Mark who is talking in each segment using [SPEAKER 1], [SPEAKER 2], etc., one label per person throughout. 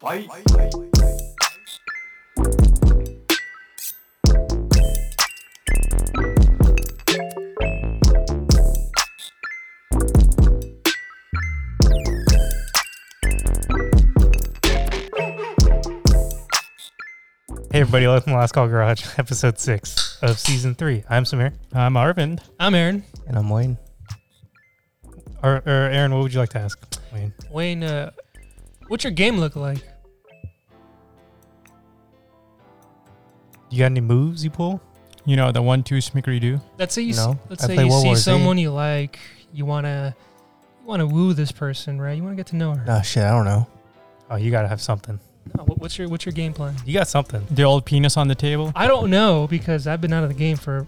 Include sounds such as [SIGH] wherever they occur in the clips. [SPEAKER 1] バイ
[SPEAKER 2] Hey everybody, welcome to Last Call Garage, [LAUGHS] episode six of season three. I'm Samir,
[SPEAKER 3] I'm Arvind. I'm Aaron.
[SPEAKER 4] And I'm Wayne.
[SPEAKER 2] or, or Aaron. What would you like to ask? Wayne?
[SPEAKER 3] Wayne, uh, what's your game look like?
[SPEAKER 2] You got any moves you pull?
[SPEAKER 5] You know, the one two smickery do.
[SPEAKER 3] Let's say you, s-
[SPEAKER 4] No,
[SPEAKER 3] let's
[SPEAKER 4] I
[SPEAKER 3] say
[SPEAKER 4] play
[SPEAKER 3] you
[SPEAKER 4] World
[SPEAKER 3] see
[SPEAKER 4] War Z.
[SPEAKER 3] someone you like, you wanna you wanna woo this person, right? You wanna get to know her.
[SPEAKER 4] Oh shit, I don't know.
[SPEAKER 2] Oh, you gotta have something.
[SPEAKER 3] No, what- what's your what's your game plan?
[SPEAKER 2] You got something.
[SPEAKER 5] The old penis on the table.
[SPEAKER 3] I don't know because I've been out of the game for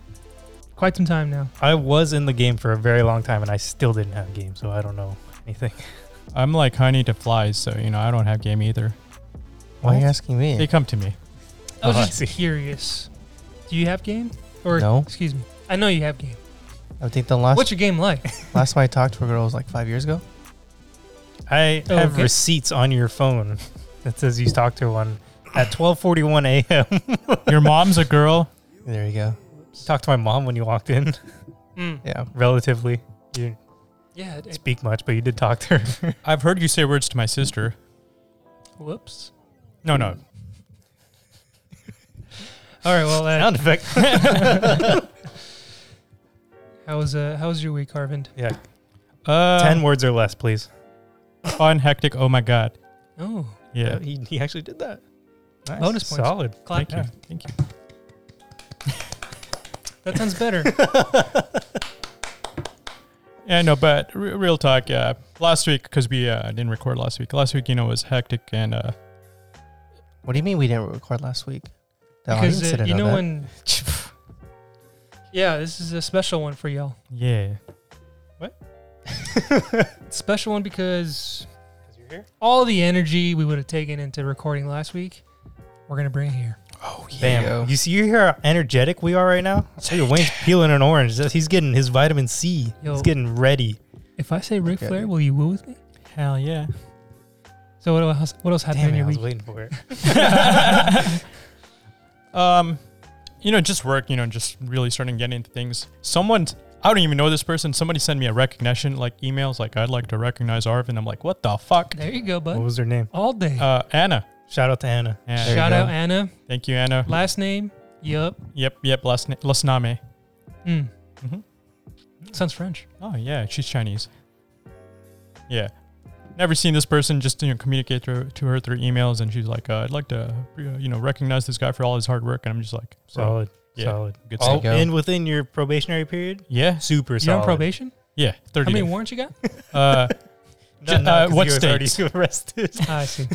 [SPEAKER 3] quite some time now.
[SPEAKER 2] I was in the game for a very long time, and I still didn't have a game, so I don't know anything.
[SPEAKER 5] I'm like honey to flies, so you know I don't have game either.
[SPEAKER 4] Why are you
[SPEAKER 2] What?
[SPEAKER 4] asking me?
[SPEAKER 5] They come to me.
[SPEAKER 3] I was
[SPEAKER 2] Oh, I
[SPEAKER 3] just
[SPEAKER 2] see.
[SPEAKER 3] curious. Do you have game? Or
[SPEAKER 4] No.
[SPEAKER 3] excuse me. I know you have game.
[SPEAKER 4] I think the last
[SPEAKER 3] What's your game like?
[SPEAKER 4] [LAUGHS] last time I talked to a girl was like five years ago.
[SPEAKER 2] I
[SPEAKER 3] Oh,
[SPEAKER 2] have
[SPEAKER 3] okay.
[SPEAKER 2] receipts on your phone [LAUGHS] that says you talked to one at 12:41 a.m.
[SPEAKER 5] Your mom's a girl.
[SPEAKER 4] There you go.
[SPEAKER 2] Talked to my mom when [LAUGHS] you walked in. [LAUGHS]
[SPEAKER 3] Mm.
[SPEAKER 4] Yeah.
[SPEAKER 2] Relatively, you didn't
[SPEAKER 3] Yeah. it-
[SPEAKER 2] speak much, but you did talk to her. [LAUGHS]
[SPEAKER 5] I've heard you say words to my sister.
[SPEAKER 3] whoops.
[SPEAKER 5] No, no.
[SPEAKER 3] All right. Well, uh,
[SPEAKER 2] Sound effect.
[SPEAKER 3] how was uh, how was your week, Arvind?
[SPEAKER 2] yeah,
[SPEAKER 5] Uh,
[SPEAKER 2] ten words or less, please.
[SPEAKER 5] fun, hectic. Oh my god.
[SPEAKER 3] Oh,
[SPEAKER 5] Yeah.
[SPEAKER 2] he, he actually did that. Nice.
[SPEAKER 3] Bonus points.
[SPEAKER 2] Solid.
[SPEAKER 3] clap.
[SPEAKER 5] Thank you. Thank you.
[SPEAKER 3] That sounds better.
[SPEAKER 5] Yeah, no, but re- real talk. Yeah, last week because we uh, didn't record last week. Last week, you know, was hectic and uh,
[SPEAKER 4] What do you mean we didn't record last week? The
[SPEAKER 3] because
[SPEAKER 4] audience
[SPEAKER 3] uh,
[SPEAKER 4] Oh, didn't
[SPEAKER 3] you know
[SPEAKER 4] that.
[SPEAKER 3] when yeah this is a special one for y'all
[SPEAKER 5] yeah.
[SPEAKER 3] special one because all the energy we would have taken into recording last week we're gonna bring it here
[SPEAKER 4] Oh
[SPEAKER 2] Bam. You see, you hear how energetic we are right now? I tell you, Wayne's peeling an orange. That's- He's getting his vitamin C.
[SPEAKER 3] Yo.
[SPEAKER 2] He's getting ready.
[SPEAKER 3] if i say Ric
[SPEAKER 4] Okay.
[SPEAKER 3] flair will you woo with me
[SPEAKER 5] Hell yeah.
[SPEAKER 3] so what else what else happened
[SPEAKER 2] Damn it, I
[SPEAKER 3] in your
[SPEAKER 2] was
[SPEAKER 3] week
[SPEAKER 2] waiting for it.
[SPEAKER 5] [LAUGHS] um, you know, just work. You know, just really starting getting into things. Someone's I don't even know this person. Somebody sent me a recognition like emails like I'd like to recognize Arvin. I'm like, what the fuck?
[SPEAKER 3] there you go
[SPEAKER 2] What
[SPEAKER 3] bud
[SPEAKER 2] was her name?
[SPEAKER 3] all day
[SPEAKER 5] Uh, Anna.
[SPEAKER 2] Shout out to Anna.
[SPEAKER 5] Yeah.
[SPEAKER 4] There you
[SPEAKER 3] shout out
[SPEAKER 4] go.
[SPEAKER 3] anna
[SPEAKER 5] Thank you, Anna.
[SPEAKER 3] last name yup
[SPEAKER 5] Yep, yep. Last na- last name.
[SPEAKER 3] mm.
[SPEAKER 5] Mhm.
[SPEAKER 3] sounds french
[SPEAKER 5] Oh yeah, she's Chinese. Yeah. Never seen this person. Just you know, communicate through, to her through emails, and she's like, uh, "I'd like to, uh, you know, recognize this guy for all his hard work." And I'm just like, "Bro,
[SPEAKER 2] Solid.
[SPEAKER 5] Yeah.
[SPEAKER 2] Solid.
[SPEAKER 5] good
[SPEAKER 4] There you
[SPEAKER 2] Oh,
[SPEAKER 5] stuff."
[SPEAKER 4] go.
[SPEAKER 2] and within your probationary period?
[SPEAKER 5] Yeah,
[SPEAKER 2] Super
[SPEAKER 3] you're
[SPEAKER 2] solid.
[SPEAKER 3] on probation
[SPEAKER 5] yeah.
[SPEAKER 3] how
[SPEAKER 5] Thirty.
[SPEAKER 3] many
[SPEAKER 5] days.
[SPEAKER 3] warrants you got
[SPEAKER 5] uh,
[SPEAKER 2] No, no,
[SPEAKER 5] Uh,
[SPEAKER 2] 'cause
[SPEAKER 5] what
[SPEAKER 2] he was [LAUGHS] already
[SPEAKER 5] states?
[SPEAKER 2] arrested.
[SPEAKER 3] Ah, i see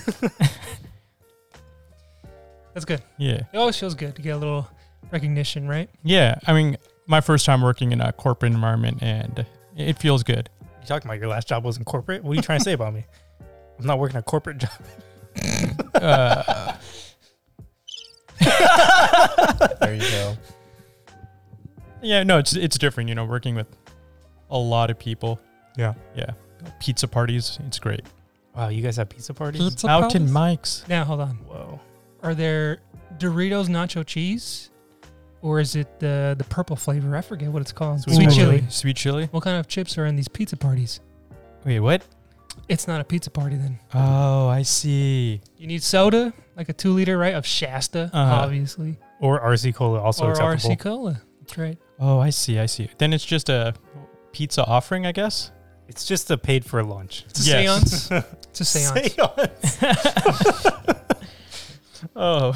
[SPEAKER 3] that's good
[SPEAKER 5] yeah.
[SPEAKER 3] It always feels good to get a little recognition, right?
[SPEAKER 5] Yeah, I mean, my first time working in a corporate environment, and it feels good.
[SPEAKER 2] you talking about your last job was in corporate? What are you trying to say about me? [LAUGHS] I'm not working a corporate job. [LAUGHS]
[SPEAKER 5] Uh,
[SPEAKER 3] [LAUGHS]
[SPEAKER 4] there you go.
[SPEAKER 5] yeah, no, it's it's different. You know, working with a lot of people.
[SPEAKER 2] Yeah.
[SPEAKER 5] yeah. Pizza parties, it's great.
[SPEAKER 2] Wow, you guys have pizza parties?
[SPEAKER 5] Mountain mics.
[SPEAKER 3] Now, hold on.
[SPEAKER 2] Whoa.
[SPEAKER 3] Are there Doritos nacho cheese, or is it the the purple flavor? I forget what it's called.
[SPEAKER 2] Sweet
[SPEAKER 3] Sweet,
[SPEAKER 2] chili.
[SPEAKER 3] chili.
[SPEAKER 5] sweet chili.
[SPEAKER 3] What kind of chips are in these pizza parties?
[SPEAKER 5] Wait, what?
[SPEAKER 3] It's not a pizza party then.
[SPEAKER 5] Oh, I see.
[SPEAKER 3] You need soda, like a two liter, right? Of Shasta,
[SPEAKER 5] Uh-huh.
[SPEAKER 3] obviously,
[SPEAKER 2] Or RC Cola, also
[SPEAKER 3] or
[SPEAKER 2] acceptable.
[SPEAKER 3] RC Cola. That's right.
[SPEAKER 5] Oh, I see. I see. Then it's just a pizza offering, I guess.
[SPEAKER 2] It's just a paid for lunch.
[SPEAKER 3] It's a
[SPEAKER 5] Yes.
[SPEAKER 3] seance. It's a seance.
[SPEAKER 2] [LAUGHS]
[SPEAKER 5] Oh,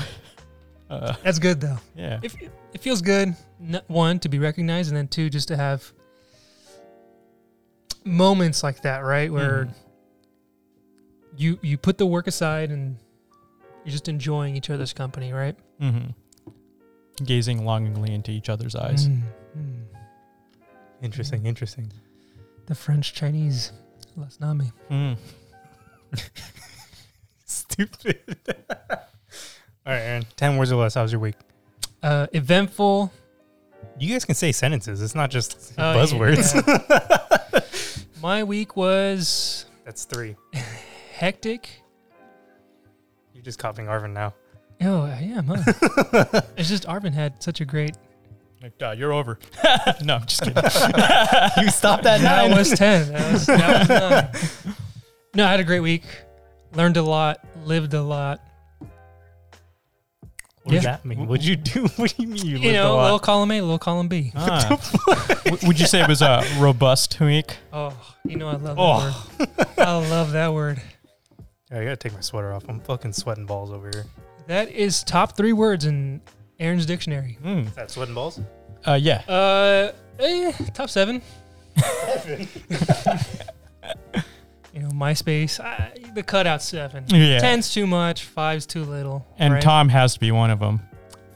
[SPEAKER 5] [LAUGHS] uh,
[SPEAKER 3] That's good though.
[SPEAKER 5] yeah.
[SPEAKER 3] If it feels good, n- one to be recognized, and then two just to have moments like that, right, where
[SPEAKER 2] Mm-hmm.
[SPEAKER 5] Mhm.
[SPEAKER 3] you you put the work aside and you're just enjoying each other's company, right?
[SPEAKER 5] Mm-hmm. Gazing longingly into each other's eyes.
[SPEAKER 3] Mm, mm.
[SPEAKER 2] Interesting, interesting.
[SPEAKER 3] The French Chinese, that's not me.
[SPEAKER 5] Mm.
[SPEAKER 2] Stupid. [LAUGHS] All right, Aaron. Ten words or less. How's your week?
[SPEAKER 3] Uh, eventful
[SPEAKER 2] You guys can say sentences. It's not [LAUGHS] just
[SPEAKER 3] Oh,
[SPEAKER 2] buzzwords. [LAUGHS]
[SPEAKER 3] yeah. My week was [LAUGHS]
[SPEAKER 2] That's three.
[SPEAKER 3] hectic,
[SPEAKER 2] You're just copying Arvin now.
[SPEAKER 3] Oh, I am.
[SPEAKER 2] [LAUGHS]
[SPEAKER 3] Huh? it's just Arvin had such a great.
[SPEAKER 5] Like, "Duh, you're [LAUGHS] over. no, I'm just [LAUGHS] kidding.
[SPEAKER 2] you stop
[SPEAKER 5] [LAUGHS]
[SPEAKER 2] that now.
[SPEAKER 3] That was ten. That was, that was nine. No, I had a great week. Learned a lot. Lived a lot.
[SPEAKER 2] What does
[SPEAKER 3] Yeah.
[SPEAKER 2] that mean? What'd you do? [LAUGHS] What do you mean you,
[SPEAKER 3] You
[SPEAKER 2] lived
[SPEAKER 3] know,
[SPEAKER 2] a
[SPEAKER 3] a
[SPEAKER 2] lot?
[SPEAKER 3] little column A, little column B.
[SPEAKER 5] Ah. W- Would you say it was a robust week?
[SPEAKER 3] Oh, you know I love that
[SPEAKER 5] Oh.
[SPEAKER 3] word. I love that word.
[SPEAKER 2] Yeah, I gotta take my sweater off. I'm fucking sweating balls over here.
[SPEAKER 3] That is top three words in Aaron's dictionary.
[SPEAKER 5] Mm.
[SPEAKER 2] Is that sweating balls?
[SPEAKER 5] Uh, yeah.
[SPEAKER 3] Uh, eh, top seven. you know, MySpace. I, the cutout seven.
[SPEAKER 5] Yeah.
[SPEAKER 3] Ten's too much. Five's too little.
[SPEAKER 5] And
[SPEAKER 3] right?
[SPEAKER 5] Tom has to be one of them.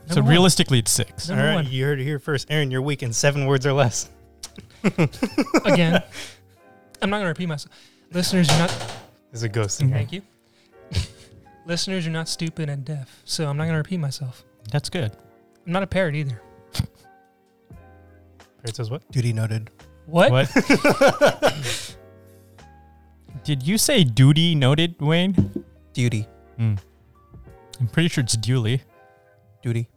[SPEAKER 5] so
[SPEAKER 3] Number one.
[SPEAKER 5] realistically, it's six.
[SPEAKER 3] Number
[SPEAKER 2] All right,
[SPEAKER 3] one.
[SPEAKER 2] you heard it here first. Aaron, you're weak in seven words or less.
[SPEAKER 3] again. I'm not gonna repeat myself. Listeners, you're not.
[SPEAKER 2] There's a ghost in here.
[SPEAKER 3] Thank you. [LAUGHS] Listeners, you're not stupid and deaf, so I'm not gonna repeat myself.
[SPEAKER 5] That's good.
[SPEAKER 3] I'm not a parrot either.
[SPEAKER 2] It says what?
[SPEAKER 4] Duty noted.
[SPEAKER 3] What?
[SPEAKER 5] What? [LAUGHS] Did you say duty noted, Wayne?
[SPEAKER 4] Duty.
[SPEAKER 5] Hmm. I'm pretty sure it's duly.
[SPEAKER 4] Duty.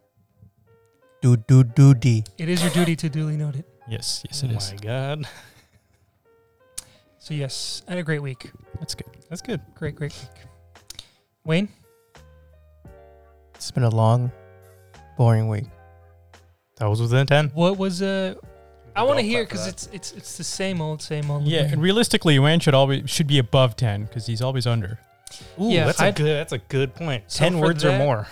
[SPEAKER 4] Do do duty.
[SPEAKER 3] It is your duty to duly note it.
[SPEAKER 5] Yes, yes,
[SPEAKER 2] oh
[SPEAKER 5] it is.
[SPEAKER 2] my god.
[SPEAKER 3] So yes, I had a great week.
[SPEAKER 5] That's good.
[SPEAKER 2] That's good.
[SPEAKER 3] Great, great week. Wayne,
[SPEAKER 4] It's been a long, boring week.
[SPEAKER 2] That was within ten.
[SPEAKER 3] what was uh? I want to hear because it's it's it's the same old, same old.
[SPEAKER 5] Yeah,
[SPEAKER 3] Wayne.
[SPEAKER 5] and realistically, Wayne should always should be above ten because he's always under.
[SPEAKER 2] Ooh,
[SPEAKER 3] Yeah,
[SPEAKER 2] that's
[SPEAKER 3] I'd-
[SPEAKER 2] a good that's a good point.
[SPEAKER 3] So
[SPEAKER 2] ten
[SPEAKER 3] for
[SPEAKER 2] words or
[SPEAKER 3] that-
[SPEAKER 2] more.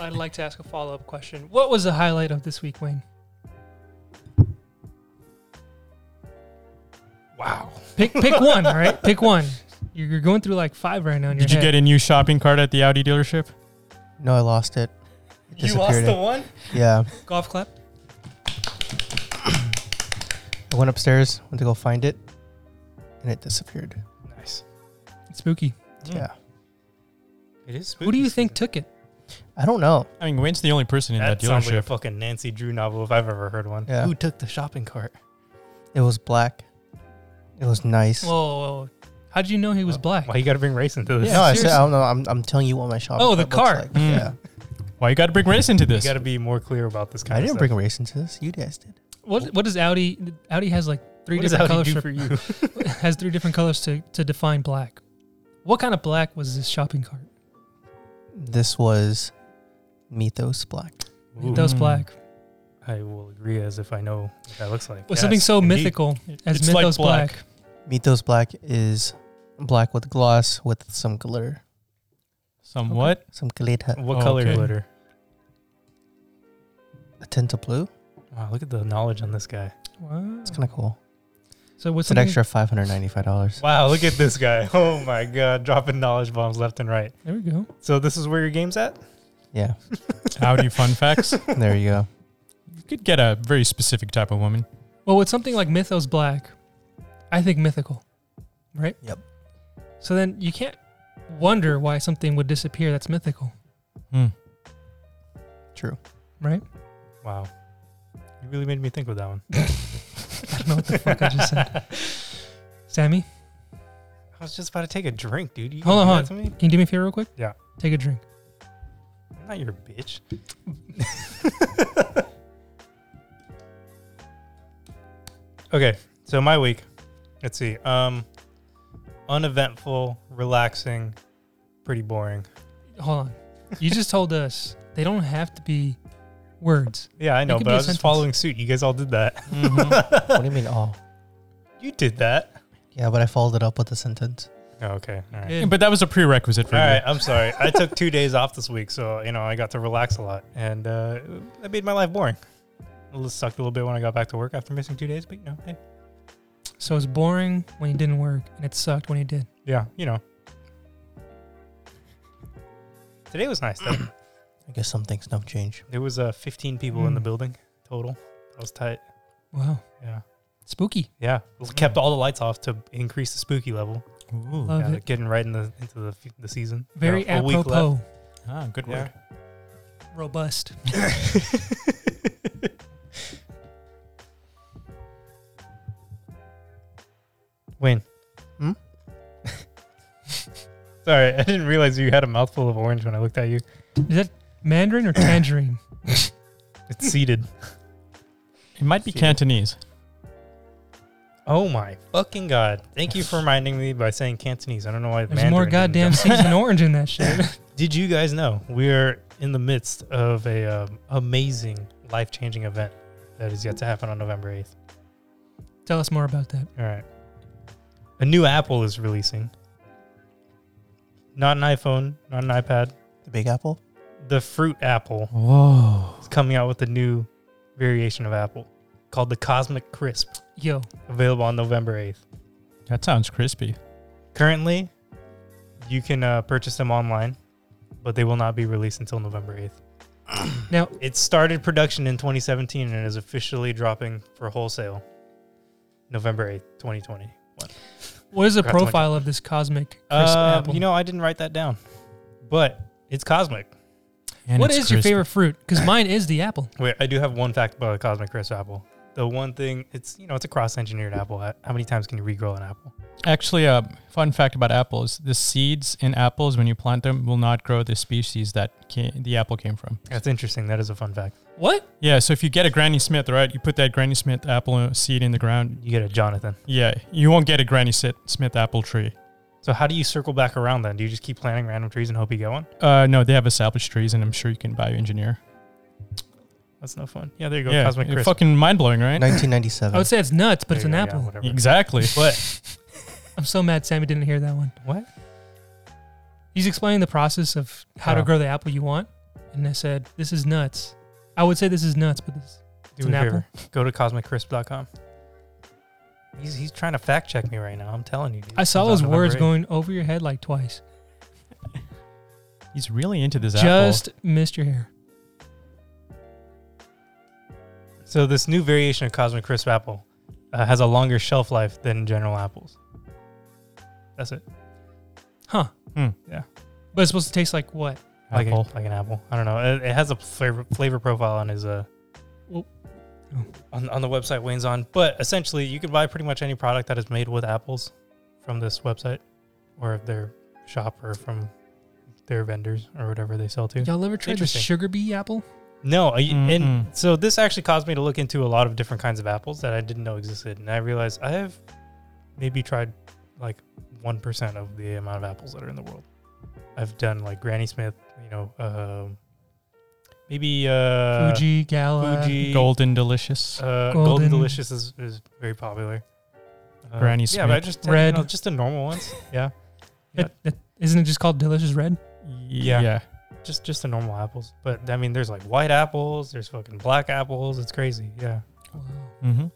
[SPEAKER 3] I'd like to ask a follow up question. What was the highlight of this week, Wayne?
[SPEAKER 2] Wow.
[SPEAKER 3] Pick pick one. All right, pick one. You're, you're going through like five right now. In your
[SPEAKER 5] Did you
[SPEAKER 3] head.
[SPEAKER 5] get a new shopping cart at the Audi dealership?
[SPEAKER 4] No, I lost it.
[SPEAKER 2] You lost
[SPEAKER 4] Disappeared
[SPEAKER 2] the
[SPEAKER 4] it.
[SPEAKER 2] one?
[SPEAKER 4] Yeah.
[SPEAKER 3] golf clap?
[SPEAKER 4] I went upstairs, went to go find it, and it disappeared.
[SPEAKER 2] Nice.
[SPEAKER 3] It's spooky.
[SPEAKER 4] Yeah.
[SPEAKER 2] It is
[SPEAKER 3] Who do you think took it?
[SPEAKER 4] I don't know.
[SPEAKER 5] I mean, Wayne's the only person in that,
[SPEAKER 2] that sounds like a
[SPEAKER 5] dealership.
[SPEAKER 2] fucking Nancy Drew novel if I've ever heard one.
[SPEAKER 4] Yeah.
[SPEAKER 2] Who took the shopping cart?
[SPEAKER 4] It was black. It was nice.
[SPEAKER 3] Whoa, whoa, whoa. how'd you know he was black?
[SPEAKER 2] Why you gotta bring race into this?
[SPEAKER 3] Yeah,
[SPEAKER 4] no, I
[SPEAKER 3] seriously.
[SPEAKER 4] said I don't know. I'm, I'm telling you what my shop.
[SPEAKER 3] Oh, the car.
[SPEAKER 4] Like.
[SPEAKER 5] Mm.
[SPEAKER 4] Yeah.
[SPEAKER 5] Why you got to bring race into
[SPEAKER 2] You
[SPEAKER 5] this?
[SPEAKER 2] gotta be more clear about this kind
[SPEAKER 4] I
[SPEAKER 2] of
[SPEAKER 4] didn't
[SPEAKER 2] stuff.
[SPEAKER 4] bring a race into this. You guys did.
[SPEAKER 3] What what does Audi? Audi has like three
[SPEAKER 2] What does
[SPEAKER 3] different
[SPEAKER 2] Audi
[SPEAKER 3] colors
[SPEAKER 2] do for you?
[SPEAKER 3] [LAUGHS] has three different colors to to define black. What kind of black was this shopping cart?
[SPEAKER 4] This was Mythos Black.
[SPEAKER 2] Ooh.
[SPEAKER 3] Those
[SPEAKER 5] Mm.
[SPEAKER 3] black
[SPEAKER 2] I will agree as if I know what that looks like.
[SPEAKER 3] was something so
[SPEAKER 5] indeed.
[SPEAKER 3] mythical as
[SPEAKER 5] It's like
[SPEAKER 3] mythos black.
[SPEAKER 5] black.
[SPEAKER 4] Mythos Black is black with gloss with some glitter.
[SPEAKER 3] [LAUGHS]
[SPEAKER 5] Somewhat.
[SPEAKER 4] Some glitter.
[SPEAKER 2] What
[SPEAKER 5] Oh,
[SPEAKER 2] color
[SPEAKER 5] okay.
[SPEAKER 2] glitter?
[SPEAKER 4] A tint of blue.
[SPEAKER 2] Wow, look at the knowledge on this guy.
[SPEAKER 3] Wow.
[SPEAKER 4] It's kind of cool.
[SPEAKER 3] So what's
[SPEAKER 4] It's an
[SPEAKER 3] something-
[SPEAKER 4] extra five hundred ninety-five dollars.
[SPEAKER 2] Wow, look at this guy. [LAUGHS] Oh my god, dropping knowledge bombs left and right.
[SPEAKER 3] There we go.
[SPEAKER 2] So this is where your game's at?
[SPEAKER 4] Yeah.
[SPEAKER 5] Audi fun facts.
[SPEAKER 4] There you go.
[SPEAKER 5] You could get a very specific type of woman.
[SPEAKER 3] Well, with something like mythos black, I think mythical, right?
[SPEAKER 4] Yep.
[SPEAKER 3] So then you can't wonder why something would disappear that's mythical,
[SPEAKER 5] Hmm.
[SPEAKER 4] True.
[SPEAKER 3] right?
[SPEAKER 2] Wow. You really made me think with that one.
[SPEAKER 3] I don't know what the fuck I
[SPEAKER 2] [LAUGHS]
[SPEAKER 3] just said. Sammy,
[SPEAKER 2] I was just about to take a drink, dude. You
[SPEAKER 3] Hold
[SPEAKER 2] gonna
[SPEAKER 3] on,
[SPEAKER 2] do that to me?
[SPEAKER 3] can you do me a favor real quick?
[SPEAKER 2] Yeah.
[SPEAKER 3] Take a drink.
[SPEAKER 2] I'm not your bitch. [LAUGHS] okay, so my week. Let's see. Um uneventful, relaxing, pretty boring.
[SPEAKER 3] Hold on. You just told us they don't have to be words.
[SPEAKER 2] Yeah, I know,
[SPEAKER 3] could
[SPEAKER 2] but
[SPEAKER 3] be
[SPEAKER 2] I
[SPEAKER 3] a
[SPEAKER 2] was just
[SPEAKER 3] sentence.
[SPEAKER 2] following suit. You guys all did [LAUGHS] that. Mm-hmm.
[SPEAKER 4] What do you mean all?
[SPEAKER 2] You did that.
[SPEAKER 4] Yeah, but I followed it up with a sentence.
[SPEAKER 2] Oh, okay. All right.
[SPEAKER 3] Good.
[SPEAKER 5] Yeah, [LAUGHS] But that was a prerequisite for
[SPEAKER 2] All
[SPEAKER 5] you.
[SPEAKER 2] right, I'm sorry. I took two days off this week, so you know I got to relax a lot, and uh, that made my life boring. It sucked a little bit when I got back to work after missing two days, but you know, hey,
[SPEAKER 3] so it's boring when it didn't work, and it sucked when it did.
[SPEAKER 2] yeah, you know. Today was nice
[SPEAKER 3] [CLEARS THROAT]
[SPEAKER 2] though.
[SPEAKER 4] I guess some things don't change.
[SPEAKER 2] there was uh, 15 people in the
[SPEAKER 3] Mm.
[SPEAKER 2] building total. That was tight.
[SPEAKER 3] Wow.
[SPEAKER 2] Yeah,
[SPEAKER 3] Spooky.
[SPEAKER 2] yeah. Kept all the lights off to increase the spooky level.
[SPEAKER 5] Ooh.
[SPEAKER 3] Love
[SPEAKER 2] Yeah,
[SPEAKER 3] it.
[SPEAKER 2] they're getting right in the into the, f- the season.
[SPEAKER 3] Very
[SPEAKER 2] Yeah, a week left.
[SPEAKER 3] apropos.
[SPEAKER 5] Ah, good
[SPEAKER 2] Yeah.
[SPEAKER 5] word.
[SPEAKER 3] Robust.
[SPEAKER 2] Wayne.
[SPEAKER 4] Hmm?
[SPEAKER 2] [LAUGHS] Sorry, I didn't realize you had a mouthful of orange when I looked at you.
[SPEAKER 3] Is that
[SPEAKER 2] [CLEARS THROAT]
[SPEAKER 3] Mandarin or tangerine?
[SPEAKER 2] It's
[SPEAKER 3] [LAUGHS]
[SPEAKER 2] seeded.
[SPEAKER 5] It might be
[SPEAKER 2] Shit.
[SPEAKER 5] Cantonese.
[SPEAKER 2] Oh my fucking god! Thank you for reminding me by saying Cantonese. I don't know why.
[SPEAKER 3] There's
[SPEAKER 2] Mandarin
[SPEAKER 3] more
[SPEAKER 2] didn't
[SPEAKER 3] goddamn
[SPEAKER 2] jump. [LAUGHS]
[SPEAKER 3] seasoned orange in that shit.
[SPEAKER 2] Did you guys know we are in the midst of a um, amazing life changing event that is yet to happen on November eighth?
[SPEAKER 3] Tell us more about that.
[SPEAKER 2] All right. A new Apple is releasing. Not an iPhone, not an iPad.
[SPEAKER 4] The Big Apple.
[SPEAKER 2] The fruit apple
[SPEAKER 5] Whoa.
[SPEAKER 2] is coming out with a new variation of apple called the Cosmic Crisp,
[SPEAKER 3] Yo,
[SPEAKER 2] available on November 8th.
[SPEAKER 5] That sounds crispy.
[SPEAKER 2] Currently, you can uh, purchase them online, but they will not be released until November 8th.
[SPEAKER 3] Now-
[SPEAKER 2] it started production in 2017 and is officially dropping for wholesale November 8th, 2020.
[SPEAKER 3] what is the
[SPEAKER 2] Forgot to
[SPEAKER 3] profile of this cosmic crisp
[SPEAKER 2] Uh,
[SPEAKER 3] apple?
[SPEAKER 2] You know, I didn't write that down, but it's cosmic.
[SPEAKER 5] And
[SPEAKER 3] what is
[SPEAKER 5] it's
[SPEAKER 3] your
[SPEAKER 5] crispy.
[SPEAKER 3] favorite fruit? Because mine is the apple.
[SPEAKER 2] Wait, I do have one fact about a Cosmic Crisp apple. The one thing, it's you know, it's a cross-engineered apple. How how many times can you regrow an apple?
[SPEAKER 5] Actually, a fun fact about apples: the seeds in apples, when you plant them, will not grow the species that ca the apple came from.
[SPEAKER 2] That's interesting. That is a fun fact.
[SPEAKER 3] What?
[SPEAKER 5] Yeah. So if you get a Granny Smith, right, you put that Granny Smith apple seed in the ground.
[SPEAKER 2] You get a Jonathan.
[SPEAKER 5] Yeah, you won't get a Granny Si- Smith apple tree.
[SPEAKER 2] So how do you circle back around then? Do you just keep planting random trees and hope you get one?
[SPEAKER 5] Uh, no, they have established trees, and I'm sure you can bioengineer.
[SPEAKER 2] That's no fun. Yeah, there you go.
[SPEAKER 5] Yeah,
[SPEAKER 2] Cosmic
[SPEAKER 5] it's
[SPEAKER 2] Crisp.
[SPEAKER 5] fucking mind blowing, right?
[SPEAKER 3] [LAUGHS]
[SPEAKER 4] 1997.
[SPEAKER 3] I would say Oh, it's nuts, but
[SPEAKER 2] There
[SPEAKER 3] it's
[SPEAKER 2] you
[SPEAKER 3] an
[SPEAKER 2] go. Yeah,
[SPEAKER 3] apple.
[SPEAKER 2] whatever.
[SPEAKER 5] Exactly.
[SPEAKER 2] But
[SPEAKER 3] I'm so mad Sammy didn't hear that one.
[SPEAKER 2] What?
[SPEAKER 3] He's explaining the process of how to
[SPEAKER 2] Oh.
[SPEAKER 3] grow the apple you want. And I said, this is nuts. I would say this is nuts, but this
[SPEAKER 2] do
[SPEAKER 3] an
[SPEAKER 2] me a favor. Go to cosmiccrisp.com. He's he's trying to fact check me right now. I'm telling you. dude.
[SPEAKER 3] I saw
[SPEAKER 2] Comes out
[SPEAKER 3] those
[SPEAKER 2] November
[SPEAKER 3] words
[SPEAKER 2] 8th.
[SPEAKER 3] going over your head like twice.
[SPEAKER 5] He's really into this
[SPEAKER 3] Just missed your hair.
[SPEAKER 2] So this new variation of Cosmic Crisp apple uh, has a longer shelf life than general apples. That's it.
[SPEAKER 3] Huh.
[SPEAKER 5] Hmm.
[SPEAKER 2] Yeah.
[SPEAKER 3] But it's supposed to taste like what?
[SPEAKER 5] apple.
[SPEAKER 2] Like, a,
[SPEAKER 5] apple.
[SPEAKER 2] like an apple. I don't know. It, it has a flavor flavor profile on his uh
[SPEAKER 3] Oh.
[SPEAKER 2] on on the website Wayne's on. But essentially, you can buy pretty much any product that is made with apples from this website or their shop or from their vendors or whatever they sell to.
[SPEAKER 3] Y'all ever tried the
[SPEAKER 2] Interesting.
[SPEAKER 3] sugar bee apple?
[SPEAKER 2] No, I,
[SPEAKER 5] Mm-mm.
[SPEAKER 2] and so this actually caused me to look into a lot of different kinds of apples that I didn't know existed, and I realized I have maybe tried like one percent of the amount of apples that are in the world. I've done like Granny Smith, you know, um, maybe uh,
[SPEAKER 3] Fuji, Gala.
[SPEAKER 2] Fuji,
[SPEAKER 5] Golden delicious.
[SPEAKER 2] uh, Golden.
[SPEAKER 3] Golden.
[SPEAKER 2] Delicious is, is very popular. Uh,
[SPEAKER 5] Granny
[SPEAKER 2] yeah, but I
[SPEAKER 5] Smith.
[SPEAKER 2] just you
[SPEAKER 3] Red.
[SPEAKER 2] know, just the normal ones, yeah,
[SPEAKER 3] That- that- isn't it just called delicious red?
[SPEAKER 5] yeah. yeah.
[SPEAKER 2] just just the normal apples. But I mean, there's like white apples, there's fucking black apples. It's crazy, yeah.
[SPEAKER 3] Wow.
[SPEAKER 5] Mm-hmm.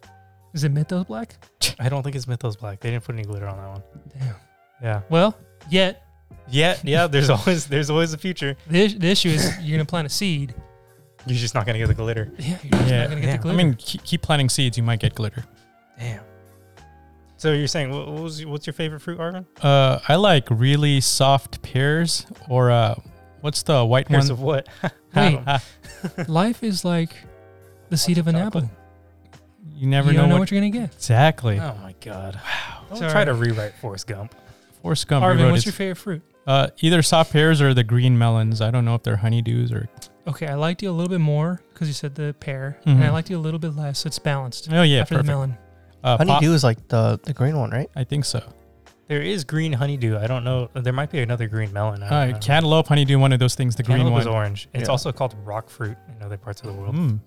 [SPEAKER 3] Is it Mythos black?
[SPEAKER 2] I don't think it's Mythos Black. They didn't put any glitter on that one.
[SPEAKER 3] Damn.
[SPEAKER 2] Yeah.
[SPEAKER 3] Well, yet
[SPEAKER 2] Yeah, yeah, there's [LAUGHS] always there's always a future.
[SPEAKER 3] the, is- the issue is you're gonna plant a seed.
[SPEAKER 2] You're just not gonna get the glitter.
[SPEAKER 3] Yeah, you're just
[SPEAKER 5] Yeah.
[SPEAKER 3] not gonna get
[SPEAKER 2] Yeah.
[SPEAKER 3] the
[SPEAKER 5] I
[SPEAKER 3] glitter.
[SPEAKER 5] mean, keep, keep planting seeds. You might get glitter.
[SPEAKER 2] Damn. So you're saying what, what was what's your favorite fruit, Arvin?
[SPEAKER 5] Uh, I like really soft pears or uh, what's the white
[SPEAKER 2] Here's
[SPEAKER 5] one?
[SPEAKER 2] of
[SPEAKER 5] [LAUGHS]
[SPEAKER 2] what?
[SPEAKER 3] Wait.
[SPEAKER 2] Adam.
[SPEAKER 3] life is like the seed of an
[SPEAKER 2] Chocolate.
[SPEAKER 3] apple.
[SPEAKER 5] You never
[SPEAKER 3] you
[SPEAKER 5] know,
[SPEAKER 3] don't know
[SPEAKER 5] what,
[SPEAKER 3] what you're gonna get.
[SPEAKER 5] exactly.
[SPEAKER 2] oh my god. Wow. Don't
[SPEAKER 3] Sorry.
[SPEAKER 2] try to rewrite Forrest Gump.
[SPEAKER 5] Forrest Gump
[SPEAKER 3] Arvin,
[SPEAKER 5] rewrote
[SPEAKER 3] what's
[SPEAKER 5] it.
[SPEAKER 3] your favorite fruit?
[SPEAKER 5] uh, either soft pears or the green melons. I don't know if they're honeydews or.
[SPEAKER 3] Okay, I liked you a little bit more because you said the pear, and I
[SPEAKER 5] Mhm.
[SPEAKER 3] liked you a little bit less. So it's balanced
[SPEAKER 5] Oh yeah,
[SPEAKER 3] after the
[SPEAKER 5] perfect.
[SPEAKER 3] melon.
[SPEAKER 5] Uh, pop-
[SPEAKER 4] Honeydew is like the, the green one, right?
[SPEAKER 5] I think so.
[SPEAKER 2] There is green honeydew. I don't know. There might be another green melon. I don't, I
[SPEAKER 5] Uh,
[SPEAKER 2] don't know.
[SPEAKER 5] cantaloupe, honeydew, one of those things. The green
[SPEAKER 2] Cantaloupe
[SPEAKER 5] one.
[SPEAKER 2] is orange. It's
[SPEAKER 5] Yeah.
[SPEAKER 2] also called rock fruit in other parts of the world.
[SPEAKER 5] Mm,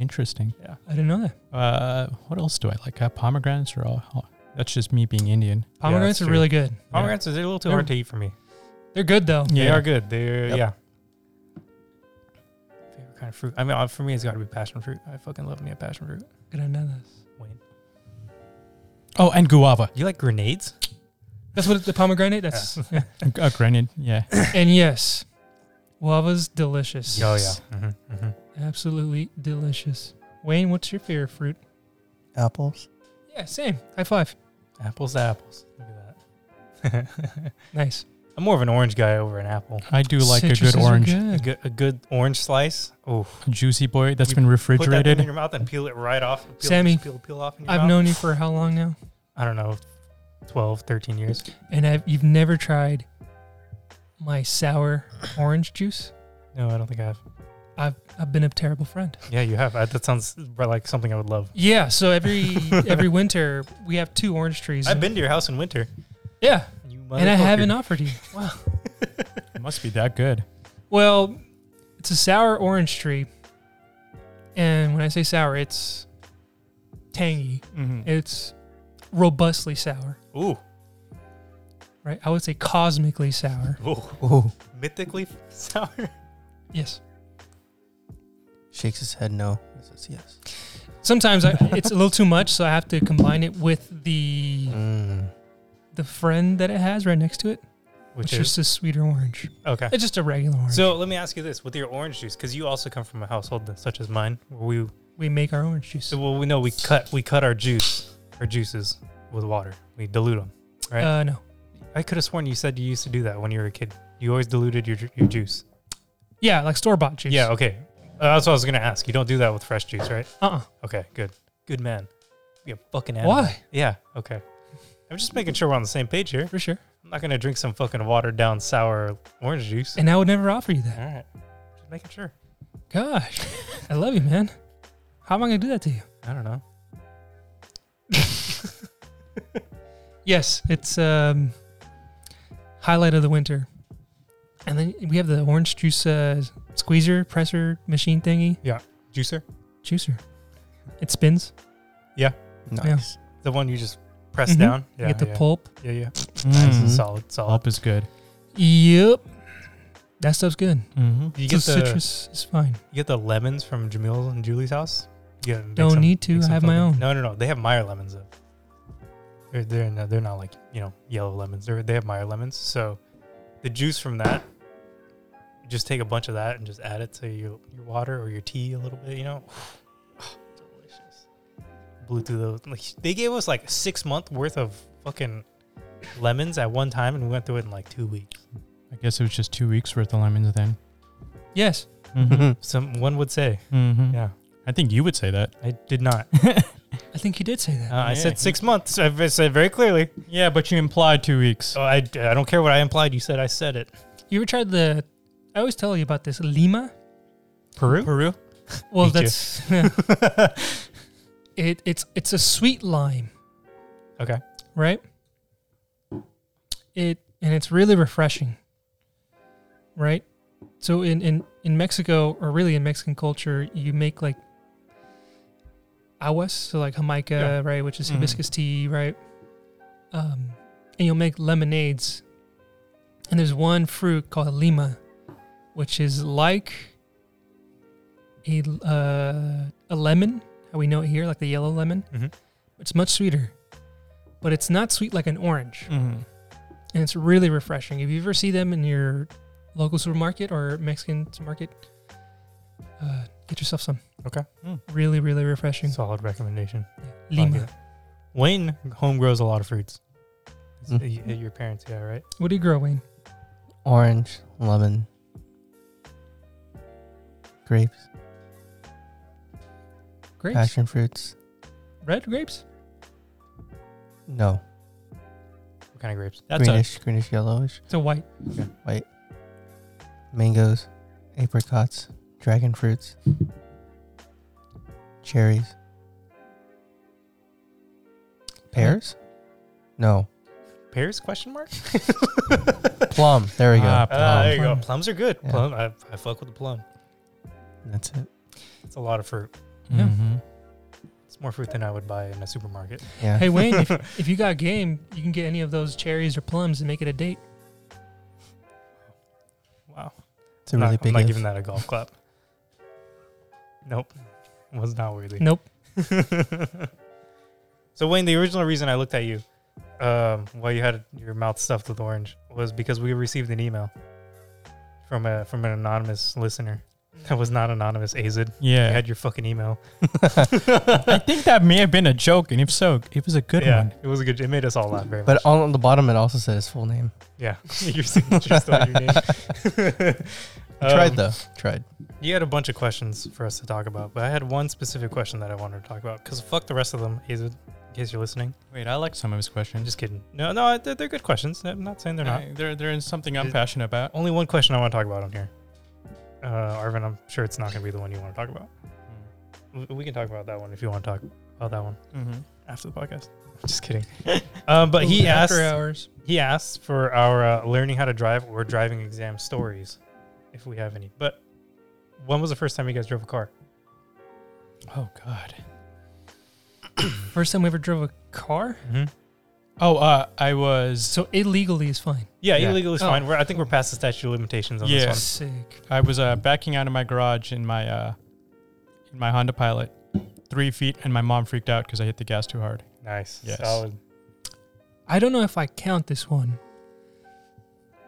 [SPEAKER 5] interesting.
[SPEAKER 3] I didn't know that.
[SPEAKER 5] Uh, what else do I like? Uh, pomegranates or all? all- that's just me being Indian.
[SPEAKER 3] Pomegranates
[SPEAKER 2] that's
[SPEAKER 3] are really good.
[SPEAKER 2] Pomegranates are a little too
[SPEAKER 3] They're-
[SPEAKER 2] hard to eat for me.
[SPEAKER 3] They're good though.
[SPEAKER 5] Yeah.
[SPEAKER 2] They are good. They're
[SPEAKER 5] Yep.
[SPEAKER 2] yeah. Favorite kind of fruit. I mean, uh, for me, it's got to be passion fruit. I fucking love me a passion fruit.
[SPEAKER 3] Good I know this.
[SPEAKER 2] Wayne,
[SPEAKER 5] Oh, and guava.
[SPEAKER 2] you like grenades?
[SPEAKER 3] That's what the pomegranate. That's yeah.
[SPEAKER 5] uh, granite. Yeah.
[SPEAKER 3] [LAUGHS] and yes, guava's delicious.
[SPEAKER 2] Oh yeah. Mm-hmm,
[SPEAKER 3] absolutely delicious. Wayne, what's your favorite fruit?
[SPEAKER 4] Apples.
[SPEAKER 3] Yeah, same. High five.
[SPEAKER 2] Apples to apples. Look at that. [LAUGHS]
[SPEAKER 3] Nice.
[SPEAKER 2] I'm more of an orange guy over an apple.
[SPEAKER 5] I do like a
[SPEAKER 3] Citruses
[SPEAKER 5] good
[SPEAKER 3] are
[SPEAKER 5] orange,
[SPEAKER 2] A
[SPEAKER 3] good.
[SPEAKER 2] good, a good orange slice. Oh,
[SPEAKER 5] juicy boy that's
[SPEAKER 2] You
[SPEAKER 5] been
[SPEAKER 2] put that thing in
[SPEAKER 5] refrigerated.
[SPEAKER 2] your mouth and peel it right off. Peel, just
[SPEAKER 3] Sammy,
[SPEAKER 2] peel, peel off. In your
[SPEAKER 3] I've
[SPEAKER 2] mouth.
[SPEAKER 3] known you for how long now,
[SPEAKER 2] I don't know, 12, 13 years.
[SPEAKER 3] and I've, you've never tried my sour orange juice?
[SPEAKER 2] No, I don't think I have.
[SPEAKER 3] I've I've been a terrible friend.
[SPEAKER 2] Yeah, you have. I, that sounds like something I would love.
[SPEAKER 3] Yeah, so every every winter we have two orange trees.
[SPEAKER 2] I've been to your house in winter.
[SPEAKER 3] yeah,
[SPEAKER 2] You
[SPEAKER 3] and I
[SPEAKER 2] motherfucker.
[SPEAKER 3] haven't offered you. Wow.
[SPEAKER 5] It must be that good.
[SPEAKER 3] Well, it's a sour orange tree, and when I say sour, it's tangy.
[SPEAKER 5] Mm-hmm.
[SPEAKER 3] It's robustly sour,
[SPEAKER 2] Ooh,
[SPEAKER 3] right? I would say cosmically sour.
[SPEAKER 2] ooh,
[SPEAKER 4] Ooh,
[SPEAKER 2] mythically sour.
[SPEAKER 3] Yes.
[SPEAKER 4] shakes his head no. He says yes.
[SPEAKER 3] Sometimes I, it's a little too much, so I have to combine it with the
[SPEAKER 4] Mm.
[SPEAKER 3] the friend that it has right next to it,
[SPEAKER 2] Which
[SPEAKER 3] which
[SPEAKER 2] is
[SPEAKER 3] is a sweeter orange. [LAUGHS]
[SPEAKER 2] okay.
[SPEAKER 3] It's just a regular orange.
[SPEAKER 2] So let me ask you this: with your orange juice, because you also come from a household that- such as mine, where we
[SPEAKER 3] we make our orange juice.
[SPEAKER 2] so well we know we cut we cut our juice our juices with water. We dilute them. right.
[SPEAKER 3] Uh, no.
[SPEAKER 2] I could have sworn you said you used to do that when you were a kid. You always diluted your ju- your juice.
[SPEAKER 3] Yeah, like store bought juice.
[SPEAKER 2] Yeah. Okay. Uh, that's what I was gonna ask. You don't do that with fresh juice, right?
[SPEAKER 3] Uh. uh
[SPEAKER 2] Okay. Good. Good man. You a fucking animal.
[SPEAKER 3] Why?
[SPEAKER 2] Yeah. Okay. I'm just making sure we're on the same page here.
[SPEAKER 3] For sure.
[SPEAKER 2] I'm not gonna drink some fucking watered down sour orange juice.
[SPEAKER 3] And I would never offer you
[SPEAKER 2] [LAUGHS]
[SPEAKER 3] that.
[SPEAKER 2] All right. Just making sure.
[SPEAKER 3] Gosh, I love you, man. How am I gonna do that to you?
[SPEAKER 2] I don't know.
[SPEAKER 3] Yes, it's um, highlight of the winter. And then we have the orange juice uh, squeezer, presser, machine thingy,
[SPEAKER 2] Juicer.
[SPEAKER 3] juicer. It spins.
[SPEAKER 4] Mm. Nice.
[SPEAKER 2] The one you just press
[SPEAKER 3] Mhm.
[SPEAKER 2] down.
[SPEAKER 3] you get the pulp.
[SPEAKER 2] Yeah, yeah. Nice and
[SPEAKER 5] Mm.
[SPEAKER 2] solid, solid.
[SPEAKER 5] Up is good.
[SPEAKER 3] Yep. That stuff's good.
[SPEAKER 5] Mm-hmm.
[SPEAKER 2] You get
[SPEAKER 3] so
[SPEAKER 2] the
[SPEAKER 3] citrus is fine.
[SPEAKER 2] you get the lemons from Jamil and Julie's house. You gotta make
[SPEAKER 3] Don't need to.
[SPEAKER 2] make
[SPEAKER 3] I have my
[SPEAKER 2] fucking-
[SPEAKER 3] own.
[SPEAKER 2] No, no, no. They have Meyer lemons though. They're they're not, they're not like you know yellow lemons. They're they have Meyer lemons. So the juice from that, you just take a bunch of that and just add it to your your water or your tea a little bit. You know, [SIGHS] delicious. Blew through those. Like, they gave us like six month worth of fucking lemons at one time, and we went through it in like two weeks.
[SPEAKER 5] I guess it was just two weeks worth of lemons then.
[SPEAKER 3] Yes.
[SPEAKER 4] [LAUGHS]
[SPEAKER 5] Mm-hmm.
[SPEAKER 2] Some one would say,
[SPEAKER 5] mm-hmm.
[SPEAKER 2] yeah.
[SPEAKER 5] I think you would say that.
[SPEAKER 2] I did not.
[SPEAKER 3] I think you did say that.
[SPEAKER 2] Uh, I
[SPEAKER 5] Yeah,
[SPEAKER 2] said six months. I v- said very clearly.
[SPEAKER 5] Yeah, but you implied two weeks.
[SPEAKER 2] So I, I don't care what I implied. You said I said it.
[SPEAKER 3] you ever tried the? I always tell you about this Lima.
[SPEAKER 2] Peru? [LAUGHS]
[SPEAKER 5] Peru?
[SPEAKER 3] Well,
[SPEAKER 2] Me too.
[SPEAKER 3] that's [LAUGHS] it. It's it's a sweet lime.
[SPEAKER 2] Okay.
[SPEAKER 3] right? It and it's really refreshing, right? So in in in Mexico, or really in Mexican culture, you make like aguas, so like jamaica,
[SPEAKER 5] Yeah.
[SPEAKER 3] right, which is
[SPEAKER 5] Mhm.
[SPEAKER 3] hibiscus tea, right? Um, and you'll make lemonades. And there's one fruit called lima, which is like a l- uh, a lemon, how we know it here, like the yellow lemon.
[SPEAKER 2] Mhm.
[SPEAKER 3] It's much sweeter, but it's not sweet like an orange,
[SPEAKER 5] Mm-hmm.
[SPEAKER 3] and it's really refreshing. If you ever see them in your local supermarket or Mexican supermarket, uh, get yourself some.
[SPEAKER 2] Okay.
[SPEAKER 5] Mm.
[SPEAKER 3] Really, really refreshing.
[SPEAKER 2] Solid recommendation.
[SPEAKER 3] Yeah. Lima.
[SPEAKER 2] Like it. Wayne home grows a lot of fruits. It's- uh,
[SPEAKER 4] Mm.
[SPEAKER 2] y- Your parents, yeah, right?
[SPEAKER 3] What do you grow, Wayne?
[SPEAKER 4] Orange, lemon, grapes,
[SPEAKER 3] Grapes.
[SPEAKER 4] passion fruits.
[SPEAKER 3] Red grapes.
[SPEAKER 4] No,
[SPEAKER 2] What kind of grapes?
[SPEAKER 5] That's a,
[SPEAKER 4] greenish, greenish, yellowish.
[SPEAKER 3] So white.
[SPEAKER 4] Mangoes, apricots, dragon fruits, cherries, pears. No,
[SPEAKER 2] Pears? Question [LAUGHS] mark?
[SPEAKER 4] plum. There we go. Um,
[SPEAKER 5] Ah,
[SPEAKER 2] Ah, there you go.
[SPEAKER 3] Plum.
[SPEAKER 2] Plums are good.
[SPEAKER 4] Yeah.
[SPEAKER 2] Plum. I, I fuck with the plum.
[SPEAKER 4] That's it.
[SPEAKER 2] It's a lot of fruit.
[SPEAKER 3] Yeah.
[SPEAKER 5] Mhm.
[SPEAKER 2] It's more fruit than I would buy in a supermarket.
[SPEAKER 4] Yeah.
[SPEAKER 3] Hey Wayne,
[SPEAKER 2] [LAUGHS]
[SPEAKER 3] if, if you got game, you can get any of those cherries or plums and make it a date.
[SPEAKER 2] Wow.
[SPEAKER 4] it's a really
[SPEAKER 2] Not-
[SPEAKER 4] big.
[SPEAKER 2] I'm not
[SPEAKER 4] if.
[SPEAKER 2] giving that a golf clap. Nope. Was not worthy.
[SPEAKER 3] Nope.
[SPEAKER 2] so Wayne, the original reason I looked at you um, while you had your mouth stuffed with orange was because we received an email from a from an anonymous listener [LAUGHS] that was not anonymous. Azid, you
[SPEAKER 5] yeah.
[SPEAKER 2] had your fucking email.
[SPEAKER 5] I think that may have been a joke, and if so, it was a good
[SPEAKER 2] yeah,
[SPEAKER 5] one.
[SPEAKER 2] it was a good. It made us all laugh very much.
[SPEAKER 4] But on the bottom, it also said his full name.
[SPEAKER 2] yeah, [LAUGHS] your signature still had your name.
[SPEAKER 4] I tried
[SPEAKER 2] Um,
[SPEAKER 4] though. Tried.
[SPEAKER 2] You had a bunch of questions for us to talk about, but I had one specific question that I wanted to talk about because fuck the rest of them. Azid, case you're listening.
[SPEAKER 5] Wait, I like some of his
[SPEAKER 2] I'm
[SPEAKER 5] questions.
[SPEAKER 2] just kidding. No, no, I- they're, they're good questions. I'm not saying they're not.
[SPEAKER 5] Uh, They're, they're in something I'm
[SPEAKER 2] It-
[SPEAKER 5] passionate about.
[SPEAKER 2] Only one question I want to talk about on here. Uh, Arvin, I'm sure it's not going to be the one you want to talk about. W- We can talk about that one if you want to talk about that one
[SPEAKER 5] Mm-hmm.
[SPEAKER 2] after the podcast. uh, Just kidding. [LAUGHS] um, but he asked.
[SPEAKER 3] after hours.
[SPEAKER 2] He asks for our uh, learning how to drive or driving exam stories, if we have any. But when was the first time you guys drove a car?
[SPEAKER 5] Oh God.
[SPEAKER 3] First time we ever drove a car.
[SPEAKER 2] Mm-hmm.
[SPEAKER 5] Oh, uh, I was
[SPEAKER 3] So illegally is fine.
[SPEAKER 2] Yeah,
[SPEAKER 5] Yeah.
[SPEAKER 2] illegal is
[SPEAKER 3] Oh.
[SPEAKER 2] fine. We're, I think we're past the statute of limitations on
[SPEAKER 5] Yeah.
[SPEAKER 2] this
[SPEAKER 3] Sick.
[SPEAKER 5] I was uh, backing out of my garage in my uh, in my Honda Pilot, three feet, and my mom freaked out because I hit the gas too hard.
[SPEAKER 2] one. Nice,
[SPEAKER 5] Yes.
[SPEAKER 2] solid.
[SPEAKER 3] I don't know if I count this one,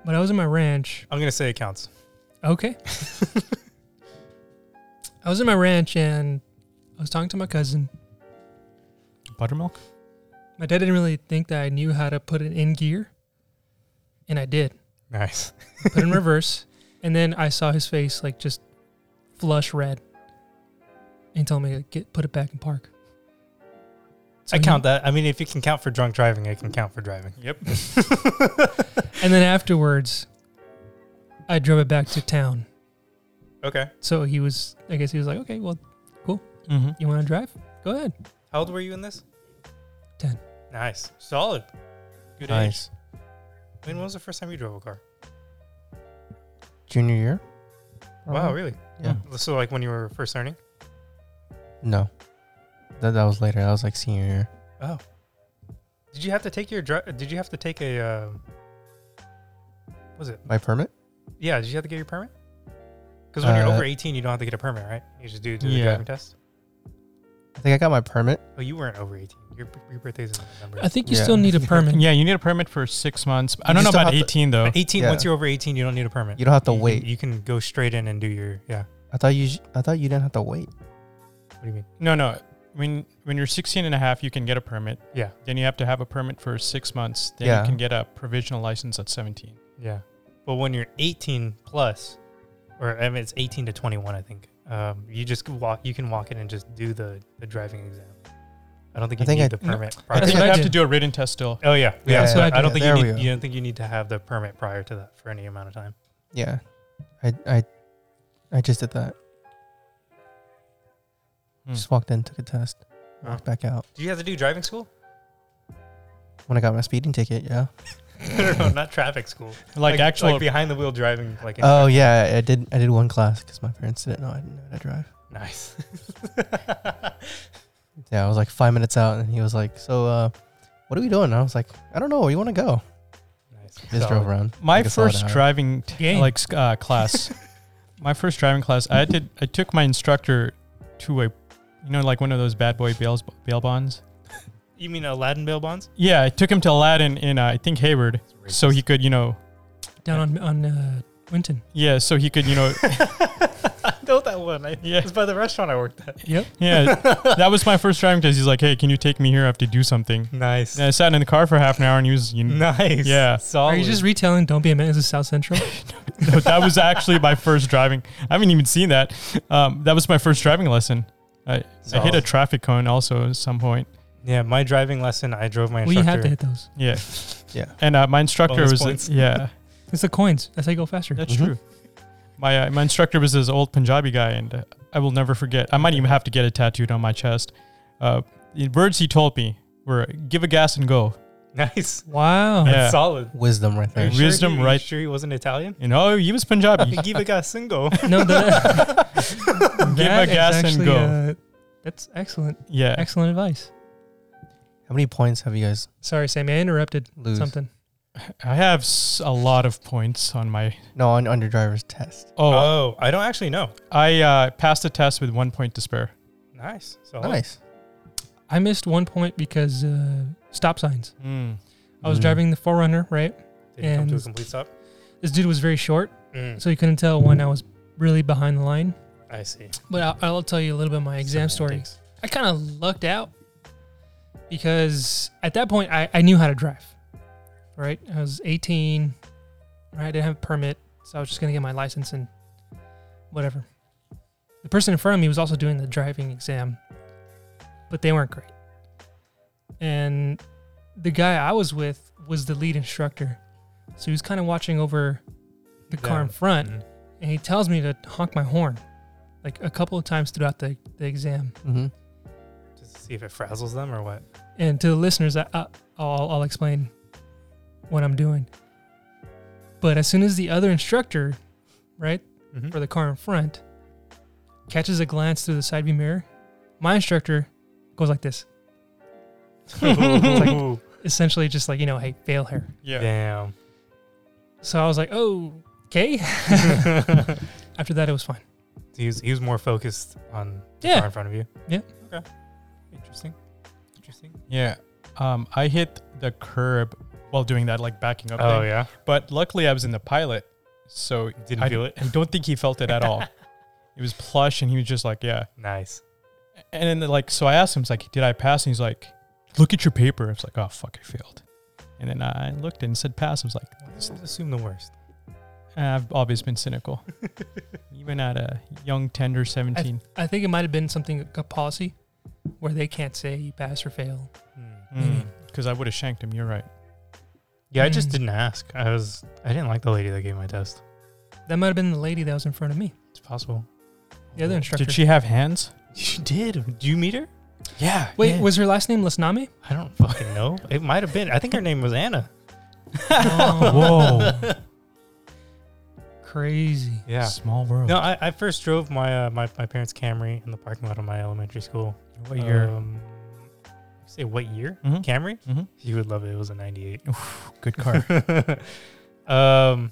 [SPEAKER 3] but I was in my ranch.
[SPEAKER 2] I'm gonna say it counts.
[SPEAKER 3] Okay. [LAUGHS] I was in my ranch and I was talking to my cousin.
[SPEAKER 5] Buttermilk.
[SPEAKER 3] My dad didn't really think that I knew how to put it in gear, and I did.
[SPEAKER 2] Nice.
[SPEAKER 3] Put
[SPEAKER 2] [LAUGHS]
[SPEAKER 3] it in reverse, and then I saw his face like just flush red, and he told me to get put it back in park. So
[SPEAKER 2] I
[SPEAKER 3] he-
[SPEAKER 2] count that. I mean, if you can count for drunk driving, it can count for driving.
[SPEAKER 5] Yep.
[SPEAKER 3] And then afterwards, I drove it back to town.
[SPEAKER 2] [LAUGHS] Okay.
[SPEAKER 3] So he was, I guess he was like, okay, well,
[SPEAKER 5] Mm-hmm.
[SPEAKER 3] you want to drive? Go ahead.
[SPEAKER 2] How old were you in this?
[SPEAKER 3] 10.
[SPEAKER 2] Nice, solid. Good age.
[SPEAKER 4] Nice.
[SPEAKER 2] When was the first time you drove a car?
[SPEAKER 4] Junior year? Uh-huh.
[SPEAKER 2] Wow, really?
[SPEAKER 4] Yeah.
[SPEAKER 2] So like when you were first learning?
[SPEAKER 4] No. That, that was later. That was like senior year.
[SPEAKER 2] Did you have to take your dri- Did you have to take a? um what was it?
[SPEAKER 4] My permit?
[SPEAKER 2] Yeah. Did you have to get your permit? Because when you're
[SPEAKER 4] Uh,
[SPEAKER 2] over 18, you don't have to get a permit, right? You just do, do the
[SPEAKER 5] Yeah.
[SPEAKER 2] driving test.
[SPEAKER 4] I think I got my permit.
[SPEAKER 2] Oh, you weren't over 18. Your, your birthday's in November.
[SPEAKER 3] I think you
[SPEAKER 4] Yeah.
[SPEAKER 3] still need a permit.
[SPEAKER 5] [LAUGHS] Yeah, you need a permit for six months. I
[SPEAKER 4] You
[SPEAKER 5] don't know
[SPEAKER 4] just don't
[SPEAKER 5] about
[SPEAKER 4] have to-
[SPEAKER 5] 18 though.
[SPEAKER 2] But 18.
[SPEAKER 4] Yeah.
[SPEAKER 2] Once you're over 18, you don't need a permit.
[SPEAKER 4] You don't have to
[SPEAKER 2] You can-
[SPEAKER 4] wait.
[SPEAKER 2] you can go straight in and do your. Yeah.
[SPEAKER 4] I thought you sh- I thought you didn't have to wait.
[SPEAKER 2] What do you mean?
[SPEAKER 5] No, no. When when you're 16 and a half, you can get a permit.
[SPEAKER 2] Yeah.
[SPEAKER 5] Then you have to have a permit for six months. Then
[SPEAKER 4] Yeah.
[SPEAKER 5] you can get a provisional license at 17.
[SPEAKER 2] Yeah. But when you're 18 plus, or I mean, it's 18 to 21, I think. Um, you just walk. You can walk in and just do the the driving exam. I don't think
[SPEAKER 4] I
[SPEAKER 2] you
[SPEAKER 4] think
[SPEAKER 2] need
[SPEAKER 4] I-
[SPEAKER 2] the
[SPEAKER 5] No,
[SPEAKER 2] permit.
[SPEAKER 5] I
[SPEAKER 2] prior
[SPEAKER 5] think
[SPEAKER 3] what
[SPEAKER 5] I
[SPEAKER 3] I
[SPEAKER 5] have
[SPEAKER 3] did.
[SPEAKER 5] to do a written test still.
[SPEAKER 2] [LAUGHS] Oh yeah,
[SPEAKER 4] Yeah,
[SPEAKER 2] yeah. so
[SPEAKER 3] yeah,
[SPEAKER 2] I,
[SPEAKER 3] yeah.
[SPEAKER 2] don't think you
[SPEAKER 4] There we
[SPEAKER 2] need.
[SPEAKER 4] go.
[SPEAKER 2] You don't think you need to have the permit prior to that for any amount of time.
[SPEAKER 4] Yeah. I I I just did that.
[SPEAKER 5] Hmm.
[SPEAKER 4] Just walked in, took a test,
[SPEAKER 2] Huh.
[SPEAKER 4] walked back out.
[SPEAKER 2] Do you have to do driving school? [LAUGHS]
[SPEAKER 4] When I got my speeding ticket, yeah.
[SPEAKER 2] no, no, not traffic school.
[SPEAKER 5] Like,
[SPEAKER 2] [LAUGHS]
[SPEAKER 5] actual.
[SPEAKER 2] like behind the wheel driving. Like
[SPEAKER 4] Oh yeah, I did. I did one class because my parents didn't know I didn't know how to drive.
[SPEAKER 2] [LAUGHS] nice. [LAUGHS]
[SPEAKER 4] Yeah, I was like five minutes out, and he was like, "So, uh, what are we doing?" And I was like, "I don't know. Where you want to go?"
[SPEAKER 2] nice.
[SPEAKER 4] Just
[SPEAKER 2] Solid.
[SPEAKER 4] drove around.
[SPEAKER 5] my
[SPEAKER 4] like a solid
[SPEAKER 5] first
[SPEAKER 4] hour.
[SPEAKER 5] driving t-
[SPEAKER 3] Game.
[SPEAKER 5] like sc-
[SPEAKER 3] [LAUGHS]
[SPEAKER 5] uh, class. my first driving class. I did. I took my instructor to a, you know, like one of those bad boy bails bail bonds.
[SPEAKER 2] You mean Aladdin bail bonds?
[SPEAKER 5] Yeah, I took him to Aladdin in uh, I think Hayward, so he could you know.
[SPEAKER 3] Down on, on uh, Winton.
[SPEAKER 5] Yeah, so he could you know.
[SPEAKER 2] [LAUGHS] I know that one. I,
[SPEAKER 5] yeah,
[SPEAKER 2] It's by the restaurant I worked at.
[SPEAKER 3] Yep.
[SPEAKER 2] [LAUGHS]
[SPEAKER 5] yeah. That was my first driving test. He's like, hey, can you take me here? I have to do something.
[SPEAKER 2] Nice.
[SPEAKER 5] And I sat in the car for half an hour, and he was you know.
[SPEAKER 2] [LAUGHS] Nice.
[SPEAKER 5] Yeah.
[SPEAKER 2] Solid.
[SPEAKER 3] Are you
[SPEAKER 5] [LAUGHS]
[SPEAKER 3] just retelling Don't Be a Man? Is South Central?
[SPEAKER 5] No, that was actually my first driving. I haven't even seen that. Um, that was my first driving lesson. I, I hit a
[SPEAKER 2] Solid.
[SPEAKER 5] traffic cone also at some point.
[SPEAKER 2] yeah, my driving lesson, I drove my
[SPEAKER 3] well, you
[SPEAKER 2] instructor.
[SPEAKER 3] have to hit those.
[SPEAKER 5] Yeah,
[SPEAKER 4] Yeah.
[SPEAKER 5] and uh, my instructor
[SPEAKER 2] Bonus
[SPEAKER 5] was
[SPEAKER 2] points.
[SPEAKER 5] yeah,
[SPEAKER 3] It's the coins. That's how you go faster.
[SPEAKER 5] that's
[SPEAKER 4] Mhm.
[SPEAKER 5] true. My uh, my instructor was this old Punjabi guy, and uh, I will never forget. I might even have to get it tattooed on my chest. Uh, the words he told me were "give a gas and go."
[SPEAKER 2] [LAUGHS] Nice.
[SPEAKER 3] Wow.
[SPEAKER 5] Yeah.
[SPEAKER 2] That's solid.
[SPEAKER 4] Wisdom right
[SPEAKER 2] Are
[SPEAKER 4] there.
[SPEAKER 2] you sure
[SPEAKER 5] Wisdom
[SPEAKER 2] he- are you
[SPEAKER 5] right-
[SPEAKER 2] sure he wasn't [LAUGHS] Italian?
[SPEAKER 5] You know, "Oh, he
[SPEAKER 2] [LAUGHS]
[SPEAKER 5] was Punjabi.
[SPEAKER 2] Give a guy single.
[SPEAKER 3] No,
[SPEAKER 5] [LAUGHS]
[SPEAKER 3] the,
[SPEAKER 5] Give a
[SPEAKER 3] that is
[SPEAKER 5] gas and
[SPEAKER 3] actually,
[SPEAKER 5] go.
[SPEAKER 3] uh, that's excellent.
[SPEAKER 5] yeah,
[SPEAKER 3] Excellent advice.
[SPEAKER 4] How many points have you guys
[SPEAKER 3] Sorry, Sammy. I interrupted
[SPEAKER 4] lose?
[SPEAKER 3] something.
[SPEAKER 5] I have s- a lot of points on my.
[SPEAKER 4] No, on on your driver's test.
[SPEAKER 5] Oh,
[SPEAKER 2] Oh, I don't actually know.
[SPEAKER 5] I uh, passed a test with one point to spare.
[SPEAKER 2] Nice. Solid.
[SPEAKER 4] Nice.
[SPEAKER 3] I missed one point because uh, stop signs.
[SPEAKER 5] Mm.
[SPEAKER 3] I was
[SPEAKER 4] Mm.
[SPEAKER 3] driving the Forerunner, right?
[SPEAKER 2] Did you come to a
[SPEAKER 3] And-
[SPEAKER 2] complete stop?
[SPEAKER 3] This dude was very short,
[SPEAKER 2] Mm,
[SPEAKER 3] so you couldn't tell when I was really behind the line.
[SPEAKER 2] I see.
[SPEAKER 3] But I'll, I'll tell you a little bit of my exam story.
[SPEAKER 2] Semantics.
[SPEAKER 3] I kind of lucked out because at that point I, I knew how to drive, right? I was 18, right? I didn't have a permit, so I was just going to get my license and whatever. The person in front of me was also doing the driving exam, but they weren't great. and the guy I was with was the lead instructor, so he was kind of watching over the car in
[SPEAKER 2] Them.
[SPEAKER 3] front,
[SPEAKER 2] Mhm.
[SPEAKER 3] and he tells me to honk my horn, like a couple of times throughout the, the exam.
[SPEAKER 4] Mm-hmm.
[SPEAKER 2] Just to see if it frazzles them or what.
[SPEAKER 3] And to the listeners, I, I, I'll, I'll explain what I'm doing. But as soon as the other instructor, right,
[SPEAKER 2] [LAUGHS] Mhm.
[SPEAKER 3] for the car in front, catches a glance through the side view mirror, my instructor goes like this,
[SPEAKER 2] Ooh,
[SPEAKER 3] essentially just like, you know, hey, fail here.
[SPEAKER 5] Yeah.
[SPEAKER 2] Damn.
[SPEAKER 3] So I was like, oh, okay. [LAUGHS] After that, it was fine.
[SPEAKER 2] He was, he was more focused on the
[SPEAKER 3] Yeah.
[SPEAKER 2] car in front of you.
[SPEAKER 3] Yeah.
[SPEAKER 2] Okay. Interesting. Interesting.
[SPEAKER 5] Yeah. Um, I hit the curb while doing that, like backing up.
[SPEAKER 2] Oh
[SPEAKER 5] thing.
[SPEAKER 2] yeah.
[SPEAKER 5] But luckily, I was in the pilot, so
[SPEAKER 2] Didn't
[SPEAKER 5] I,
[SPEAKER 2] feel it.
[SPEAKER 5] I [LAUGHS] don't think he felt it at all. It was plush, and he was just like, "Yeah."
[SPEAKER 2] Nice.
[SPEAKER 5] And then, like, so I asked him, "It's like, did I pass?" And he's like, "Look at your paper." I was like, "Oh fuck, I failed." And then I looked and said, "Pass." I was like, "Ah,
[SPEAKER 2] Just assume the [LAUGHS] worst.
[SPEAKER 5] "I've always been cynical, even at a young, tender seventeen.
[SPEAKER 3] I think it might have been something, a policy where they can't say you pass or fail.
[SPEAKER 2] Hmm.
[SPEAKER 5] Because Mm. I would have shanked him. You're right.
[SPEAKER 2] Yeah, I just
[SPEAKER 3] Mm.
[SPEAKER 2] didn't ask. I was I didn't like the lady that gave my test.
[SPEAKER 3] That might have been the lady that was in front of me,
[SPEAKER 2] It's possible.
[SPEAKER 3] the other instructor.
[SPEAKER 5] Did she have hands?
[SPEAKER 2] You did. Do you meet her?
[SPEAKER 5] Yeah.
[SPEAKER 3] Wait,
[SPEAKER 5] yeah.
[SPEAKER 3] was her last name Lasnami?
[SPEAKER 5] [LAUGHS]
[SPEAKER 2] I don't fucking know. It might have been. I think her name was Anna.
[SPEAKER 5] Whoa.
[SPEAKER 3] Crazy.
[SPEAKER 2] [LAUGHS] Yeah.
[SPEAKER 5] Small world.
[SPEAKER 2] No, I, I first drove my, uh, my my parents' Camry in the parking lot of my elementary school.
[SPEAKER 5] What year?
[SPEAKER 2] Um, say what year?
[SPEAKER 5] Mhm.
[SPEAKER 2] Camry?
[SPEAKER 5] Mhm.
[SPEAKER 2] You would love it. It was a [LAUGHS] '98
[SPEAKER 5] Good car.
[SPEAKER 2] um,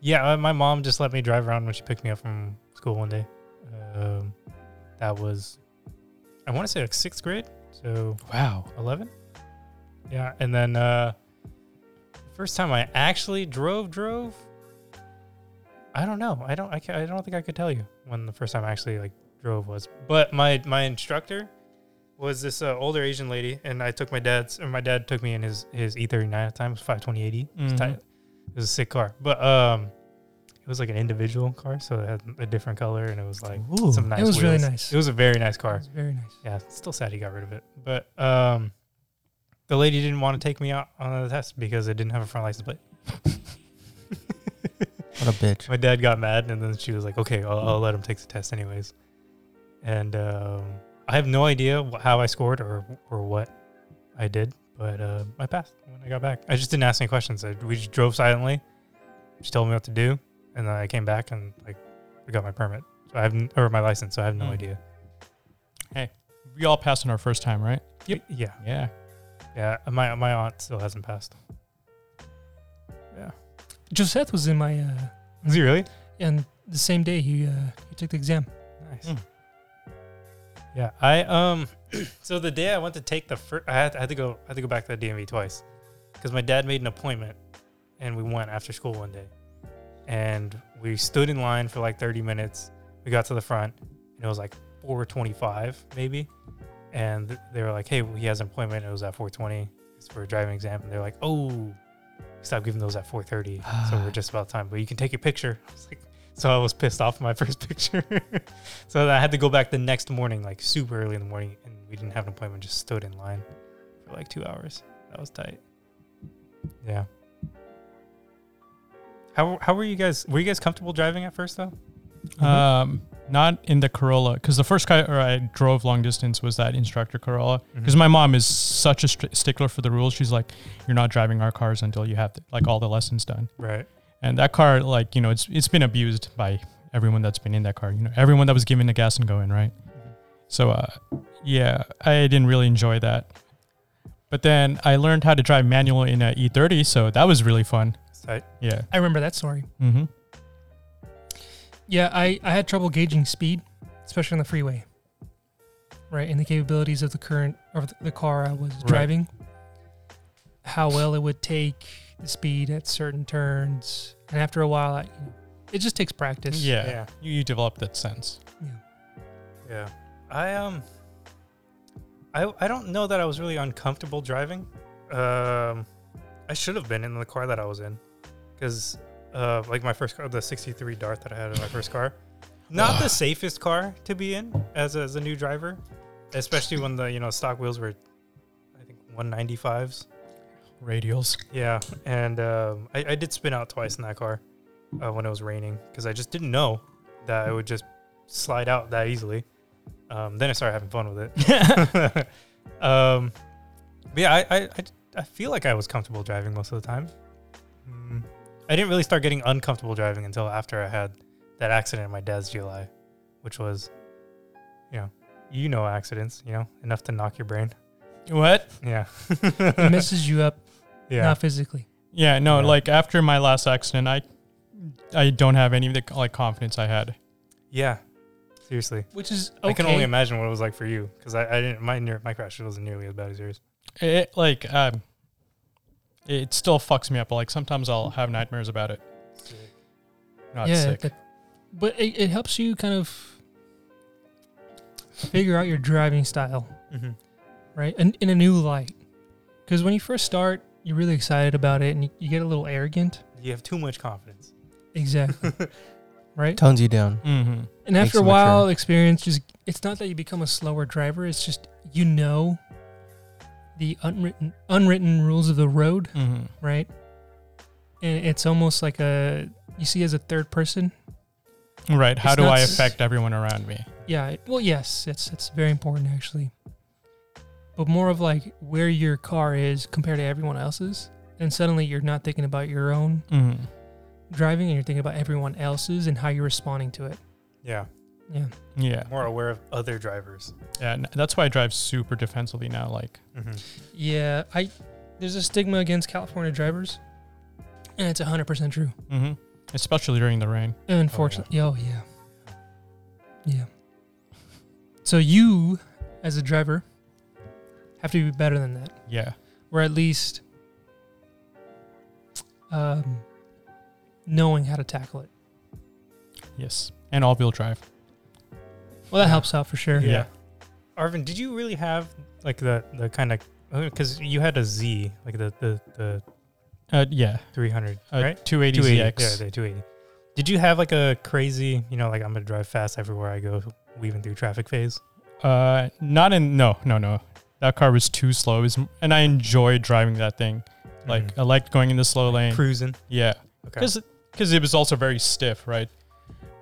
[SPEAKER 2] yeah, uh, my mom just let me drive around when she picked me up from school one day. Um, that was, I want to say like sixth grade, so
[SPEAKER 5] [LAUGHS] wow.
[SPEAKER 2] 11 yeah and then uh first time i actually drove drove i don't know i don't i, ca- I don't think i could tell you when the first time i actually like drove was but my my instructor was this uh, older asian lady and i took my dad's and my dad took me in his his e39 at the time it was 52080 it
[SPEAKER 3] Mm-hmm.
[SPEAKER 2] was, tight.
[SPEAKER 5] Mhm.
[SPEAKER 2] It was a sick car but um it was like an individual car so it had a different color and it was like
[SPEAKER 5] Ooh.
[SPEAKER 2] some nice
[SPEAKER 3] it was really
[SPEAKER 2] wheels.
[SPEAKER 3] nice.
[SPEAKER 2] it was a very nice car
[SPEAKER 3] It was very nice.
[SPEAKER 2] yeah, it's still sad he got rid of it. But um, the lady didn't want to take me out on the test because I didn't have a front license plate.
[SPEAKER 4] What a bitch.
[SPEAKER 2] My dad got mad, and then she was like, "Okay, I'll, I'll let him take the test anyways." And um, I have no idea wh- how I scored or or what I did, but uh, I passed when I got back. I just didn't ask any questions. I, we just drove silently. She told me what to do, and then I came back and like I got my permit. So I have n- or my license. So I have no
[SPEAKER 5] Hmm.
[SPEAKER 2] idea.
[SPEAKER 5] Mm-hmm. We all passed on our first time, right?
[SPEAKER 2] Yep. Yeah.
[SPEAKER 5] Yeah.
[SPEAKER 2] Yeah. My my aunt still hasn't passed.
[SPEAKER 3] Joseph was in my, uh,
[SPEAKER 2] Is he really?
[SPEAKER 3] and the same day he uh, he took the exam.
[SPEAKER 2] Nice.
[SPEAKER 5] Mm.
[SPEAKER 2] Yeah, I um, [CLEARS THROAT] so the day I went to take the first, I had, I had to go, I had to go back to the DMV twice, because my dad made an appointment, and we went after school one day, and we stood in line for like thirty minutes. We got to the front, and it was like four twenty-five maybe, and they were like, "Hey, he has an appointment." It was at four twenty. It's for a driving exam, and they're like, "Oh." Stop giving those at 4:30, so we're just about time. But you can take your picture. [LAUGHS] I was like, so I was pissed off my first [LAUGHS] picture. so then I had to go back the next morning, like super early in the morning, and we didn't have an appointment, just stood in line for like two hours. That was tight. Yeah. How, how were you guys? Were you guys comfortable driving at first though?
[SPEAKER 5] Um, not in the Corolla because the first car I drove long distance was that instructor Corolla.
[SPEAKER 2] Mm-hmm.
[SPEAKER 5] Because my mom is such a st- stickler for the rules. She's like, "You're not driving our cars until you have like all the lessons done."
[SPEAKER 2] Right.
[SPEAKER 5] And that car, like you know, it's it's been abused by everyone that's been in that car. You know, everyone that was given the gas and going right. So, uh, yeah, I didn't really enjoy that. But then I learned how to drive manual in a E30, so that was really fun.
[SPEAKER 2] It's tight.
[SPEAKER 5] Yeah.
[SPEAKER 3] I remember that story.
[SPEAKER 5] Mm-hmm.
[SPEAKER 3] Yeah, I, I had trouble gauging speed, especially on the freeway. Right, and the capabilities of the current of the car I was driving, how well it would take the speed at certain turns, and after a while, I, it just takes practice.
[SPEAKER 5] Yeah.
[SPEAKER 2] Yeah.
[SPEAKER 5] You, you develop that sense.
[SPEAKER 3] Yeah.
[SPEAKER 2] Yeah. I um I I don't know that I was really uncomfortable driving. Um I should have been in the car that I was in cuz uh like my first car the 63 Dart that I had in my first car. Not the safest car to be in as a, as a new driver, especially when the you know stock wheels were 195s.
[SPEAKER 5] Radials.
[SPEAKER 2] Yeah, and um, I, I did spin out twice in that car uh, when it was raining because I just didn't know that I would just slide out that easily. Um, then I started having fun with it. [LAUGHS] um, but yeah, I, I, I, I feel like I was comfortable driving most of the time. Mm, I didn't really start getting uncomfortable driving until after I had that accident in my dad's GLI, which was, you know, you know accidents, you know, enough to knock your brain. [LAUGHS]
[SPEAKER 5] What?
[SPEAKER 2] Yeah.
[SPEAKER 3] It messes you up,
[SPEAKER 2] [LAUGHS] yeah.
[SPEAKER 3] not physically.
[SPEAKER 5] Yeah, no,
[SPEAKER 2] Yeah.
[SPEAKER 5] like after my last accident, I I don't have any of the like confidence I had.
[SPEAKER 2] Yeah. Seriously.
[SPEAKER 3] Which is okay.
[SPEAKER 2] I can only imagine what it was like for you because I, I didn't my near, my crash wasn't nearly as bad as yours.
[SPEAKER 5] It like um it still fucks me up. Like sometimes I'll have nightmares about it. Not
[SPEAKER 3] yeah,
[SPEAKER 5] sick.
[SPEAKER 3] that- but it, it helps you kind of figure out your driving style,
[SPEAKER 2] Mm-hmm.
[SPEAKER 3] right? And in a new light, because when you first start, you're really excited about it, and you, you get a little arrogant.
[SPEAKER 2] You have too much confidence.
[SPEAKER 3] Exactly. right.
[SPEAKER 4] Tones you down.
[SPEAKER 5] mm-hmm.
[SPEAKER 3] And
[SPEAKER 4] Makes
[SPEAKER 3] after a
[SPEAKER 4] you
[SPEAKER 3] while,
[SPEAKER 4] mature.
[SPEAKER 3] experience just it's not that you become a slower driver, it's just you know the unwritten unwritten rules of the road,
[SPEAKER 5] Mm-hmm.
[SPEAKER 3] right? And it's almost like a you see as a third person.
[SPEAKER 5] Right. How
[SPEAKER 3] It's
[SPEAKER 5] do
[SPEAKER 3] not
[SPEAKER 5] I
[SPEAKER 3] s-
[SPEAKER 5] affect everyone around me?
[SPEAKER 3] Yeah, it- well yes, it's it's very important actually. But more of like where your car is compared to everyone else's. And suddenly you're not thinking about your own
[SPEAKER 5] Mm-hmm.
[SPEAKER 3] driving and you're thinking about everyone else's and how you're responding to it.
[SPEAKER 2] Yeah.
[SPEAKER 3] Yeah.
[SPEAKER 5] Yeah.
[SPEAKER 2] More aware of other drivers.
[SPEAKER 5] Yeah. n- That's why I drive super defensively now. Like,
[SPEAKER 2] Mm-hmm.
[SPEAKER 3] Yeah, I there's a stigma against California drivers, and it's hundred percent true.
[SPEAKER 5] mm-hmm. especially during the rain.
[SPEAKER 3] Unfortunately, oh yeah. yeah, So you, as a driver, have to be better than that,
[SPEAKER 5] Yeah.
[SPEAKER 3] or at least um, knowing how to tackle it.
[SPEAKER 5] Yes. And all-wheel drive.
[SPEAKER 3] Well, that
[SPEAKER 2] Yeah.
[SPEAKER 3] helps out for sure.
[SPEAKER 5] Yeah.
[SPEAKER 2] Arvin, did you really have like the the kind of because you had a Z like the the, the
[SPEAKER 5] Uh, yeah.
[SPEAKER 2] 300
[SPEAKER 5] Uh,
[SPEAKER 2] right
[SPEAKER 5] 280 ZX.
[SPEAKER 2] yeah the 280. Did you have like a crazy you know like I'm gonna drive fast everywhere I go weaving through traffic phase?
[SPEAKER 5] Uh, not in no, no, no. That car was too slow. It was, and I enjoyed driving that thing. Like uh,
[SPEAKER 2] Mhm.
[SPEAKER 5] I liked going in the slow lane.
[SPEAKER 2] cruising.
[SPEAKER 5] Yeah,
[SPEAKER 2] Okay.
[SPEAKER 5] because it was also very stiff, right?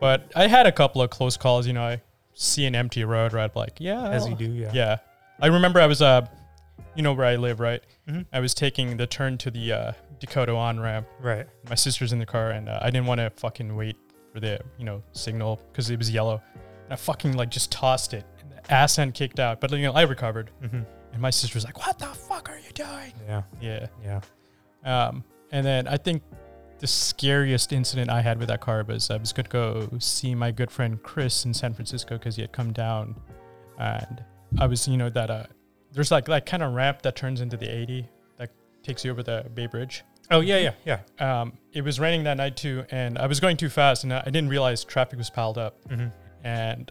[SPEAKER 5] But I had a couple of close calls. You know, I see an empty road, right? Like yeah,
[SPEAKER 2] as
[SPEAKER 5] I'll-
[SPEAKER 2] you do, yeah.
[SPEAKER 5] uh, Yeah, I remember I was uh, you know where I live, right?
[SPEAKER 2] Mhm.
[SPEAKER 5] I was taking the turn to the uh, Dakota on ramp.
[SPEAKER 2] Right.
[SPEAKER 5] My sister's in the car, and uh, I didn't want to fucking wait for the you know signal because it was yellow. And I fucking like just tossed it, and the ass end kicked out. But you know, I recovered.
[SPEAKER 2] hmm
[SPEAKER 5] And my sister was like, "What the fuck are you doing?"
[SPEAKER 2] Yeah.
[SPEAKER 5] Yeah.
[SPEAKER 2] Yeah.
[SPEAKER 5] Um, and then I think the scariest incident I had with that car was I was going to go see my good friend Chris in San Francisco because he had come down, and I was, you know, that uh, there's like that kind of ramp that turns into the 80 that takes you over the Bay Bridge.
[SPEAKER 2] Oh yeah yeah yeah.
[SPEAKER 5] Um, it was raining that night too, and I was going too fast, and I I didn't realize traffic was piled up
[SPEAKER 2] Mm-hmm.
[SPEAKER 5] and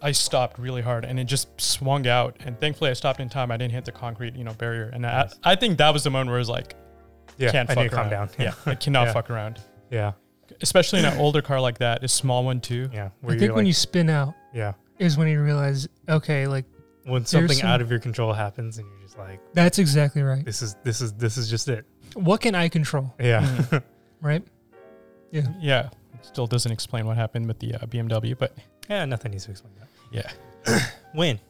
[SPEAKER 5] I stopped really hard and it just swung out. And thankfully, I stopped in time. I didn't hit the concrete, you know, barrier. And
[SPEAKER 2] Nice.
[SPEAKER 5] I, I think that was the moment where I was like,
[SPEAKER 2] Yeah.
[SPEAKER 5] can't
[SPEAKER 2] I
[SPEAKER 5] fuck
[SPEAKER 2] need to calm down.
[SPEAKER 5] around. yeah,
[SPEAKER 2] [LAUGHS]
[SPEAKER 5] I cannot
[SPEAKER 2] Yeah.
[SPEAKER 5] fuck around.
[SPEAKER 2] Yeah.
[SPEAKER 5] Especially in an older car like that, a small one too.
[SPEAKER 2] Yeah.
[SPEAKER 3] I
[SPEAKER 2] Where
[SPEAKER 3] think
[SPEAKER 2] you're
[SPEAKER 3] when
[SPEAKER 2] like-
[SPEAKER 3] you spin out
[SPEAKER 2] yeah.
[SPEAKER 3] is when you realize, okay, like
[SPEAKER 2] When
[SPEAKER 3] There's
[SPEAKER 2] something
[SPEAKER 3] some-
[SPEAKER 2] out of your control happens and you're just like,
[SPEAKER 3] that's exactly right.
[SPEAKER 2] this is this is this is just it.
[SPEAKER 3] What can I control,
[SPEAKER 2] Yeah.
[SPEAKER 4] Mm.
[SPEAKER 3] right?
[SPEAKER 5] Mm. Yeah. It still doesn't explain what happened with the uh, BMW, but
[SPEAKER 2] [LAUGHS] yeah. Nothing needs to explain that.
[SPEAKER 5] Yeah.
[SPEAKER 2] [COUGHS] when?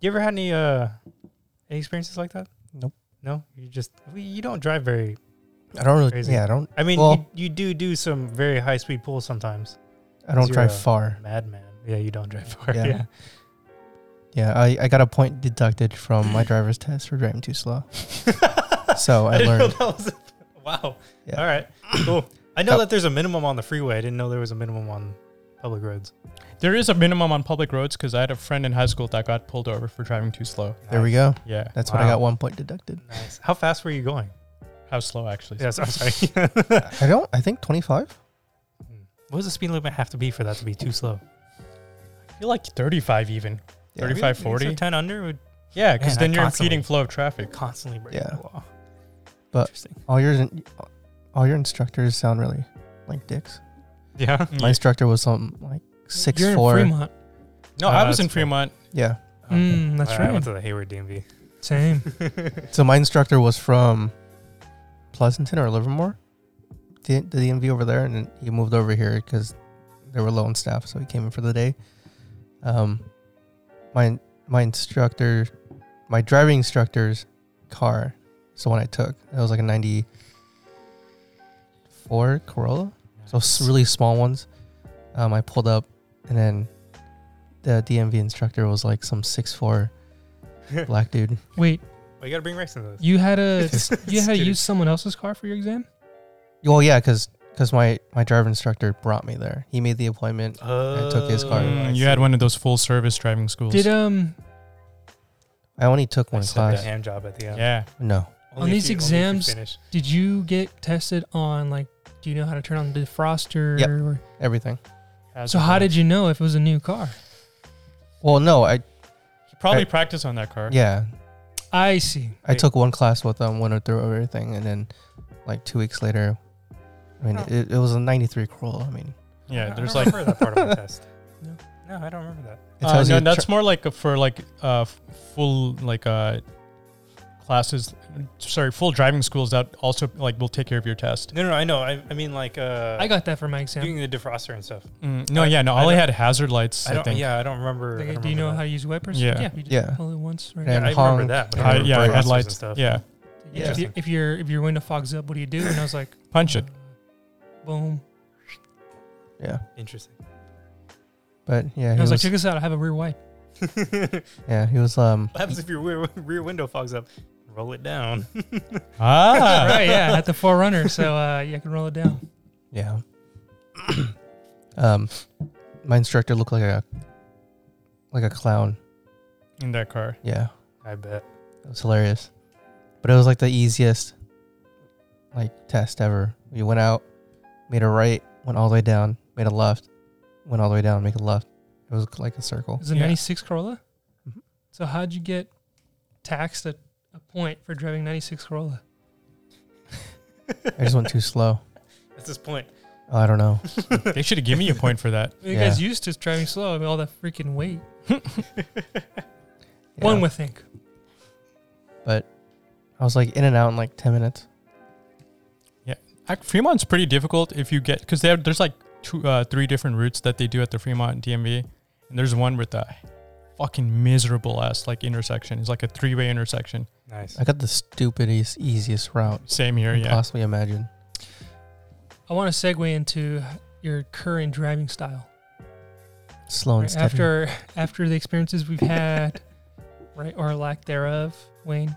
[SPEAKER 2] You ever had any uh any experiences like that?
[SPEAKER 4] Nope.
[SPEAKER 2] No. You just we- you don't drive very.
[SPEAKER 4] I don't really.
[SPEAKER 2] Crazy.
[SPEAKER 4] Yeah, I don't.
[SPEAKER 2] I mean,
[SPEAKER 4] Well-
[SPEAKER 2] you, you do do some very high speed pulls sometimes.
[SPEAKER 4] I don't
[SPEAKER 2] You're
[SPEAKER 4] drive
[SPEAKER 2] a [LAUGHS]
[SPEAKER 4] far.
[SPEAKER 2] Madman. Yeah. You don't drive far.
[SPEAKER 4] Yeah.
[SPEAKER 2] Yeah.
[SPEAKER 4] Yeah, I, I got a point deducted from my driver's test for driving
[SPEAKER 2] [LAUGHS]
[SPEAKER 4] too slow. So I
[SPEAKER 2] didn't know
[SPEAKER 4] learned.
[SPEAKER 2] that was a- wow.
[SPEAKER 4] Yeah.
[SPEAKER 2] All right. Cool. I know
[SPEAKER 4] Yep.
[SPEAKER 2] that there's a minimum on the freeway. I didn't know there was a minimum on public roads.
[SPEAKER 5] there is a minimum on public roads because I had a friend in high school that got pulled over for driving too slow.
[SPEAKER 4] There we go.
[SPEAKER 5] Yeah.
[SPEAKER 4] That's what I got
[SPEAKER 2] Wow.
[SPEAKER 4] one point deducted.
[SPEAKER 2] Nice. How fast were you going?
[SPEAKER 5] How slow, actually.
[SPEAKER 2] Yes, I'm [LAUGHS]
[SPEAKER 3] [LAUGHS]
[SPEAKER 2] sorry. what
[SPEAKER 4] I don't. I think twenty five.
[SPEAKER 2] does the speed limit have to be for that to be too slow?
[SPEAKER 5] I feel like 35 even.
[SPEAKER 4] Yeah.
[SPEAKER 5] 35,
[SPEAKER 2] Really?
[SPEAKER 5] 40.
[SPEAKER 2] So 10 under would
[SPEAKER 5] Yeah, because
[SPEAKER 2] Man,
[SPEAKER 5] then
[SPEAKER 2] I
[SPEAKER 5] you're
[SPEAKER 2] constantly-
[SPEAKER 5] impeding flow of traffic.
[SPEAKER 2] constantly break
[SPEAKER 4] Yeah.
[SPEAKER 2] the law.
[SPEAKER 4] But-
[SPEAKER 2] Interesting.
[SPEAKER 4] All your all your instructors sound really like dicks.
[SPEAKER 2] Yeah.
[SPEAKER 4] My instructor was some like six
[SPEAKER 3] You're in
[SPEAKER 4] four.
[SPEAKER 3] Fremont.
[SPEAKER 5] No,
[SPEAKER 2] Uh,
[SPEAKER 5] I was
[SPEAKER 2] that's
[SPEAKER 5] in
[SPEAKER 2] fair.
[SPEAKER 5] Fremont.
[SPEAKER 4] Yeah,
[SPEAKER 2] [LAUGHS]
[SPEAKER 3] Mm, that's
[SPEAKER 2] I- I
[SPEAKER 3] right.
[SPEAKER 2] went to the Hayward DMV.
[SPEAKER 3] Same.
[SPEAKER 4] So my instructor was from Pleasanton or Livermore, the, the DMV over there, and then he moved over here because they were low on staff, so he came in for the day. Um, my my instructor, my driving instructor's car, is the one I took. It was like a '94 Corolla, so s- really small ones. Um, I pulled up, and then the DMV instructor was like some six four black dude.
[SPEAKER 3] Wait,
[SPEAKER 2] you gotta bring race into this.
[SPEAKER 3] you had a you had to
[SPEAKER 2] Dude.
[SPEAKER 3] use someone else's car for your exam?
[SPEAKER 4] Well, yeah, because my my driver instructor brought me there. He made the appointment. I took his car.
[SPEAKER 5] Mm, you had one of those full service driving schools.
[SPEAKER 3] Did um
[SPEAKER 4] I only took one
[SPEAKER 5] I said
[SPEAKER 4] class.
[SPEAKER 2] hand job at the
[SPEAKER 5] yeah.
[SPEAKER 2] end.
[SPEAKER 4] No,
[SPEAKER 2] Only if you-
[SPEAKER 3] On these
[SPEAKER 2] only if you
[SPEAKER 3] exams-
[SPEAKER 2] finish.
[SPEAKER 3] did you get tested on like do you know how to turn on the defroster
[SPEAKER 4] Yep.
[SPEAKER 3] or
[SPEAKER 4] everything.
[SPEAKER 3] so how did you know if it was a new car?
[SPEAKER 4] Well, no, I
[SPEAKER 5] probably
[SPEAKER 4] I-
[SPEAKER 5] practice on that car?
[SPEAKER 4] yeah,
[SPEAKER 3] I see.
[SPEAKER 4] I
[SPEAKER 2] Wait.
[SPEAKER 4] took one class with them, went through everything, and then like two weeks later, I mean,
[SPEAKER 2] Oh.
[SPEAKER 4] it, it was a '93 Corolla. I mean,
[SPEAKER 5] Yeah,
[SPEAKER 2] I
[SPEAKER 5] there's
[SPEAKER 2] don't
[SPEAKER 5] like
[SPEAKER 2] remember that part of my
[SPEAKER 3] [LAUGHS]
[SPEAKER 2] test.
[SPEAKER 3] No.
[SPEAKER 2] No, I don't remember that.
[SPEAKER 4] it
[SPEAKER 5] uh,
[SPEAKER 4] tells
[SPEAKER 5] no,
[SPEAKER 4] you.
[SPEAKER 5] that's
[SPEAKER 4] tr-
[SPEAKER 5] more like for like uh f- full like uh classes sorry, full driving schools that also like will take care of your test.
[SPEAKER 2] No, no, no I know. I, I mean, like, uh,
[SPEAKER 3] I got that for my exam.
[SPEAKER 2] doing the defroster and stuff.
[SPEAKER 5] Mm, no,
[SPEAKER 2] I-
[SPEAKER 5] yeah, no,
[SPEAKER 2] I
[SPEAKER 5] all I,
[SPEAKER 2] don't-
[SPEAKER 5] had hazard lights,
[SPEAKER 2] I
[SPEAKER 5] I,
[SPEAKER 2] don't,
[SPEAKER 5] think.
[SPEAKER 2] yeah, I don't remember. I
[SPEAKER 3] Like,
[SPEAKER 2] don't
[SPEAKER 3] do you know
[SPEAKER 2] remember
[SPEAKER 3] how
[SPEAKER 2] that.
[SPEAKER 3] to use wipers?
[SPEAKER 5] Yeah.
[SPEAKER 3] yeah, you just
[SPEAKER 4] Yeah.
[SPEAKER 3] pull it once, right?
[SPEAKER 4] Yeah.
[SPEAKER 2] Yeah, I
[SPEAKER 4] honk
[SPEAKER 2] remember that. but I
[SPEAKER 4] and-
[SPEAKER 5] I,
[SPEAKER 2] don't
[SPEAKER 5] yeah,
[SPEAKER 2] remember defrosters and
[SPEAKER 5] headlights.
[SPEAKER 2] stuff.
[SPEAKER 5] [LAUGHS] Yeah.
[SPEAKER 3] Yeah. If, you, if your if your window fogs up, what do you do? And I was like, uh,
[SPEAKER 5] Punch [LAUGHS] it.
[SPEAKER 3] boom.
[SPEAKER 4] yeah,
[SPEAKER 2] Interesting.
[SPEAKER 4] but yeah,
[SPEAKER 3] And I
[SPEAKER 4] he
[SPEAKER 3] was
[SPEAKER 4] was,
[SPEAKER 3] like, check this out. I have a rear wipe. [LAUGHS]
[SPEAKER 2] [LAUGHS] what
[SPEAKER 4] yeah, he was um,
[SPEAKER 2] happens if your rear, rear window fogs up? Roll it down.
[SPEAKER 5] Ah.
[SPEAKER 3] [LAUGHS] right, yeah, at the Forerunner. So uh, yeah, I can roll it down.
[SPEAKER 4] yeah. [COUGHS] um, my instructor looked like a like a clown.
[SPEAKER 5] In that car.
[SPEAKER 4] Yeah,
[SPEAKER 2] [LAUGHS] I bet.
[SPEAKER 4] It was hilarious. But it was like the easiest like test ever. We went out, made a right, went all the way down, made a left, went all the way down, make a left. It was like a circle.
[SPEAKER 3] It's a
[SPEAKER 5] Yeah.
[SPEAKER 3] '96 Corolla.
[SPEAKER 4] Mhm.
[SPEAKER 3] So how'd you get taxed at a point for driving '96 Corolla?
[SPEAKER 4] I just went too slow.
[SPEAKER 2] That's his point.
[SPEAKER 4] Oh, I don't know.
[SPEAKER 5] They should have given me a point for that.
[SPEAKER 3] You
[SPEAKER 4] Yeah.
[SPEAKER 3] guys used to driving slow. I mean, all that freaking weight.
[SPEAKER 4] Yeah.
[SPEAKER 3] One would think.
[SPEAKER 4] I was like in and out in like 10 minutes.
[SPEAKER 5] Ac- Fremont's pretty difficult if you get because have there's like two, uh, three different routes that they do at the Fremont DMV, and there's one with a fucking miserable ass like intersection. It's like a three way intersection.
[SPEAKER 2] Nice. [LAUGHS]
[SPEAKER 4] I got the stupidest, easiest route
[SPEAKER 5] Same here,
[SPEAKER 4] you could
[SPEAKER 5] yeah.
[SPEAKER 4] possibly imagine.
[SPEAKER 3] I want to segue into your current driving style.
[SPEAKER 4] Slow and
[SPEAKER 3] Right,
[SPEAKER 4] steady.
[SPEAKER 3] after [LAUGHS] after the experiences we've had, [LAUGHS] right or lack thereof, Wayne.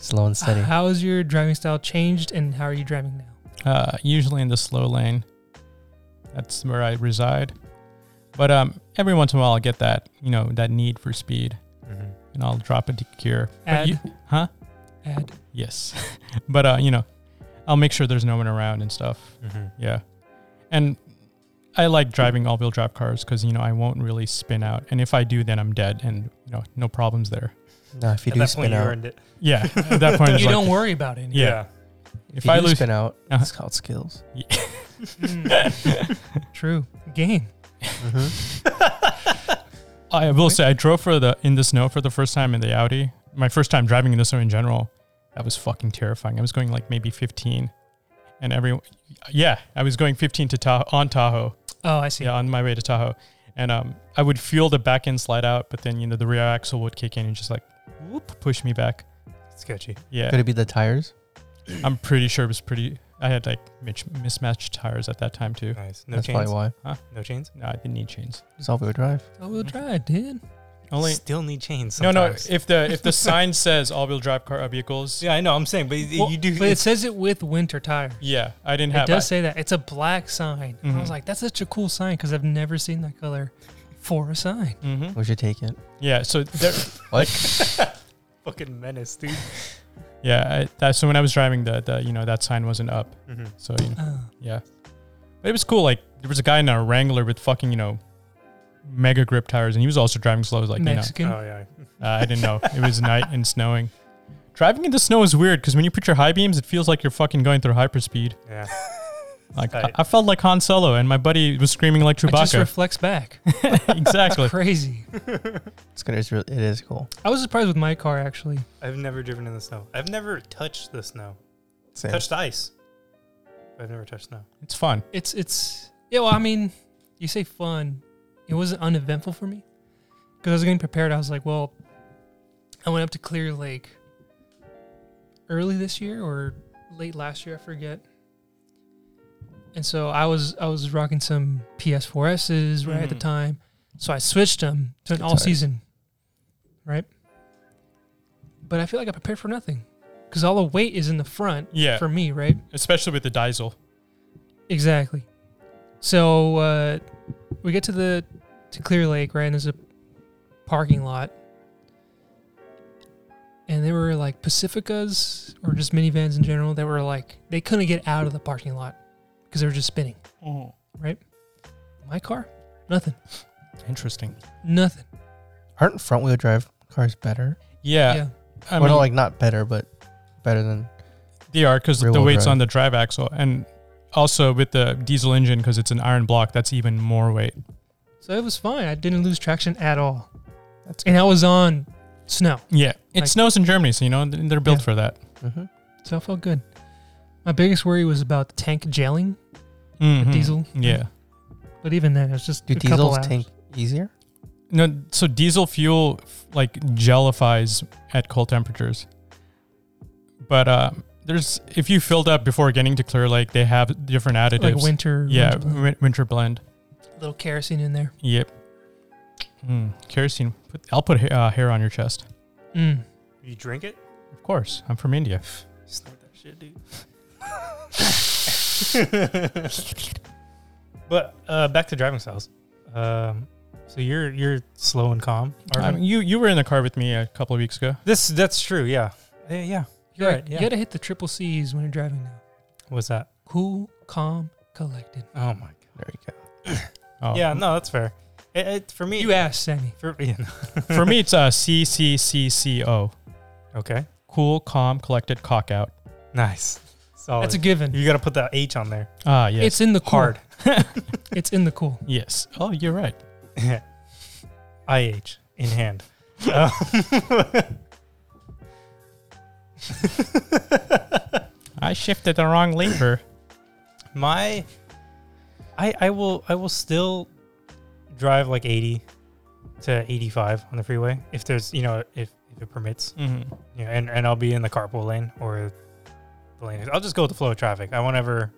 [SPEAKER 4] slow
[SPEAKER 3] [LAUGHS]
[SPEAKER 4] and steady.
[SPEAKER 3] How has your driving style changed, and how are you driving now?
[SPEAKER 5] Uh, usually in the slow lane. That's where I reside, but um, every once in a while I get that you know that need for speed,
[SPEAKER 2] Mhm.
[SPEAKER 5] and I'll drop it to gear. But
[SPEAKER 3] Add,
[SPEAKER 5] you- huh?
[SPEAKER 3] add.
[SPEAKER 5] Yes, [LAUGHS] but uh, you know, I'll make sure there's no one around and stuff.
[SPEAKER 2] Mhm.
[SPEAKER 5] Yeah. And I like driving all wheel drive cars because, you know, I won't really spin out. And if I do, then I'm dead and, you know, no problems there.
[SPEAKER 4] no, if you
[SPEAKER 2] At
[SPEAKER 4] do
[SPEAKER 2] that
[SPEAKER 4] spin
[SPEAKER 2] point, you
[SPEAKER 4] out,
[SPEAKER 2] earned it.
[SPEAKER 5] Yeah. At that
[SPEAKER 4] [LAUGHS]
[SPEAKER 5] point, it's
[SPEAKER 3] You
[SPEAKER 5] like,
[SPEAKER 3] don't worry about it.
[SPEAKER 5] Yeah.
[SPEAKER 4] if,
[SPEAKER 5] if
[SPEAKER 4] you
[SPEAKER 5] I
[SPEAKER 4] do
[SPEAKER 5] lose-
[SPEAKER 4] spin out,
[SPEAKER 5] Uh-huh.
[SPEAKER 4] it's called skills.
[SPEAKER 3] Mm. [LAUGHS] True. Game.
[SPEAKER 4] Mm-hmm.
[SPEAKER 5] I will say I drove for the in the snow for the first time in the Audi. My first time driving in the snow in general. That was fucking terrifying. I was going like maybe 15 and every, yeah, I was going 15 to Tahoe on Tahoe.
[SPEAKER 3] Oh, I see.
[SPEAKER 5] Yeah. On my way to Tahoe. And um, I would feel the back end slide out, but then, you know, the rear axle would kick in and just like, whoop, push me back.
[SPEAKER 2] Sketchy.
[SPEAKER 5] Yeah.
[SPEAKER 4] Could it be the tires?
[SPEAKER 5] I'm pretty sure it was pretty. I had like mich- mismatched tires at that time too.
[SPEAKER 2] Nice. No
[SPEAKER 4] That's
[SPEAKER 2] chains.
[SPEAKER 4] probably why.
[SPEAKER 2] No chains.
[SPEAKER 5] No, I didn't need chains.
[SPEAKER 4] It's all wheel drive.
[SPEAKER 3] Oh, we'll try it, dude.
[SPEAKER 5] Only
[SPEAKER 2] Still need chains.
[SPEAKER 5] no, no.
[SPEAKER 2] sometimes.
[SPEAKER 5] If the if the sign says all-wheel drive car uh, vehicles, yeah.
[SPEAKER 2] yeah, I know. I'm saying, but y-
[SPEAKER 3] Well,
[SPEAKER 2] you do.
[SPEAKER 3] But it
[SPEAKER 2] it's-
[SPEAKER 3] says it with winter tire.
[SPEAKER 5] I didn't have.
[SPEAKER 3] It does say that. It's a black sign. And I was
[SPEAKER 5] Mhm.
[SPEAKER 3] like, that's such a cool sign because I've never seen that color for a sign.
[SPEAKER 5] hmm
[SPEAKER 4] We should take it.
[SPEAKER 5] Yeah. So there,
[SPEAKER 2] fucking menace, dude.
[SPEAKER 5] yeah. I, that, so when I was driving, the the you know that sign wasn't up.
[SPEAKER 2] Mhm.
[SPEAKER 5] So you know,
[SPEAKER 3] Oh.
[SPEAKER 5] yeah. But it was cool. Like there was a guy in a Wrangler with fucking you know, mega grip tires, and he was also driving slow. Like you know,
[SPEAKER 3] Mexican.
[SPEAKER 2] Oh yeah.
[SPEAKER 5] Uh, I didn't know. It was night and snowing. Driving in the snow is weird because when you put your high beams, it feels like you're fucking going through hyperspeed.
[SPEAKER 2] Yeah.
[SPEAKER 5] Like I,
[SPEAKER 2] tight.
[SPEAKER 5] I felt like Han Solo, and my buddy was screaming like
[SPEAKER 3] It just
[SPEAKER 5] Chewbacca.
[SPEAKER 3] reflects back.
[SPEAKER 5] [LAUGHS] exactly.
[SPEAKER 3] Crazy.
[SPEAKER 4] It's gonna. It's really, it is cool.
[SPEAKER 3] I was surprised with my car actually.
[SPEAKER 2] I've never driven in the snow. I've never touched the snow.
[SPEAKER 4] Same.
[SPEAKER 2] Touched ice. I've never touched snow.
[SPEAKER 5] It's fun.
[SPEAKER 3] It's it's yeah. Well, I mean, you say fun. It wasn't uneventful for me because I was getting prepared. I was like, well, I went up to Clear Lake early this year or late last year, I forget. And so I was I was rocking some PS4s right at the
[SPEAKER 2] Mhm.
[SPEAKER 3] time, so I switched them to an all season, right? But I feel like I prepared for nothing because all the weight is in the front
[SPEAKER 5] Yeah,
[SPEAKER 3] for me, right?
[SPEAKER 5] especially with the diesel.
[SPEAKER 3] Exactly. So uh, we get to the to Clear Lake, right? And there's a parking lot, and there were like Pacificas or just minivans in general that were like they couldn't get out of the parking lot because they were just spinning. Right? My car, nothing,
[SPEAKER 5] Interesting.
[SPEAKER 3] nothing.
[SPEAKER 4] Aren't front wheel drive cars better?
[SPEAKER 5] Yeah,
[SPEAKER 3] yeah.
[SPEAKER 5] I
[SPEAKER 4] well,
[SPEAKER 5] mean,
[SPEAKER 4] no, like not better, but better than
[SPEAKER 5] they are because the
[SPEAKER 4] rear-wheel
[SPEAKER 5] weight's
[SPEAKER 4] drive.
[SPEAKER 5] on the drive axle, and also with the diesel engine because it's an iron block. That's even more weight.
[SPEAKER 3] So it was fine. I didn't lose traction at all,
[SPEAKER 4] that's.
[SPEAKER 3] and I was on snow.
[SPEAKER 5] Yeah, it
[SPEAKER 3] Like-
[SPEAKER 5] snows in Germany, so you know th- they're built
[SPEAKER 3] Yeah.
[SPEAKER 5] for that.
[SPEAKER 4] hmm
[SPEAKER 3] So I felt good. My biggest worry was about the tank gelling,
[SPEAKER 5] Mhm.
[SPEAKER 3] diesel.
[SPEAKER 5] Yeah.
[SPEAKER 3] but even then, it was just
[SPEAKER 4] Do
[SPEAKER 3] a couple
[SPEAKER 4] diesels
[SPEAKER 3] hours.
[SPEAKER 4] tank easier?
[SPEAKER 5] No, so diesel fuel f- like gelifies at cold temperatures. But uh, there's if you filled up before getting to Clear Lake, they have different additives.
[SPEAKER 3] like winter.
[SPEAKER 5] yeah,
[SPEAKER 3] winter blend.
[SPEAKER 5] win- winter blend.
[SPEAKER 3] little kerosene in there.
[SPEAKER 5] Yep. Mm, kerosene. Put, I'll put ha- uh, hair on your chest.
[SPEAKER 3] Mm.
[SPEAKER 2] You drink it?
[SPEAKER 5] Of course, I'm from India.
[SPEAKER 2] You snort that shit, dude. [LAUGHS] but uh, back to driving styles. Um, so you're you're slow and calm.
[SPEAKER 5] I
[SPEAKER 2] Arvin?
[SPEAKER 5] mean, you you were in the car with me a couple of weeks ago.
[SPEAKER 2] this that's true. Yeah, yeah. yeah.
[SPEAKER 3] You,
[SPEAKER 2] You're
[SPEAKER 3] gotta,
[SPEAKER 2] right, yeah.
[SPEAKER 3] you gotta hit the triple C's when you're driving now.
[SPEAKER 2] What's that?
[SPEAKER 3] Cool, calm, collected.
[SPEAKER 2] Oh my god.
[SPEAKER 4] There you go.
[SPEAKER 5] Oh.
[SPEAKER 2] Yeah, no, that's fair. It, it, for me,
[SPEAKER 3] You asked, Sammy.
[SPEAKER 2] for, [LAUGHS] yeah, no.
[SPEAKER 5] For me, it's uh, C C C C O.
[SPEAKER 2] okay,
[SPEAKER 5] Cool, calm, collected, cock out.
[SPEAKER 2] nice, solid.
[SPEAKER 3] That's a given.
[SPEAKER 2] you got to put that H on there.
[SPEAKER 5] Ah, yes.
[SPEAKER 3] It's in the cool.
[SPEAKER 2] Oh, Hard. [LAUGHS]
[SPEAKER 3] It's in the cool.
[SPEAKER 5] yes. Oh, you're right.
[SPEAKER 2] IH in hand. Um,
[SPEAKER 5] I shifted the wrong lever.
[SPEAKER 2] my I I will I will still drive like 80 to 85 on the freeway if there's, you know, if if it permits.
[SPEAKER 5] mm-hmm.
[SPEAKER 2] You know, and and I'll be in the carpool lane or the lane. I'll just go with the flow of traffic. I won't ever,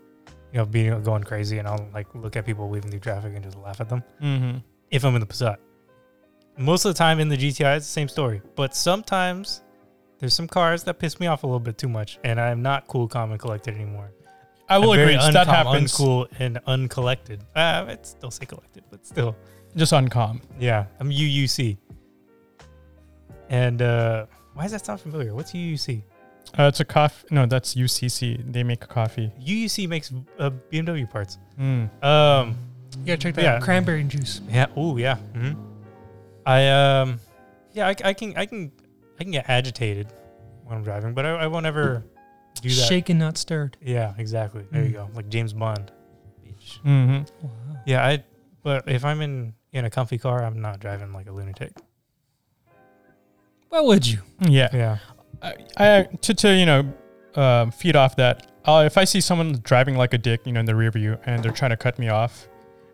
[SPEAKER 2] you know, be going crazy and I'll like look at people weaving through traffic and just laugh at them.
[SPEAKER 5] Mm-hmm.
[SPEAKER 2] if I'm in the Passat. Most of the time in the GTI, it's the same story. But sometimes there's some cars that piss me off a little bit too much, and I'm not cool, calm, and collected anymore.
[SPEAKER 5] I will
[SPEAKER 2] I'm
[SPEAKER 5] agree.
[SPEAKER 2] very
[SPEAKER 5] That
[SPEAKER 2] uncalm,
[SPEAKER 5] happens.
[SPEAKER 2] Uncool and uncollected. Uh, I'd still say collected, but still,
[SPEAKER 5] Just uncalm.
[SPEAKER 2] yeah, I'm UUC. And uh, why does that sound familiar? What's UUC?
[SPEAKER 5] Uh, it's a coffee. No, that's UCC. They make coffee.
[SPEAKER 2] UUC makes uh, BMW parts.
[SPEAKER 5] Mm.
[SPEAKER 2] Um,
[SPEAKER 3] You gotta check that
[SPEAKER 2] Yeah.
[SPEAKER 3] out. Cranberry juice.
[SPEAKER 2] Yeah. Oh, yeah. hmm I um, yeah, I, I can, I can, I can get agitated when I'm driving, but I, I won't ever do that.
[SPEAKER 3] Shaken, not stirred.
[SPEAKER 2] Yeah, exactly. There you go, like James Bond.
[SPEAKER 5] hmm
[SPEAKER 3] Wow.
[SPEAKER 2] Yeah, I. But if I'm in in a comfy car, I'm not driving like a lunatic.
[SPEAKER 3] Why would you?
[SPEAKER 5] Yeah.
[SPEAKER 2] Yeah.
[SPEAKER 5] I, I to to you know um, feed off that. Uh, if I see someone driving like a dick, you know, in the rear view, and they're trying to cut me off,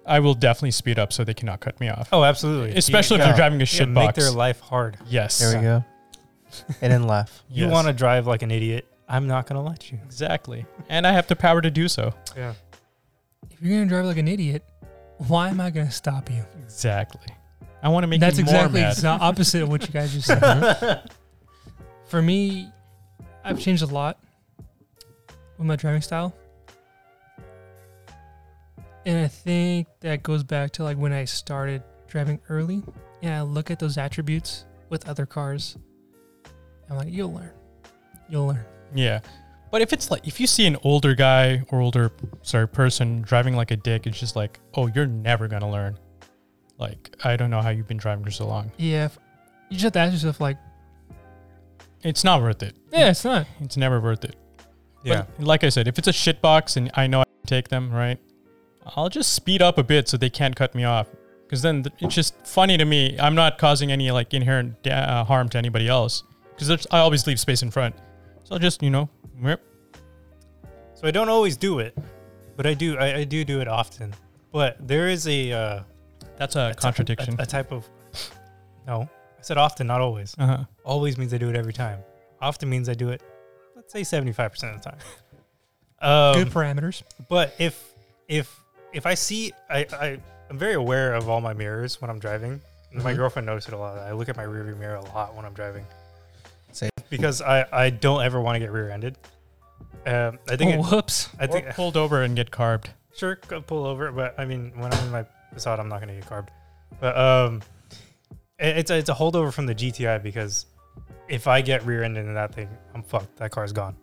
[SPEAKER 5] I will definitely speed up so they cannot cut me off.
[SPEAKER 2] Oh, absolutely.
[SPEAKER 5] Especially if
[SPEAKER 4] yeah.
[SPEAKER 5] they're driving a
[SPEAKER 2] you,
[SPEAKER 5] shit
[SPEAKER 2] yeah, make
[SPEAKER 5] box.
[SPEAKER 2] their life hard.
[SPEAKER 5] yes.
[SPEAKER 4] There we go. [LAUGHS] and then laugh.
[SPEAKER 2] You want to drive like an idiot? I'm not gonna let you.
[SPEAKER 5] exactly, and I have the power to do so.
[SPEAKER 2] Yeah.
[SPEAKER 3] If you're gonna drive like an idiot, why am I gonna stop you?
[SPEAKER 5] Exactly. I want to make
[SPEAKER 3] That's
[SPEAKER 5] you
[SPEAKER 3] exactly
[SPEAKER 5] more mad.
[SPEAKER 3] the opposite of what you guys just said. [LAUGHS] For me, I've changed a lot with my driving style. And I think that goes back to like when I started driving early and I look at those attributes with other cars. I'm like, you'll learn. You'll learn.
[SPEAKER 5] Yeah. But if it's like if you see an older guy or older sorry person driving like a dick, it's just like, oh, you're never gonna learn. Like I don't know how you've been driving for so long.
[SPEAKER 3] Yeah. if- You just have to ask yourself, like,
[SPEAKER 5] It's not worth it.
[SPEAKER 3] yeah, it's not.
[SPEAKER 5] It's never worth it.
[SPEAKER 2] Yeah.
[SPEAKER 5] But like I said, if it's a shit box and I know take them, right? I'll just speed up a bit so they can't cut me off. Because then th- it's just funny to me. I'm not causing any like inherent da- uh, harm to anybody else. Because I always leave space in front. So I'll just, you know, whip.
[SPEAKER 2] So I don't always do it, but I do. I, I do do it often. But there is a uh,
[SPEAKER 5] that's a
[SPEAKER 2] a ty-
[SPEAKER 5] contradiction.
[SPEAKER 2] A, a type of no. I said often, not always.
[SPEAKER 5] [LAUGHS] uh-huh.
[SPEAKER 2] Always means I do it every time. Often means I do it. Let's say seventy-five percent of the time. Um,
[SPEAKER 3] Good parameters.
[SPEAKER 2] But if if if I see I, I I'm very aware of all my mirrors when I'm driving. And My
[SPEAKER 4] Mhm.
[SPEAKER 2] girlfriend knows it a lot. I look at my rearview mirror a lot when I'm driving.
[SPEAKER 4] Same.
[SPEAKER 2] Because I I don't ever want to get rear-ended. Um, I think
[SPEAKER 3] Oh,
[SPEAKER 2] it,
[SPEAKER 3] whoops.
[SPEAKER 2] I think
[SPEAKER 5] or pulled over and get carved.
[SPEAKER 2] sure go pull over, but I mean when I'm in my Passat, I'm not gonna get carved. But um, it, it's a, it's a holdover from the GTI because if I get rear-ended in that thing, I'm fucked. That car's gone,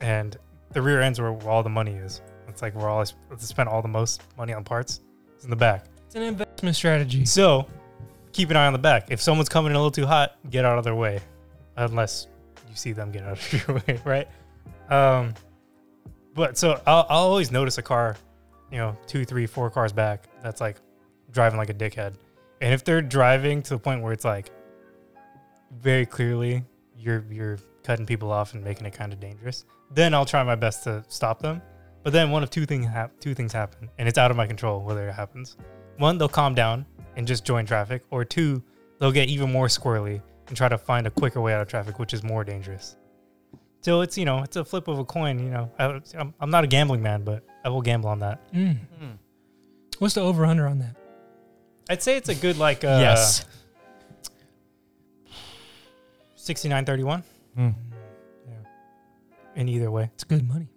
[SPEAKER 2] and the rear end's where all the money is. It's like where all I sp- spend all the most money on parts. It's in the back.
[SPEAKER 3] It's an investment strategy.
[SPEAKER 2] So keep an eye on the back. If someone's coming in a little too hot, get out of their way, unless you see them get out of [LAUGHS] your way, right? Um, but so I'll, I'll always notice a car, you know, two, three, four cars back that's like driving like a dickhead. And if they're driving to the point where it's like very clearly you're you're cutting people off and making it kind of dangerous, then I'll try my best to stop them. But then one of two things hap- two things happen, and it's out of my control whether it happens. One, they'll calm down and just join traffic, or two, they'll get even more squirrely and try to find a quicker way out of traffic, which is more dangerous. So it's you know it's a flip of a coin. You know, I, I'm, I'm not a gambling man, but I will gamble on that.
[SPEAKER 3] Mm. What's the over under on that?
[SPEAKER 2] I'd say it's a good like uh,
[SPEAKER 5] yes.
[SPEAKER 2] sixty nine thirty one
[SPEAKER 5] Mm.
[SPEAKER 2] Hmm. in either way.
[SPEAKER 3] It's good money.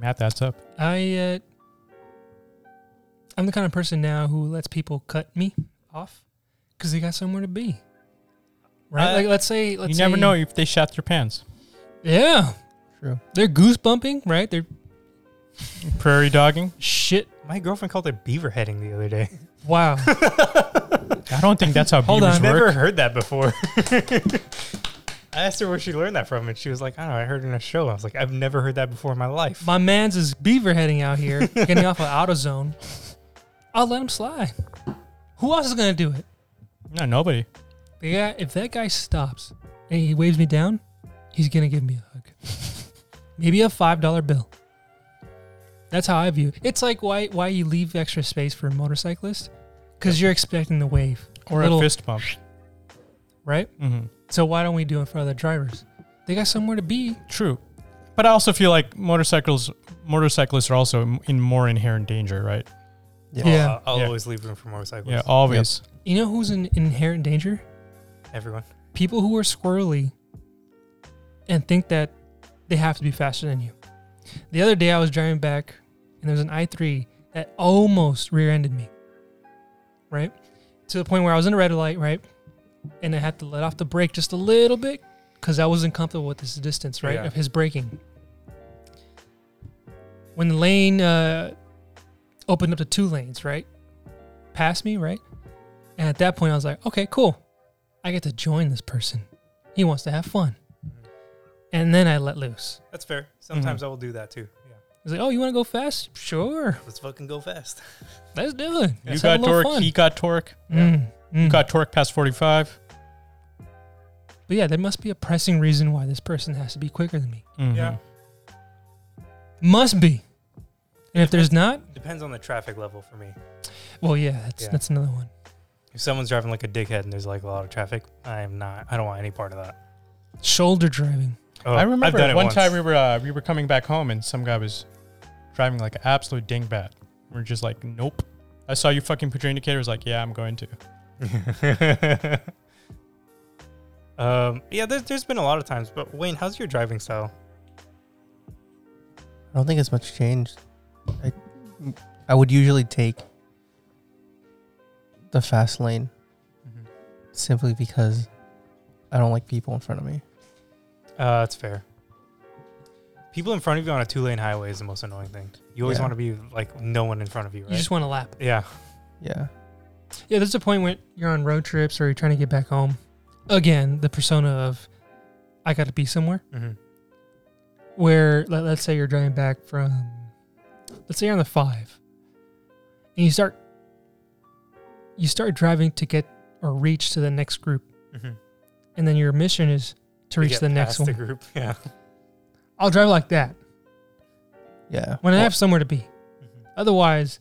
[SPEAKER 5] Matt, that's Mm-hmm. up.
[SPEAKER 3] I uh, I'm the kind of person now who lets people cut me off because they got somewhere to be. Right?
[SPEAKER 2] Uh,
[SPEAKER 3] like let's say let's
[SPEAKER 5] you never
[SPEAKER 3] say-
[SPEAKER 5] know if they shot your pants.
[SPEAKER 3] Yeah.
[SPEAKER 4] True.
[SPEAKER 3] They're goosebumping, right? They're
[SPEAKER 5] Prairie dogging.
[SPEAKER 3] shit.
[SPEAKER 2] My girlfriend called it beaver heading the other day.
[SPEAKER 3] Wow.
[SPEAKER 5] [LAUGHS] I don't think that's
[SPEAKER 3] [LAUGHS]
[SPEAKER 5] how
[SPEAKER 3] Hold
[SPEAKER 5] beavers
[SPEAKER 3] on.
[SPEAKER 5] work.
[SPEAKER 2] Never heard that before. I asked her where she learned that from, and she was like, "I don't know. I heard it in a show." I was like, "I've never heard that before in my life."
[SPEAKER 3] My man's is beaver heading out here, getting off of AutoZone. I'll let him slide. Who else is gonna do it?
[SPEAKER 5] No, nobody.
[SPEAKER 3] The guy, if that guy stops and he waves me down, he's gonna give me a hug. [LAUGHS] Maybe a five dollar bill. That's how I view it. It's like why why you leave extra space for a motorcyclist? Because you're expecting the wave,
[SPEAKER 5] Or
[SPEAKER 3] Little-
[SPEAKER 5] a fist bump.
[SPEAKER 3] right?
[SPEAKER 5] hmm
[SPEAKER 3] So why don't we do it for other drivers? They got somewhere to be.
[SPEAKER 5] True, but I also feel like motorcycles motorcyclists are also in- in more inherent danger, right?
[SPEAKER 4] Yeah.
[SPEAKER 2] I'll-
[SPEAKER 3] Yeah.
[SPEAKER 2] I'll,
[SPEAKER 5] Yeah.
[SPEAKER 2] always leave room for motorcyclists.
[SPEAKER 5] Yeah, always.
[SPEAKER 3] You know who's in inherent danger?
[SPEAKER 2] everyone.
[SPEAKER 3] People who are squirrely and think that they have to be faster than you. The other day I was driving back and there was an i3 that almost rear-ended me. Right? To the point where I was in a red light, right? And I had to let off the brake just a little bit because I wasn't comfortable with this distance, right?
[SPEAKER 2] Yeah.
[SPEAKER 3] Of his braking. When the lane uh, opened up to two lanes, right? Past me, right? And at that point I was like, okay, cool. I get to join this person. He wants to have fun. And then I let loose.
[SPEAKER 2] That's fair. Sometimes I will do that too. Yeah,
[SPEAKER 3] He's like, "Oh, you want to go fast? Sure,
[SPEAKER 2] let's fucking go fast.
[SPEAKER 3] let's do it.
[SPEAKER 5] You
[SPEAKER 3] Let's
[SPEAKER 5] got
[SPEAKER 3] have a little
[SPEAKER 5] torque.
[SPEAKER 3] fun."
[SPEAKER 5] He got torque.
[SPEAKER 3] Mm, mm.
[SPEAKER 5] You got torque past forty-five.
[SPEAKER 3] But yeah, there must be a pressing reason why this person has to be quicker than me.
[SPEAKER 5] Mhm.
[SPEAKER 2] Yeah.
[SPEAKER 3] Must be. And if there's not,
[SPEAKER 2] Depends on the traffic level for me.
[SPEAKER 3] well, yeah, that's
[SPEAKER 2] Yeah.
[SPEAKER 3] that's another one.
[SPEAKER 2] If someone's driving like a dickhead and there's like a lot of traffic, I am not. I don't want any part of that.
[SPEAKER 3] Shoulder driving.
[SPEAKER 2] Oh,
[SPEAKER 5] I
[SPEAKER 2] I've
[SPEAKER 5] remember
[SPEAKER 2] done it
[SPEAKER 5] one
[SPEAKER 2] once.
[SPEAKER 5] time we were uh, we were coming back home and some guy was driving like an absolute dingbat. We are just like, nope. I saw you fucking put your indicator. I was like, yeah, I'm going to.
[SPEAKER 2] [LAUGHS] um, yeah, there's, there's been a lot of times. But Wayne, how's your driving style?
[SPEAKER 4] I don't think it's much changed. I, I would usually take the fast lane
[SPEAKER 2] Mm-hmm.
[SPEAKER 4] simply because I don't like people in front of me.
[SPEAKER 2] Uh, that's fair. People in front of you on a two lane highway is the most annoying thing. You always
[SPEAKER 4] Yeah.
[SPEAKER 2] want to be like no one in front of you, right?
[SPEAKER 3] You just want to lap.
[SPEAKER 2] yeah.
[SPEAKER 4] Yeah.
[SPEAKER 3] Yeah, there's a point when you're on road trips or you're trying to get back home. Again, the persona of I got to be somewhere.
[SPEAKER 2] Mm-hmm.
[SPEAKER 3] Where let, let's say you're driving back from let's say you're on the five, and you start you start driving to get or reach to the next group, and then your mission is to reach
[SPEAKER 2] get
[SPEAKER 3] the next
[SPEAKER 2] past
[SPEAKER 3] one.
[SPEAKER 2] The group. [LAUGHS] Yeah.
[SPEAKER 3] I'll drive like that
[SPEAKER 4] Yeah.
[SPEAKER 3] when I
[SPEAKER 4] Well,
[SPEAKER 3] have somewhere to be. Mm-hmm. Otherwise,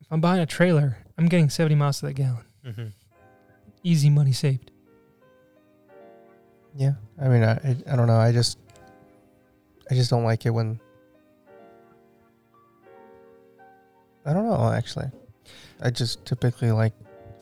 [SPEAKER 3] if I'm buying a trailer, I'm getting 70 miles to that gallon. Easy money saved.
[SPEAKER 4] yeah. I mean, I, I I don't know. I just I just don't like it when I don't know. Actually, I just typically like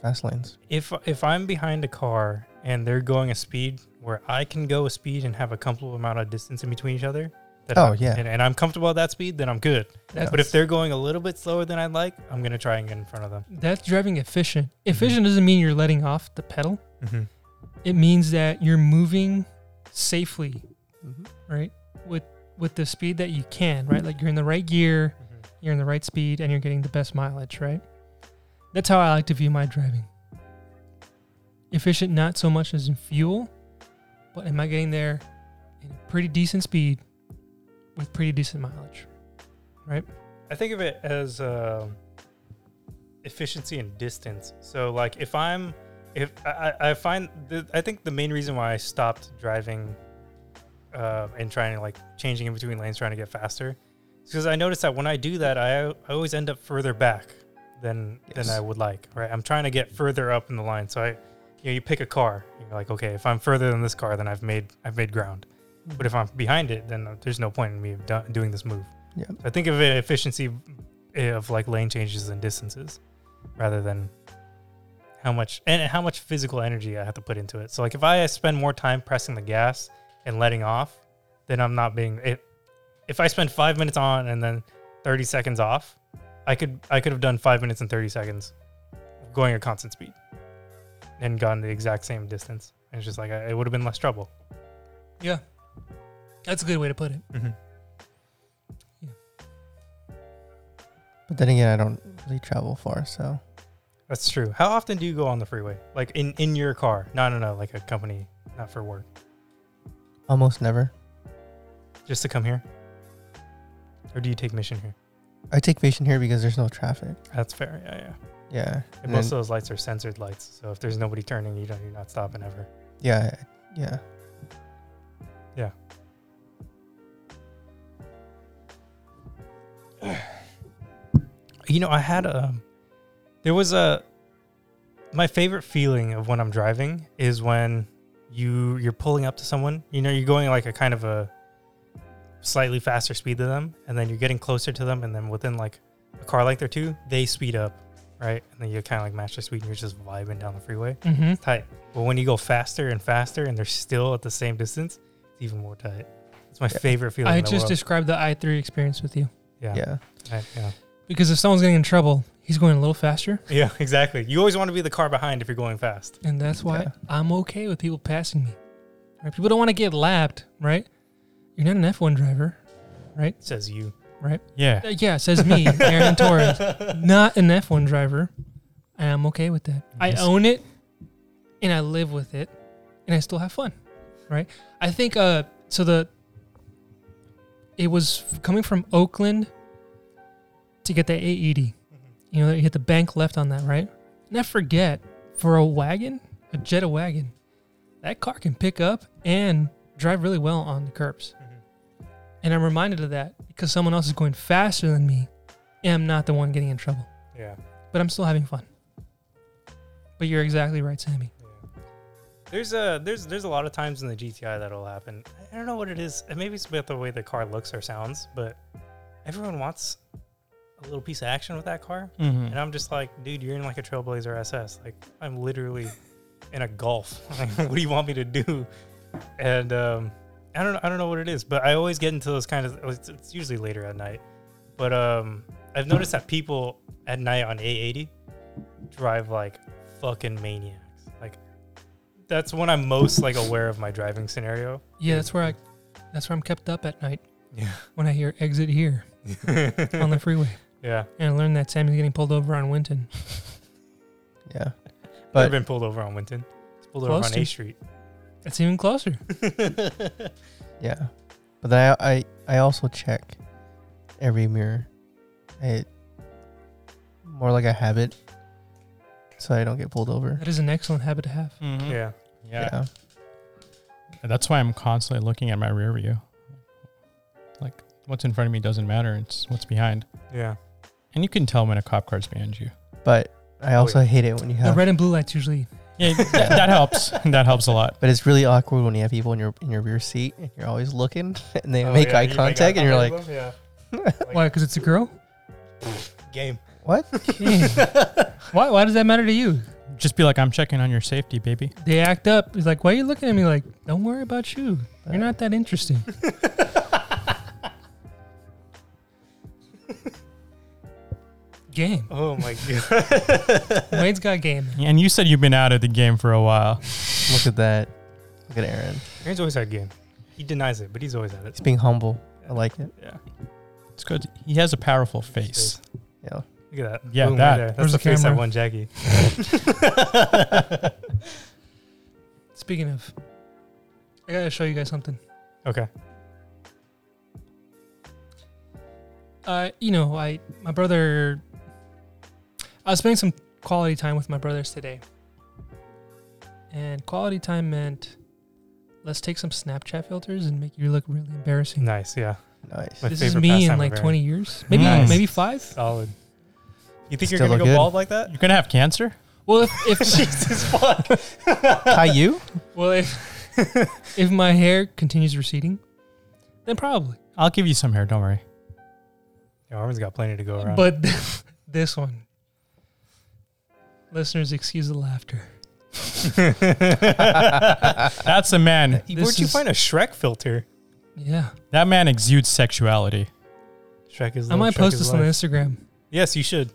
[SPEAKER 4] fast lanes.
[SPEAKER 2] If if I'm behind a car and they're going a speed where I can go a speed and have a comfortable amount of distance in between each other, that
[SPEAKER 4] Oh,
[SPEAKER 2] I'm-
[SPEAKER 4] yeah.
[SPEAKER 2] and, and I'm comfortable at that speed, then I'm good.
[SPEAKER 3] That's,
[SPEAKER 2] But if they're going a little bit slower than I'd like, I'm gonna try and get in front of them.
[SPEAKER 3] that's driving efficient.
[SPEAKER 2] Mm-hmm.
[SPEAKER 3] Efficient doesn't mean you're letting off the pedal. It means that you're moving safely, Mm-hmm. right? With with the speed that you can, right? Like you're in the right gear, you're in the right speed, and you're getting the best mileage, right? That's how I like to view my driving. Efficient, not so much as in fuel, but am I getting there in a pretty decent speed with pretty decent mileage?
[SPEAKER 2] I think of it as um efficiency and distance. So like if I'm if I, I I find the, I think the main reason why I stopped driving uh, and trying to like changing in between lanes trying to get faster is because I noticed that when I do that I, I always end up further back than
[SPEAKER 4] Yes.
[SPEAKER 2] than I would like right I'm trying to get further up in the line so I you know you pick a car you're like okay if I'm further than this car then I've made I've made ground
[SPEAKER 4] Hmm.
[SPEAKER 2] but if I'm behind it then there's no point in me do- doing this move
[SPEAKER 4] Yeah.
[SPEAKER 2] I think of it efficiency eh, of like lane changes and distances rather than how much and how much physical energy I have to put into it. So like if I spend more time pressing the gas and letting off, then I'm not being it. If I spend five minutes on and then 30 seconds off, I could I could have done five minutes and 30 seconds going at constant speed and gotten the exact same distance. And it's just like I, it would have been less trouble.
[SPEAKER 3] Yeah. That's a good way to put it.
[SPEAKER 2] Mm-hmm.
[SPEAKER 4] But then again, I don't really travel far, so
[SPEAKER 2] That's true. How often do you go on the freeway? Like in in your car? No, no, no. Like a company, not for work.
[SPEAKER 4] almost never.
[SPEAKER 2] Just to come here? Or do you take mission here?
[SPEAKER 4] I take Mission here because there's no traffic.
[SPEAKER 2] That's fair. Yeah, yeah.
[SPEAKER 4] Yeah.
[SPEAKER 2] And
[SPEAKER 4] and
[SPEAKER 2] most of
[SPEAKER 4] then-
[SPEAKER 2] those lights are censored lights, so if there's nobody turning, you don't, you're not stopping ever.
[SPEAKER 4] yeah. Yeah.
[SPEAKER 2] You know, I had a. There was a. My favorite feeling of when I'm driving is when you you're pulling up to someone. You know, you're going like a kind of a slightly faster speed than them, and then you're getting closer to them, and then within like a car length or two, they speed up, right? And then you kind of like match their speed, and you're just vibing down the freeway.
[SPEAKER 3] Mm-hmm.
[SPEAKER 2] tight. But when you go faster and faster and they're still at the same distance, it's even more tight. It's my
[SPEAKER 4] Yeah.
[SPEAKER 2] favorite feeling.
[SPEAKER 3] I
[SPEAKER 2] in the
[SPEAKER 3] just
[SPEAKER 2] world.
[SPEAKER 3] described the i3 experience with you.
[SPEAKER 2] yeah, yeah.
[SPEAKER 4] Yeah.
[SPEAKER 2] I- yeah, [LAUGHS]
[SPEAKER 3] Because if someone's getting in trouble, he's going a little faster.
[SPEAKER 2] Yeah, exactly. You always want to be the car behind if you're going fast.
[SPEAKER 3] And that's why
[SPEAKER 4] Yeah.
[SPEAKER 3] I'm okay with people passing me. Right? People don't want to get lapped, right? You're not an F1 driver.
[SPEAKER 2] Says you.
[SPEAKER 5] Yeah.
[SPEAKER 3] Uh, yeah, says me, Aaron Torres. Not an F1 driver. And I'm okay with that. I
[SPEAKER 5] Yes.
[SPEAKER 3] own it and I live with it and I still have fun. Right? I think uh so the it was f- coming from Oakland to get the AED. You know, you hit the bank left on that, right? And I forget for a wagon, a Jetta wagon, that car can pick up and drive really well on the curbs. And I'm reminded of that because someone else is going faster than me and I'm not the one getting in trouble.
[SPEAKER 2] Yeah.
[SPEAKER 3] But I'm still having fun. But you're exactly right, Sammy.
[SPEAKER 2] yeah. There's a there's there's a lot of times in the GTI that'll happen. I don't know what it is. And Maybe it's about the way the car looks or sounds, but everyone wants a little piece of action with that car.
[SPEAKER 5] Mhm.
[SPEAKER 2] And I'm just like, dude, you're in like a Trailblazer SS. Like, I'm literally in a Golf. [LAUGHS] Like, what do you want me to do? And um, I don't, I don't know what it is, but I always get into those kind of. oh, It's, it's usually later at night, but um, I've noticed that people at night on A80 drive like fucking maniacs. Like, that's when I'm most like aware of my driving
[SPEAKER 4] [LAUGHS]
[SPEAKER 2] scenario. [LAUGHS]
[SPEAKER 3] Yeah, that's where I that's where I'm kept up at night
[SPEAKER 2] Yeah.
[SPEAKER 3] when I hear exit here
[SPEAKER 2] [LAUGHS]
[SPEAKER 3] on the freeway.
[SPEAKER 2] yeah.
[SPEAKER 3] And I learned that Sammy's getting pulled over on Winton.
[SPEAKER 4] Yeah.
[SPEAKER 2] But,
[SPEAKER 4] But-
[SPEAKER 2] I've been pulled over on Winton. It's pulled over
[SPEAKER 3] Close
[SPEAKER 2] on
[SPEAKER 3] to.
[SPEAKER 2] A Street. [LAUGHS]
[SPEAKER 3] That's even closer.
[SPEAKER 4] Yeah, but then I, I I also check every mirror It more like a habit, so I don't get pulled over.
[SPEAKER 3] That is an excellent habit to have.
[SPEAKER 2] Yeah.
[SPEAKER 5] yeah. That's why I'm constantly looking at my rear view. Like what's in front of me doesn't matter. It's what's behind.
[SPEAKER 2] Yeah.
[SPEAKER 5] And you can tell when a cop car's behind you.
[SPEAKER 4] but I
[SPEAKER 2] Oh,
[SPEAKER 4] also hate it when you
[SPEAKER 3] The
[SPEAKER 4] have.
[SPEAKER 3] red and blue lights usually.
[SPEAKER 5] Yeah, that, that helps. [LAUGHS] That helps a lot.
[SPEAKER 4] but it's really awkward when you have people in your in your rear seat and you're always looking [LAUGHS] and they
[SPEAKER 2] Oh,
[SPEAKER 4] make
[SPEAKER 2] yeah,
[SPEAKER 4] eye
[SPEAKER 2] you
[SPEAKER 4] contact and you're like,
[SPEAKER 2] contact with them,
[SPEAKER 4] [LAUGHS]
[SPEAKER 2] Like-
[SPEAKER 3] Why? Because it's
[SPEAKER 2] [LAUGHS]
[SPEAKER 3] a girl.
[SPEAKER 2] yeah. game.
[SPEAKER 3] Okay. why? Why does that matter to you?
[SPEAKER 5] Just be like, I'm checking on your safety, baby.
[SPEAKER 3] They act up. It's like, why are you looking at me? Like, don't worry about you.
[SPEAKER 2] [LAUGHS]
[SPEAKER 3] You're not that interesting.
[SPEAKER 2] [LAUGHS]
[SPEAKER 3] game.
[SPEAKER 2] Oh
[SPEAKER 3] [LAUGHS]
[SPEAKER 2] my god.
[SPEAKER 3] Wade's got game.
[SPEAKER 5] And you said you've been out of the game for a while.
[SPEAKER 4] look at that, look at Aaron.
[SPEAKER 2] Aaron's always had game. He denies it, but he's always had
[SPEAKER 4] He's
[SPEAKER 2] it.
[SPEAKER 4] being humble. I like it.
[SPEAKER 2] Yeah.
[SPEAKER 5] It's good. He has a powerful face.
[SPEAKER 4] Yeah.
[SPEAKER 2] Look at that.
[SPEAKER 5] Yeah,
[SPEAKER 2] Boom,
[SPEAKER 5] that.
[SPEAKER 2] there. That's
[SPEAKER 3] Where's
[SPEAKER 2] the,
[SPEAKER 3] the
[SPEAKER 2] face I
[SPEAKER 3] camera?
[SPEAKER 2] won
[SPEAKER 3] [LAUGHS]
[SPEAKER 2] Jackie. [LAUGHS]
[SPEAKER 3] Speaking of, I gotta show you guys something.
[SPEAKER 2] Okay.
[SPEAKER 3] Uh, you know, I my brother. I was spending some quality time with my brothers today, and quality time meant let's take some Snapchat filters and make you look really embarrassing.
[SPEAKER 2] Nice. Yeah.
[SPEAKER 4] Nice.
[SPEAKER 2] My
[SPEAKER 3] this is
[SPEAKER 2] favorite
[SPEAKER 3] me
[SPEAKER 2] pastime
[SPEAKER 3] in
[SPEAKER 2] of
[SPEAKER 3] like
[SPEAKER 2] Aaron.
[SPEAKER 3] 20 years, maybe
[SPEAKER 5] Nice.
[SPEAKER 3] maybe five.
[SPEAKER 2] Solid. You think
[SPEAKER 4] Still
[SPEAKER 2] you're gonna
[SPEAKER 4] look
[SPEAKER 2] go
[SPEAKER 4] good.
[SPEAKER 2] bald like that?
[SPEAKER 3] [LAUGHS]
[SPEAKER 5] You're gonna have cancer.
[SPEAKER 3] Well, if,
[SPEAKER 2] [LAUGHS]
[SPEAKER 3] if [LAUGHS]
[SPEAKER 2] Jesus fuck.
[SPEAKER 4] [LAUGHS] Hi, you?
[SPEAKER 3] well if if my hair continues receding, then probably.
[SPEAKER 5] I'll give you some hair. Don't worry.
[SPEAKER 2] Yeah, Armin's got plenty to go around. [LAUGHS]
[SPEAKER 3] But [LAUGHS] this one, listeners, excuse the laughter.
[SPEAKER 5] That's a man.
[SPEAKER 2] Where'd
[SPEAKER 3] this
[SPEAKER 2] you
[SPEAKER 3] is-
[SPEAKER 2] find a Shrek filter?
[SPEAKER 3] Yeah,
[SPEAKER 5] That man exudes sexuality.
[SPEAKER 2] Shrek is.
[SPEAKER 3] I
[SPEAKER 2] love,
[SPEAKER 3] might
[SPEAKER 2] Shrek
[SPEAKER 3] post
[SPEAKER 2] is
[SPEAKER 3] this on
[SPEAKER 2] life.
[SPEAKER 3] Instagram.
[SPEAKER 2] Yes, you should.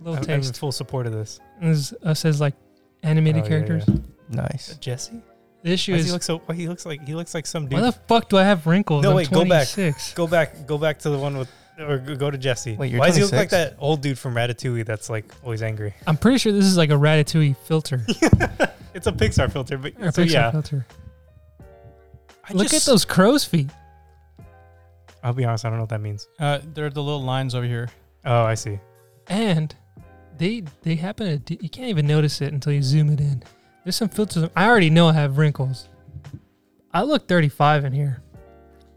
[SPEAKER 3] Little
[SPEAKER 2] I'm, I'm in
[SPEAKER 3] taste.
[SPEAKER 2] full support of this.
[SPEAKER 3] This is us as like animated
[SPEAKER 2] Oh, yeah,
[SPEAKER 3] characters.
[SPEAKER 2] yeah.
[SPEAKER 4] Nice.
[SPEAKER 2] Jesse.
[SPEAKER 3] The issue
[SPEAKER 2] Why does
[SPEAKER 3] is
[SPEAKER 2] he look so? Why he looks like he looks like some
[SPEAKER 3] why
[SPEAKER 2] dude.
[SPEAKER 3] the fuck do I have wrinkles?
[SPEAKER 2] No,
[SPEAKER 3] I'm
[SPEAKER 2] wait, go back.
[SPEAKER 3] 26.
[SPEAKER 2] Go back. Go back to the one with. Or go go to Jesse.
[SPEAKER 4] Wait, you're
[SPEAKER 2] Why does he look
[SPEAKER 4] 26?
[SPEAKER 2] like that old dude from Ratatouille that's like always angry?
[SPEAKER 3] I'm pretty sure this is like a Ratatouille
[SPEAKER 2] [LAUGHS]
[SPEAKER 3] filter
[SPEAKER 2] It's a Pixar filter, but
[SPEAKER 3] or
[SPEAKER 2] so
[SPEAKER 3] Pixar
[SPEAKER 2] yeah.
[SPEAKER 3] filter.
[SPEAKER 5] I
[SPEAKER 3] Look
[SPEAKER 5] just-
[SPEAKER 3] at those crow's feet.
[SPEAKER 2] I'll be honest, I don't know what that means.
[SPEAKER 5] Uh, there are the little lines over here.
[SPEAKER 2] Oh, I see.
[SPEAKER 3] and they they happen to d- you can't even notice it until you zoom it in. There's some filters. I already know I have wrinkles. I look 35 in here.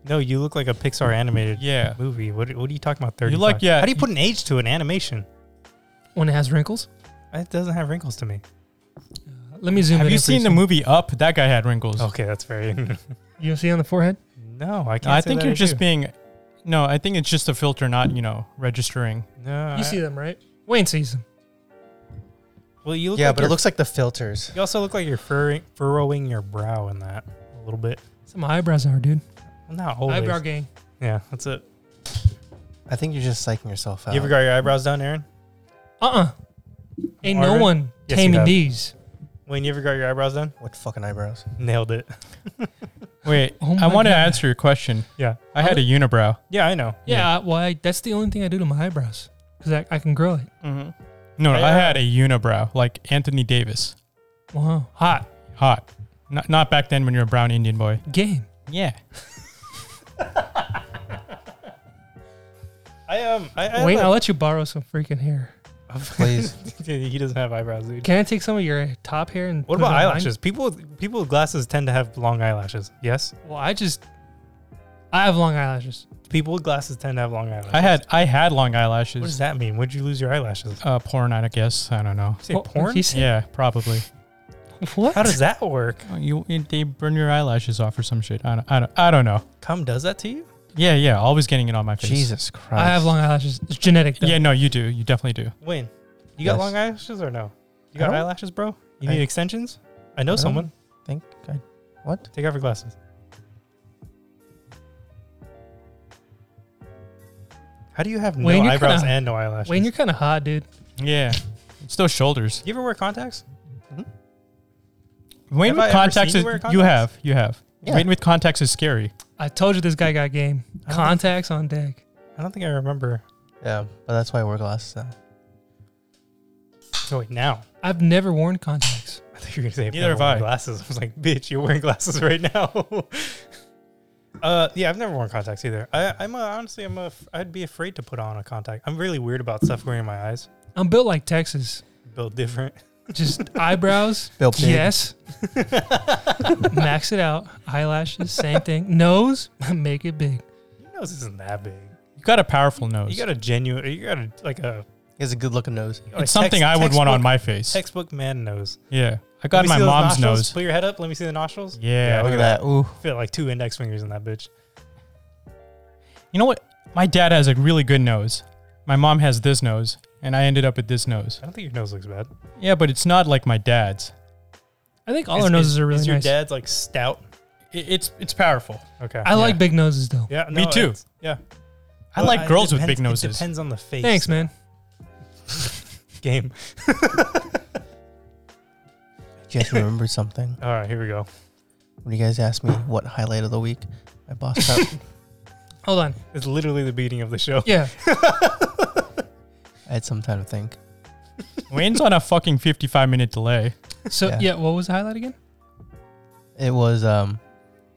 [SPEAKER 2] No, you look like a Pixar animated
[SPEAKER 5] Yeah.
[SPEAKER 2] movie. What, what are you talking about? Thirty.
[SPEAKER 5] You like- yeah,
[SPEAKER 2] How do you
[SPEAKER 5] you-
[SPEAKER 2] put an age to an animation?
[SPEAKER 3] When it has wrinkles,
[SPEAKER 2] It doesn't have wrinkles to me.
[SPEAKER 3] Uh, let me zoom
[SPEAKER 5] Have
[SPEAKER 3] in.
[SPEAKER 5] you seen the movie Up? That guy had wrinkles.
[SPEAKER 2] Okay, that's [LAUGHS] very.
[SPEAKER 3] You see on the forehead?
[SPEAKER 2] no, I can't.
[SPEAKER 5] I
[SPEAKER 2] say
[SPEAKER 5] think
[SPEAKER 2] that
[SPEAKER 5] you're just
[SPEAKER 2] do.
[SPEAKER 5] being. No, I think it's just a filter, not you know registering.
[SPEAKER 2] No, Uh, I-
[SPEAKER 3] you see them, right? Wayne sees them.
[SPEAKER 2] Well, you look
[SPEAKER 4] Yeah,
[SPEAKER 2] like
[SPEAKER 4] but
[SPEAKER 2] you're-
[SPEAKER 4] it looks like the filters.
[SPEAKER 2] You also look like you're furrowing, furrowing your brow in that a little bit.
[SPEAKER 3] Some eyebrows are, dude.
[SPEAKER 2] Well, not always.
[SPEAKER 3] Eyebrow gang.
[SPEAKER 2] Yeah, that's it.
[SPEAKER 4] I think you're just psyching yourself out.
[SPEAKER 2] You ever got your eyebrows done, Aaron?
[SPEAKER 3] Uh uh Ain't no
[SPEAKER 2] Marvin?
[SPEAKER 3] one
[SPEAKER 2] Yes, you
[SPEAKER 3] taming
[SPEAKER 2] have.
[SPEAKER 3] these.
[SPEAKER 2] Wayne, you ever got your eyebrows done?
[SPEAKER 4] what
[SPEAKER 2] [LAUGHS]
[SPEAKER 4] fucking eyebrows?
[SPEAKER 2] Nailed it.
[SPEAKER 5] Wait,
[SPEAKER 3] Oh my
[SPEAKER 5] I want to
[SPEAKER 3] God.
[SPEAKER 5] answer your question.
[SPEAKER 2] Yeah.
[SPEAKER 5] I had a unibrow.
[SPEAKER 2] Yeah, I know.
[SPEAKER 3] Yeah, I, well, I, that's the only thing I do to my eyebrows because I, I can grow it.
[SPEAKER 5] Mm-hmm. No, no, I had a unibrow like Anthony Davis.
[SPEAKER 3] Wow. Hot.
[SPEAKER 5] Hot. Not, not back then when you were a brown Indian boy.
[SPEAKER 3] Game.
[SPEAKER 5] Yeah.
[SPEAKER 2] I um. I, I
[SPEAKER 3] Wayne,
[SPEAKER 2] like-
[SPEAKER 3] I'll let you borrow some freaking hair.
[SPEAKER 4] Please.
[SPEAKER 2] he doesn't have eyebrows, dude.
[SPEAKER 3] Can I take some of your top hair and
[SPEAKER 2] What
[SPEAKER 3] put
[SPEAKER 2] about
[SPEAKER 3] it on mine?
[SPEAKER 2] eyelashes? People with people with glasses tend to have long eyelashes. Yes,
[SPEAKER 3] Well, I just I have long eyelashes.
[SPEAKER 2] people with glasses tend to have long eyelashes.
[SPEAKER 5] I had I had
[SPEAKER 2] What
[SPEAKER 5] long
[SPEAKER 2] does
[SPEAKER 5] eyelashes.
[SPEAKER 2] that mean? Where'd you lose your eyelashes?
[SPEAKER 5] Uh, porn, I guess. I don't know.
[SPEAKER 2] Say
[SPEAKER 3] Well,
[SPEAKER 2] porn?
[SPEAKER 3] he said-
[SPEAKER 5] Yeah, probably.
[SPEAKER 3] What?
[SPEAKER 2] How does that work?
[SPEAKER 5] Oh, You they burn your eyelashes off or some shit. I don't, I don't, I don't know.
[SPEAKER 2] Cum does that to you?
[SPEAKER 5] Yeah, yeah. Always getting it on my face.
[SPEAKER 4] Jesus
[SPEAKER 3] [LAUGHS]
[SPEAKER 4] Christ.
[SPEAKER 3] I have long eyelashes. It's genetic. Though.
[SPEAKER 5] Yeah, no, you do. You definitely do.
[SPEAKER 2] When? You
[SPEAKER 4] Yes.
[SPEAKER 2] got long eyelashes or no? You
[SPEAKER 4] I
[SPEAKER 2] got
[SPEAKER 4] don't-
[SPEAKER 2] eyelashes, bro? You
[SPEAKER 4] I-
[SPEAKER 2] need extensions? I know
[SPEAKER 4] I don't
[SPEAKER 2] someone.
[SPEAKER 4] think I, what?
[SPEAKER 2] Take off your glasses. How do you have
[SPEAKER 3] Wayne,
[SPEAKER 2] no
[SPEAKER 3] you're
[SPEAKER 2] eyebrows
[SPEAKER 3] kinda-
[SPEAKER 2] and no eyelashes?
[SPEAKER 3] Wayne, you're kind of hot, dude.
[SPEAKER 5] Yeah. It's those shoulders.
[SPEAKER 2] you ever wear contacts?
[SPEAKER 5] Wayne
[SPEAKER 2] Have I
[SPEAKER 5] with
[SPEAKER 2] ever
[SPEAKER 5] contacts
[SPEAKER 2] seen
[SPEAKER 5] is
[SPEAKER 2] you wear
[SPEAKER 5] you
[SPEAKER 2] contacts?
[SPEAKER 5] have you have.
[SPEAKER 4] Yeah.
[SPEAKER 5] Wayne with contacts is scary.
[SPEAKER 3] I told you this guy got game.
[SPEAKER 2] I don't-
[SPEAKER 3] Contacts on deck.
[SPEAKER 2] I don't think I remember.
[SPEAKER 4] Yeah, but that's why I wear glasses now.
[SPEAKER 2] Oh, wait, now.
[SPEAKER 3] I've never worn contacts.
[SPEAKER 2] I thought you were going to say I've
[SPEAKER 5] Neither
[SPEAKER 2] never
[SPEAKER 5] have
[SPEAKER 2] worn
[SPEAKER 5] I.
[SPEAKER 2] glasses. I was like, bitch, you're wearing glasses right now. [LAUGHS] Uh, yeah, I've never worn contacts either. I, I'm a, honestly, I'm a, f- I'd be afraid to put on a contact. I'm really weird about stuff wearing my eyes.
[SPEAKER 3] I'm built like Texas.
[SPEAKER 2] Built different. [LAUGHS]
[SPEAKER 3] Just eyebrows.
[SPEAKER 4] Bill Pig.
[SPEAKER 3] Yes. Max it out. Eyelashes, same thing. Nose, [LAUGHS] make it big.
[SPEAKER 2] Your nose isn't that big.
[SPEAKER 5] You got a powerful nose.
[SPEAKER 2] You got a genuine. You got a like a.
[SPEAKER 4] He has a good looking nose.
[SPEAKER 2] It's
[SPEAKER 5] it's something I would want on my face.
[SPEAKER 2] textbook man nose.
[SPEAKER 5] yeah. I
[SPEAKER 2] Let
[SPEAKER 5] got
[SPEAKER 2] me
[SPEAKER 5] my
[SPEAKER 2] see those
[SPEAKER 5] mom's
[SPEAKER 2] nostrils.
[SPEAKER 5] nose.
[SPEAKER 2] Put your head up. Let me see the nostrils.
[SPEAKER 5] Yeah.
[SPEAKER 2] look at
[SPEAKER 4] Look at that. Ooh.
[SPEAKER 2] Fit like two index fingers in that bitch.
[SPEAKER 5] You know what? My dad has a really good nose. My mom has this nose, and I ended up with this nose.
[SPEAKER 2] I don't think your nose looks bad.
[SPEAKER 5] Yeah, but it's not like my dad's.
[SPEAKER 3] I think all
[SPEAKER 2] Is-
[SPEAKER 3] our noses
[SPEAKER 2] is-
[SPEAKER 3] are really
[SPEAKER 2] Is your
[SPEAKER 3] nice.
[SPEAKER 2] dad's like stout?
[SPEAKER 5] It, it's it's powerful.
[SPEAKER 2] Okay.
[SPEAKER 3] I like big noses though.
[SPEAKER 2] yeah.
[SPEAKER 5] Me
[SPEAKER 2] no,
[SPEAKER 5] too.
[SPEAKER 2] it's- Yeah.
[SPEAKER 5] I
[SPEAKER 2] Well,
[SPEAKER 5] like
[SPEAKER 2] Uh, it
[SPEAKER 5] girls with big
[SPEAKER 2] depends- It
[SPEAKER 5] noses.
[SPEAKER 2] depends on the face.
[SPEAKER 3] Thanks, man.
[SPEAKER 2] Game.
[SPEAKER 4] Just remembered something.
[SPEAKER 2] All right, here we go.
[SPEAKER 4] When you guys asked me what highlight of the week, my boss got,
[SPEAKER 3] Hold on.
[SPEAKER 2] It's literally the beating of the show.
[SPEAKER 3] Yeah.
[SPEAKER 4] I had some time to think.
[SPEAKER 5] Wayne's on a fucking 55 minute delay.
[SPEAKER 3] So yeah.
[SPEAKER 4] Yeah.
[SPEAKER 3] what was the highlight again?
[SPEAKER 4] It was um,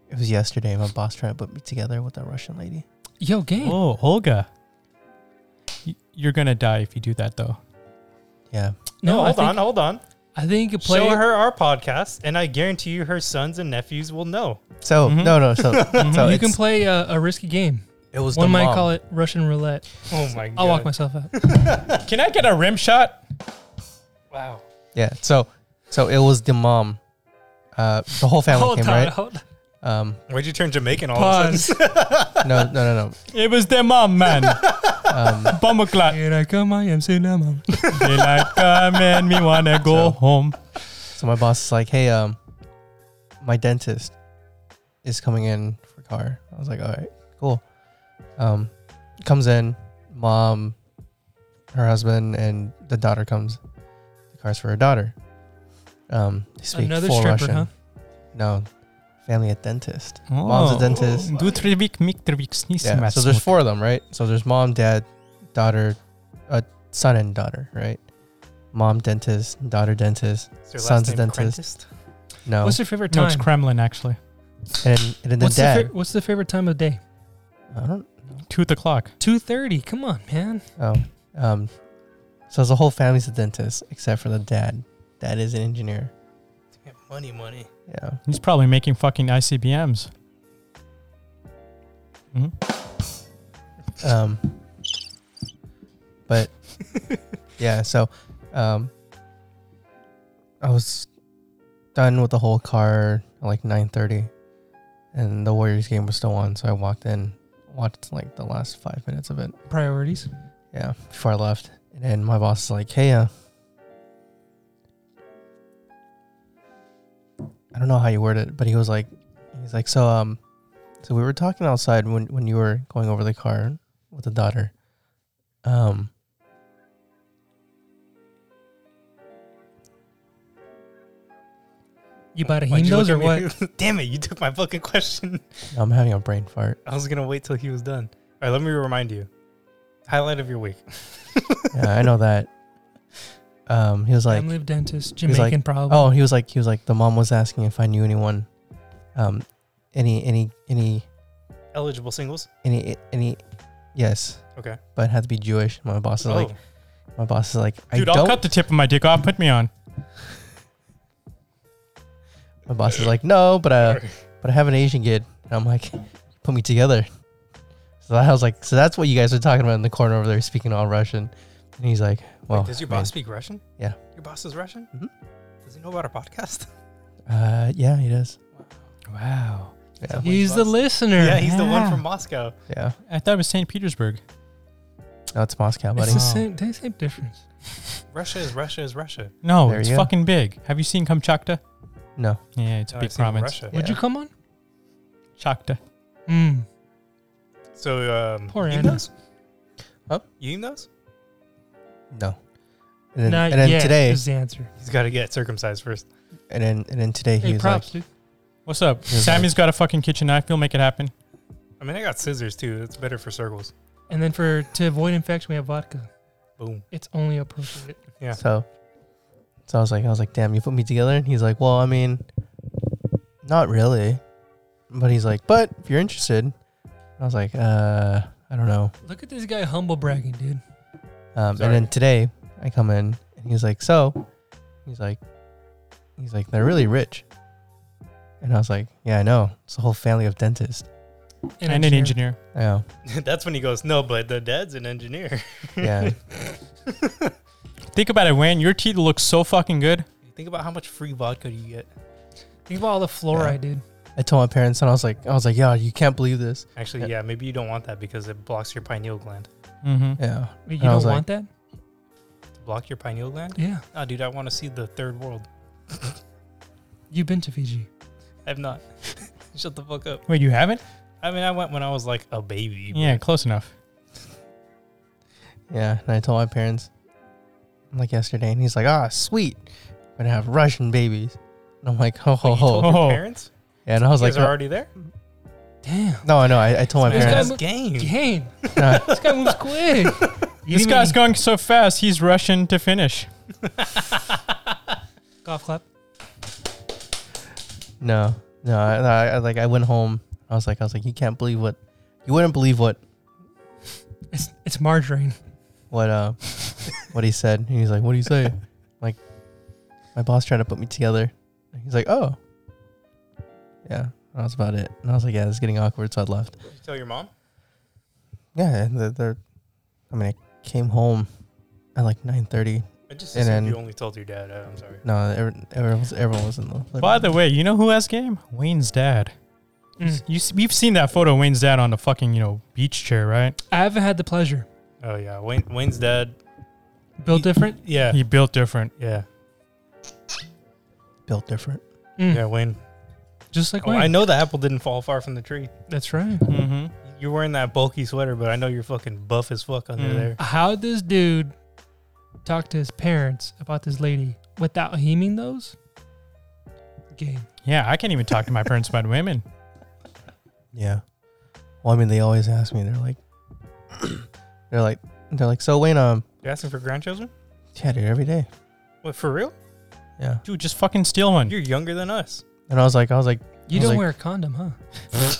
[SPEAKER 4] it was yesterday. My boss trying to put me together with that Russian lady.
[SPEAKER 3] Yo, game.
[SPEAKER 5] Oh, Olga. Y- You're gonna die if you do that, though.
[SPEAKER 4] Yeah,
[SPEAKER 2] No,
[SPEAKER 3] I
[SPEAKER 2] hold
[SPEAKER 3] think,
[SPEAKER 2] on, hold on.
[SPEAKER 3] I think you play.
[SPEAKER 2] Show
[SPEAKER 3] it-
[SPEAKER 2] her our podcast, and I guarantee you, her sons and nephews will know.
[SPEAKER 4] So
[SPEAKER 5] Mhm.
[SPEAKER 4] no, no. So
[SPEAKER 5] [LAUGHS]
[SPEAKER 4] so
[SPEAKER 3] you can
[SPEAKER 4] it's-
[SPEAKER 3] play a, a risky game.
[SPEAKER 4] It was
[SPEAKER 3] One
[SPEAKER 4] the
[SPEAKER 3] might
[SPEAKER 4] mom.
[SPEAKER 3] call it Russian roulette.
[SPEAKER 2] Oh my god!
[SPEAKER 3] I'll walk myself
[SPEAKER 2] [LAUGHS]
[SPEAKER 3] out.
[SPEAKER 5] Can I get a rim shot?
[SPEAKER 2] Wow.
[SPEAKER 4] Yeah. So so it was the mom. Uh, the whole family
[SPEAKER 3] hold
[SPEAKER 4] came
[SPEAKER 3] on.
[SPEAKER 4] right.
[SPEAKER 3] Hold on.
[SPEAKER 4] Um,
[SPEAKER 2] Why'd you turn Jamaican all of a
[SPEAKER 3] Pause.
[SPEAKER 2] sudden?
[SPEAKER 4] no, no, no,
[SPEAKER 5] It was their mom, man.
[SPEAKER 4] no. Um,
[SPEAKER 5] Bummerclot.
[SPEAKER 3] Here I come, I am saying I'm on.
[SPEAKER 5] They like come and me wanna go
[SPEAKER 4] So-
[SPEAKER 5] home.
[SPEAKER 4] So my boss is like, "Hey, um, my dentist is coming in for car." I was like, "All right, cool." Um, comes in, mom, her husband, and the daughter comes. The car's for her daughter. Um, they speak
[SPEAKER 3] Another
[SPEAKER 4] full
[SPEAKER 3] stripper,
[SPEAKER 4] Russian.
[SPEAKER 3] huh?
[SPEAKER 4] No, family at dentist.
[SPEAKER 5] Oh.
[SPEAKER 4] Mom's a dentist.
[SPEAKER 5] Do three week, make three weeks.
[SPEAKER 4] Yeah. So there's four of them, right? So there's mom, dad, daughter, uh, son, and daughter, right? Mom dentist, daughter dentist.
[SPEAKER 2] Is your
[SPEAKER 4] Son's a
[SPEAKER 2] name
[SPEAKER 4] dentist.
[SPEAKER 2] Crentist?
[SPEAKER 4] No,
[SPEAKER 3] What's your favorite
[SPEAKER 5] No,
[SPEAKER 3] time?
[SPEAKER 5] it's Kremlin actually.
[SPEAKER 4] and then, and then the
[SPEAKER 3] what's, the
[SPEAKER 4] dad.
[SPEAKER 3] fa- what's the favorite time of day?
[SPEAKER 4] I don't.
[SPEAKER 5] Two o'clock.
[SPEAKER 3] Two thirty. Come on, man.
[SPEAKER 4] Oh, um, so the whole family's a dentist except for the dad. Dad is an engineer.
[SPEAKER 2] Yeah, money, money.
[SPEAKER 4] Yeah,
[SPEAKER 5] He's probably making fucking ICBMs. hmm
[SPEAKER 4] um, but yeah, so um, I was done with the whole car at like nine thirty, and the Warriors game was still on. So I walked in, watched like the last five minutes of it.
[SPEAKER 3] Priorities.
[SPEAKER 4] Yeah, before I left, and then my boss is like, "Hey, uh, I don't know how you word it, but he was like, he's like, so um, so we were talking outside when when you were going over the car with the daughter, um."
[SPEAKER 3] You bought a
[SPEAKER 2] Why'd you
[SPEAKER 3] Hindos or
[SPEAKER 2] look at
[SPEAKER 3] what?
[SPEAKER 2] me? [LAUGHS] Damn it! You took my fucking question.
[SPEAKER 4] I'm having a brain fart.
[SPEAKER 2] [LAUGHS] I was gonna wait till he was done. All right, let me remind you. Highlight of your week.
[SPEAKER 4] Yeah, I know that. Um, he was like,
[SPEAKER 3] Family of dentists,
[SPEAKER 4] was like,
[SPEAKER 3] Jamaican problem.
[SPEAKER 4] Oh, he was like, he was like, the mom was asking if I knew anyone, um, any, any, any,
[SPEAKER 2] Eligible singles.
[SPEAKER 4] any, any, yes,
[SPEAKER 2] Okay.
[SPEAKER 4] but it had to be Jewish. My boss is
[SPEAKER 2] oh,
[SPEAKER 4] like, my boss is like, I
[SPEAKER 5] Dude, I'll
[SPEAKER 4] don't.
[SPEAKER 5] cut the tip of my dick off. Put me on.
[SPEAKER 4] My boss is like, no, but uh, but I have an Asian kid. And I'm like, [LAUGHS] put me together. So I was like, so that's what you guys are talking about in the corner over there, speaking all Russian. And he's like, well,
[SPEAKER 2] Wait, does your boss speak Russian?
[SPEAKER 4] Yeah.
[SPEAKER 2] Your boss is Russian.
[SPEAKER 4] Mhm.
[SPEAKER 2] Does he know about our podcast?
[SPEAKER 4] man, uh, yeah, he does.
[SPEAKER 5] Wow.
[SPEAKER 4] Yeah,
[SPEAKER 3] he's the
[SPEAKER 2] Wayne's
[SPEAKER 3] listener.
[SPEAKER 2] Yeah, he's the one
[SPEAKER 5] Yeah.
[SPEAKER 2] from Moscow.
[SPEAKER 4] yeah.
[SPEAKER 5] I thought it was St. Petersburg.
[SPEAKER 4] No, it's Moscow, buddy.
[SPEAKER 3] It's the
[SPEAKER 5] Wow.
[SPEAKER 3] same, they- same difference.
[SPEAKER 2] Russia is Russia is Russia.
[SPEAKER 5] No,
[SPEAKER 4] There
[SPEAKER 5] it's
[SPEAKER 4] you go.
[SPEAKER 5] fucking big. Have you seen Kamchatka?
[SPEAKER 4] No,
[SPEAKER 5] Yeah, it's a
[SPEAKER 2] No,
[SPEAKER 5] big
[SPEAKER 2] I've seen
[SPEAKER 5] province.
[SPEAKER 2] Russia.
[SPEAKER 4] Yeah.
[SPEAKER 3] Would you come on?
[SPEAKER 5] Chakta.
[SPEAKER 3] Mm.
[SPEAKER 2] So um,
[SPEAKER 3] Poor
[SPEAKER 2] you
[SPEAKER 3] Anna.
[SPEAKER 2] those?
[SPEAKER 4] Huh?
[SPEAKER 2] You eating those?
[SPEAKER 4] no. And then,
[SPEAKER 3] Not
[SPEAKER 4] and then
[SPEAKER 3] yet
[SPEAKER 4] today,
[SPEAKER 3] is the answer.
[SPEAKER 2] He's got to get circumcised first.
[SPEAKER 4] and then and then today, he
[SPEAKER 3] Hey,
[SPEAKER 4] was like,
[SPEAKER 3] props, dude.
[SPEAKER 5] What's up?
[SPEAKER 4] He was
[SPEAKER 5] Sammy's got a fucking kitchen knife. He'll make it happen.
[SPEAKER 2] I mean, I got scissors too. It's better for circles.
[SPEAKER 3] And then for to avoid infection, we have vodka.
[SPEAKER 2] Boom. [LAUGHS]
[SPEAKER 3] It's only appropriate.
[SPEAKER 2] Yeah.
[SPEAKER 4] so, so I was like, I was like, damn, you put me together. And he's like, well, I mean, not really. But he's like, but if you're interested, I was like, uh, I don't know.
[SPEAKER 3] Look at this guy humble bragging, dude.
[SPEAKER 4] Um, and
[SPEAKER 5] Sorry.
[SPEAKER 4] then today I come in and he's like, so he's like, he's like, they're really rich. And I was like, yeah, I know. It's a whole family of dentists.
[SPEAKER 5] and an engineer.
[SPEAKER 4] I know.
[SPEAKER 2] That's when he goes, no, but the dad's an engineer. [LAUGHS]
[SPEAKER 4] Yeah.
[SPEAKER 5] Think about it, Wayne. Your teeth look so fucking good.
[SPEAKER 2] Think about how much free vodka you get.
[SPEAKER 3] Think about all the fluoride, dude.
[SPEAKER 4] I told my parents and I was like, I was like, yeah, you can't believe this.
[SPEAKER 2] Actually, yeah, maybe you don't want that because it blocks your pineal gland.
[SPEAKER 5] Mm-hmm.
[SPEAKER 4] Yeah.
[SPEAKER 3] Wait, you
[SPEAKER 4] I
[SPEAKER 3] don't
[SPEAKER 4] was like-
[SPEAKER 3] want that?
[SPEAKER 2] To block your pineal gland?
[SPEAKER 3] Yeah.
[SPEAKER 2] Oh, dude, I want to see the third world.
[SPEAKER 3] You've been to Fiji.
[SPEAKER 2] I've not. [LAUGHS] Shut the fuck up.
[SPEAKER 5] Wait, you haven't?
[SPEAKER 2] I mean, I went when I was like a baby. but
[SPEAKER 5] Yeah, close enough.
[SPEAKER 4] Yeah. And I told my parents like yesterday and he's like, ah, sweet. We're going to have Russian babies. And I'm like, [LAUGHS] ho, ho,
[SPEAKER 2] you told
[SPEAKER 4] ho.
[SPEAKER 2] your
[SPEAKER 5] Oh.
[SPEAKER 2] parents?
[SPEAKER 4] Yeah, and I was
[SPEAKER 2] You guys
[SPEAKER 4] like,
[SPEAKER 2] are
[SPEAKER 4] no,
[SPEAKER 2] already there?
[SPEAKER 3] Damn.
[SPEAKER 4] no, no, I, I told my
[SPEAKER 3] This
[SPEAKER 4] parents.
[SPEAKER 2] That's game.
[SPEAKER 3] Game.
[SPEAKER 2] [LAUGHS]
[SPEAKER 4] No,
[SPEAKER 3] This guy moves quick. You
[SPEAKER 5] This
[SPEAKER 3] didn't
[SPEAKER 5] guy's
[SPEAKER 3] even-
[SPEAKER 5] going so fast, he's rushing to finish.
[SPEAKER 3] golf clap.
[SPEAKER 4] [LAUGHS] No, no. I, I, I- like I went home. I was like, I was like, you can't believe what, you wouldn't believe what,
[SPEAKER 3] It's it's margarine.
[SPEAKER 4] what,
[SPEAKER 2] [LAUGHS]
[SPEAKER 4] uh, what he said. And he's like, what do you say? I'm like, my boss tried to put me together. And he's like, oh, yeah. That was about it. And I was like, yeah, this is getting awkward, so I left.
[SPEAKER 2] Did you tell your mom?
[SPEAKER 4] Yeah, and they're, they're I mean, I came home at like nine thirty.
[SPEAKER 2] I just
[SPEAKER 4] And
[SPEAKER 2] assumed
[SPEAKER 4] then-
[SPEAKER 2] you only told your dad. Uh, I'm sorry.
[SPEAKER 4] No, every- everyone was, everyone was in the. living
[SPEAKER 5] By the
[SPEAKER 4] room.
[SPEAKER 5] way, you know who has game? Wayne's dad.
[SPEAKER 2] Hmm.
[SPEAKER 3] Mm.
[SPEAKER 5] You, s- you've seen that photo of Wayne's dad on the fucking, you know, beach chair, right?
[SPEAKER 3] I haven't had the pleasure.
[SPEAKER 2] Oh, yeah. Wayne, Wayne's dad.
[SPEAKER 3] Built different.
[SPEAKER 2] Yeah.
[SPEAKER 5] He built different.
[SPEAKER 2] Yeah.
[SPEAKER 4] built different.
[SPEAKER 3] Mm.
[SPEAKER 2] Yeah, Wayne.
[SPEAKER 3] Just like
[SPEAKER 2] Oh,
[SPEAKER 3] mine.
[SPEAKER 2] I know the apple didn't fall far from the tree.
[SPEAKER 3] That's right.
[SPEAKER 5] Mm-hmm.
[SPEAKER 2] You're wearing that bulky sweater, but I know you're fucking buff as fuck under
[SPEAKER 5] Mm.
[SPEAKER 2] there.
[SPEAKER 3] How this dude talk to his parents about this lady without heming those? Game.
[SPEAKER 5] Yeah, I can't even talk to my parents about women.
[SPEAKER 4] Yeah. Well, I mean, they always ask me. They're like, [CLEARS THROAT] they're like, they're like, so Wayne, um,
[SPEAKER 2] You're asking for grandchildren?
[SPEAKER 4] yeah, dude, every day.
[SPEAKER 2] What, for real?
[SPEAKER 4] Yeah.
[SPEAKER 5] Dude, just fucking steal one.
[SPEAKER 2] You're younger than us.
[SPEAKER 4] And I was like, I was like,
[SPEAKER 3] You
[SPEAKER 4] I was
[SPEAKER 3] don't
[SPEAKER 4] like-
[SPEAKER 3] wear a condom, huh?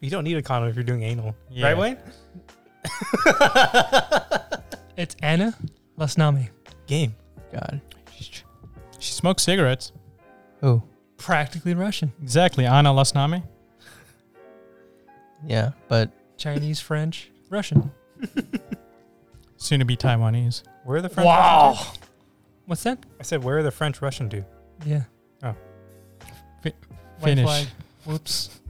[SPEAKER 2] You don't need a condom if you're doing anal.
[SPEAKER 5] Yeah.
[SPEAKER 2] Right, Wayne?
[SPEAKER 3] It's Anna Lasnami.
[SPEAKER 2] Game.
[SPEAKER 4] God.
[SPEAKER 5] She smokes cigarettes.
[SPEAKER 4] Oh,
[SPEAKER 3] Practically Russian.
[SPEAKER 5] Exactly. Anna Lasnami.
[SPEAKER 4] yeah. But
[SPEAKER 3] Chinese, French, Russian.
[SPEAKER 5] Soon to be [LAUGHS] Taiwanese.
[SPEAKER 2] Where are the French Russian
[SPEAKER 3] What's that?
[SPEAKER 2] dude? I said, where are the French Russian dude?
[SPEAKER 3] Yeah.
[SPEAKER 5] Oh. Fi-
[SPEAKER 3] White
[SPEAKER 5] finish.
[SPEAKER 3] flag. Whoops.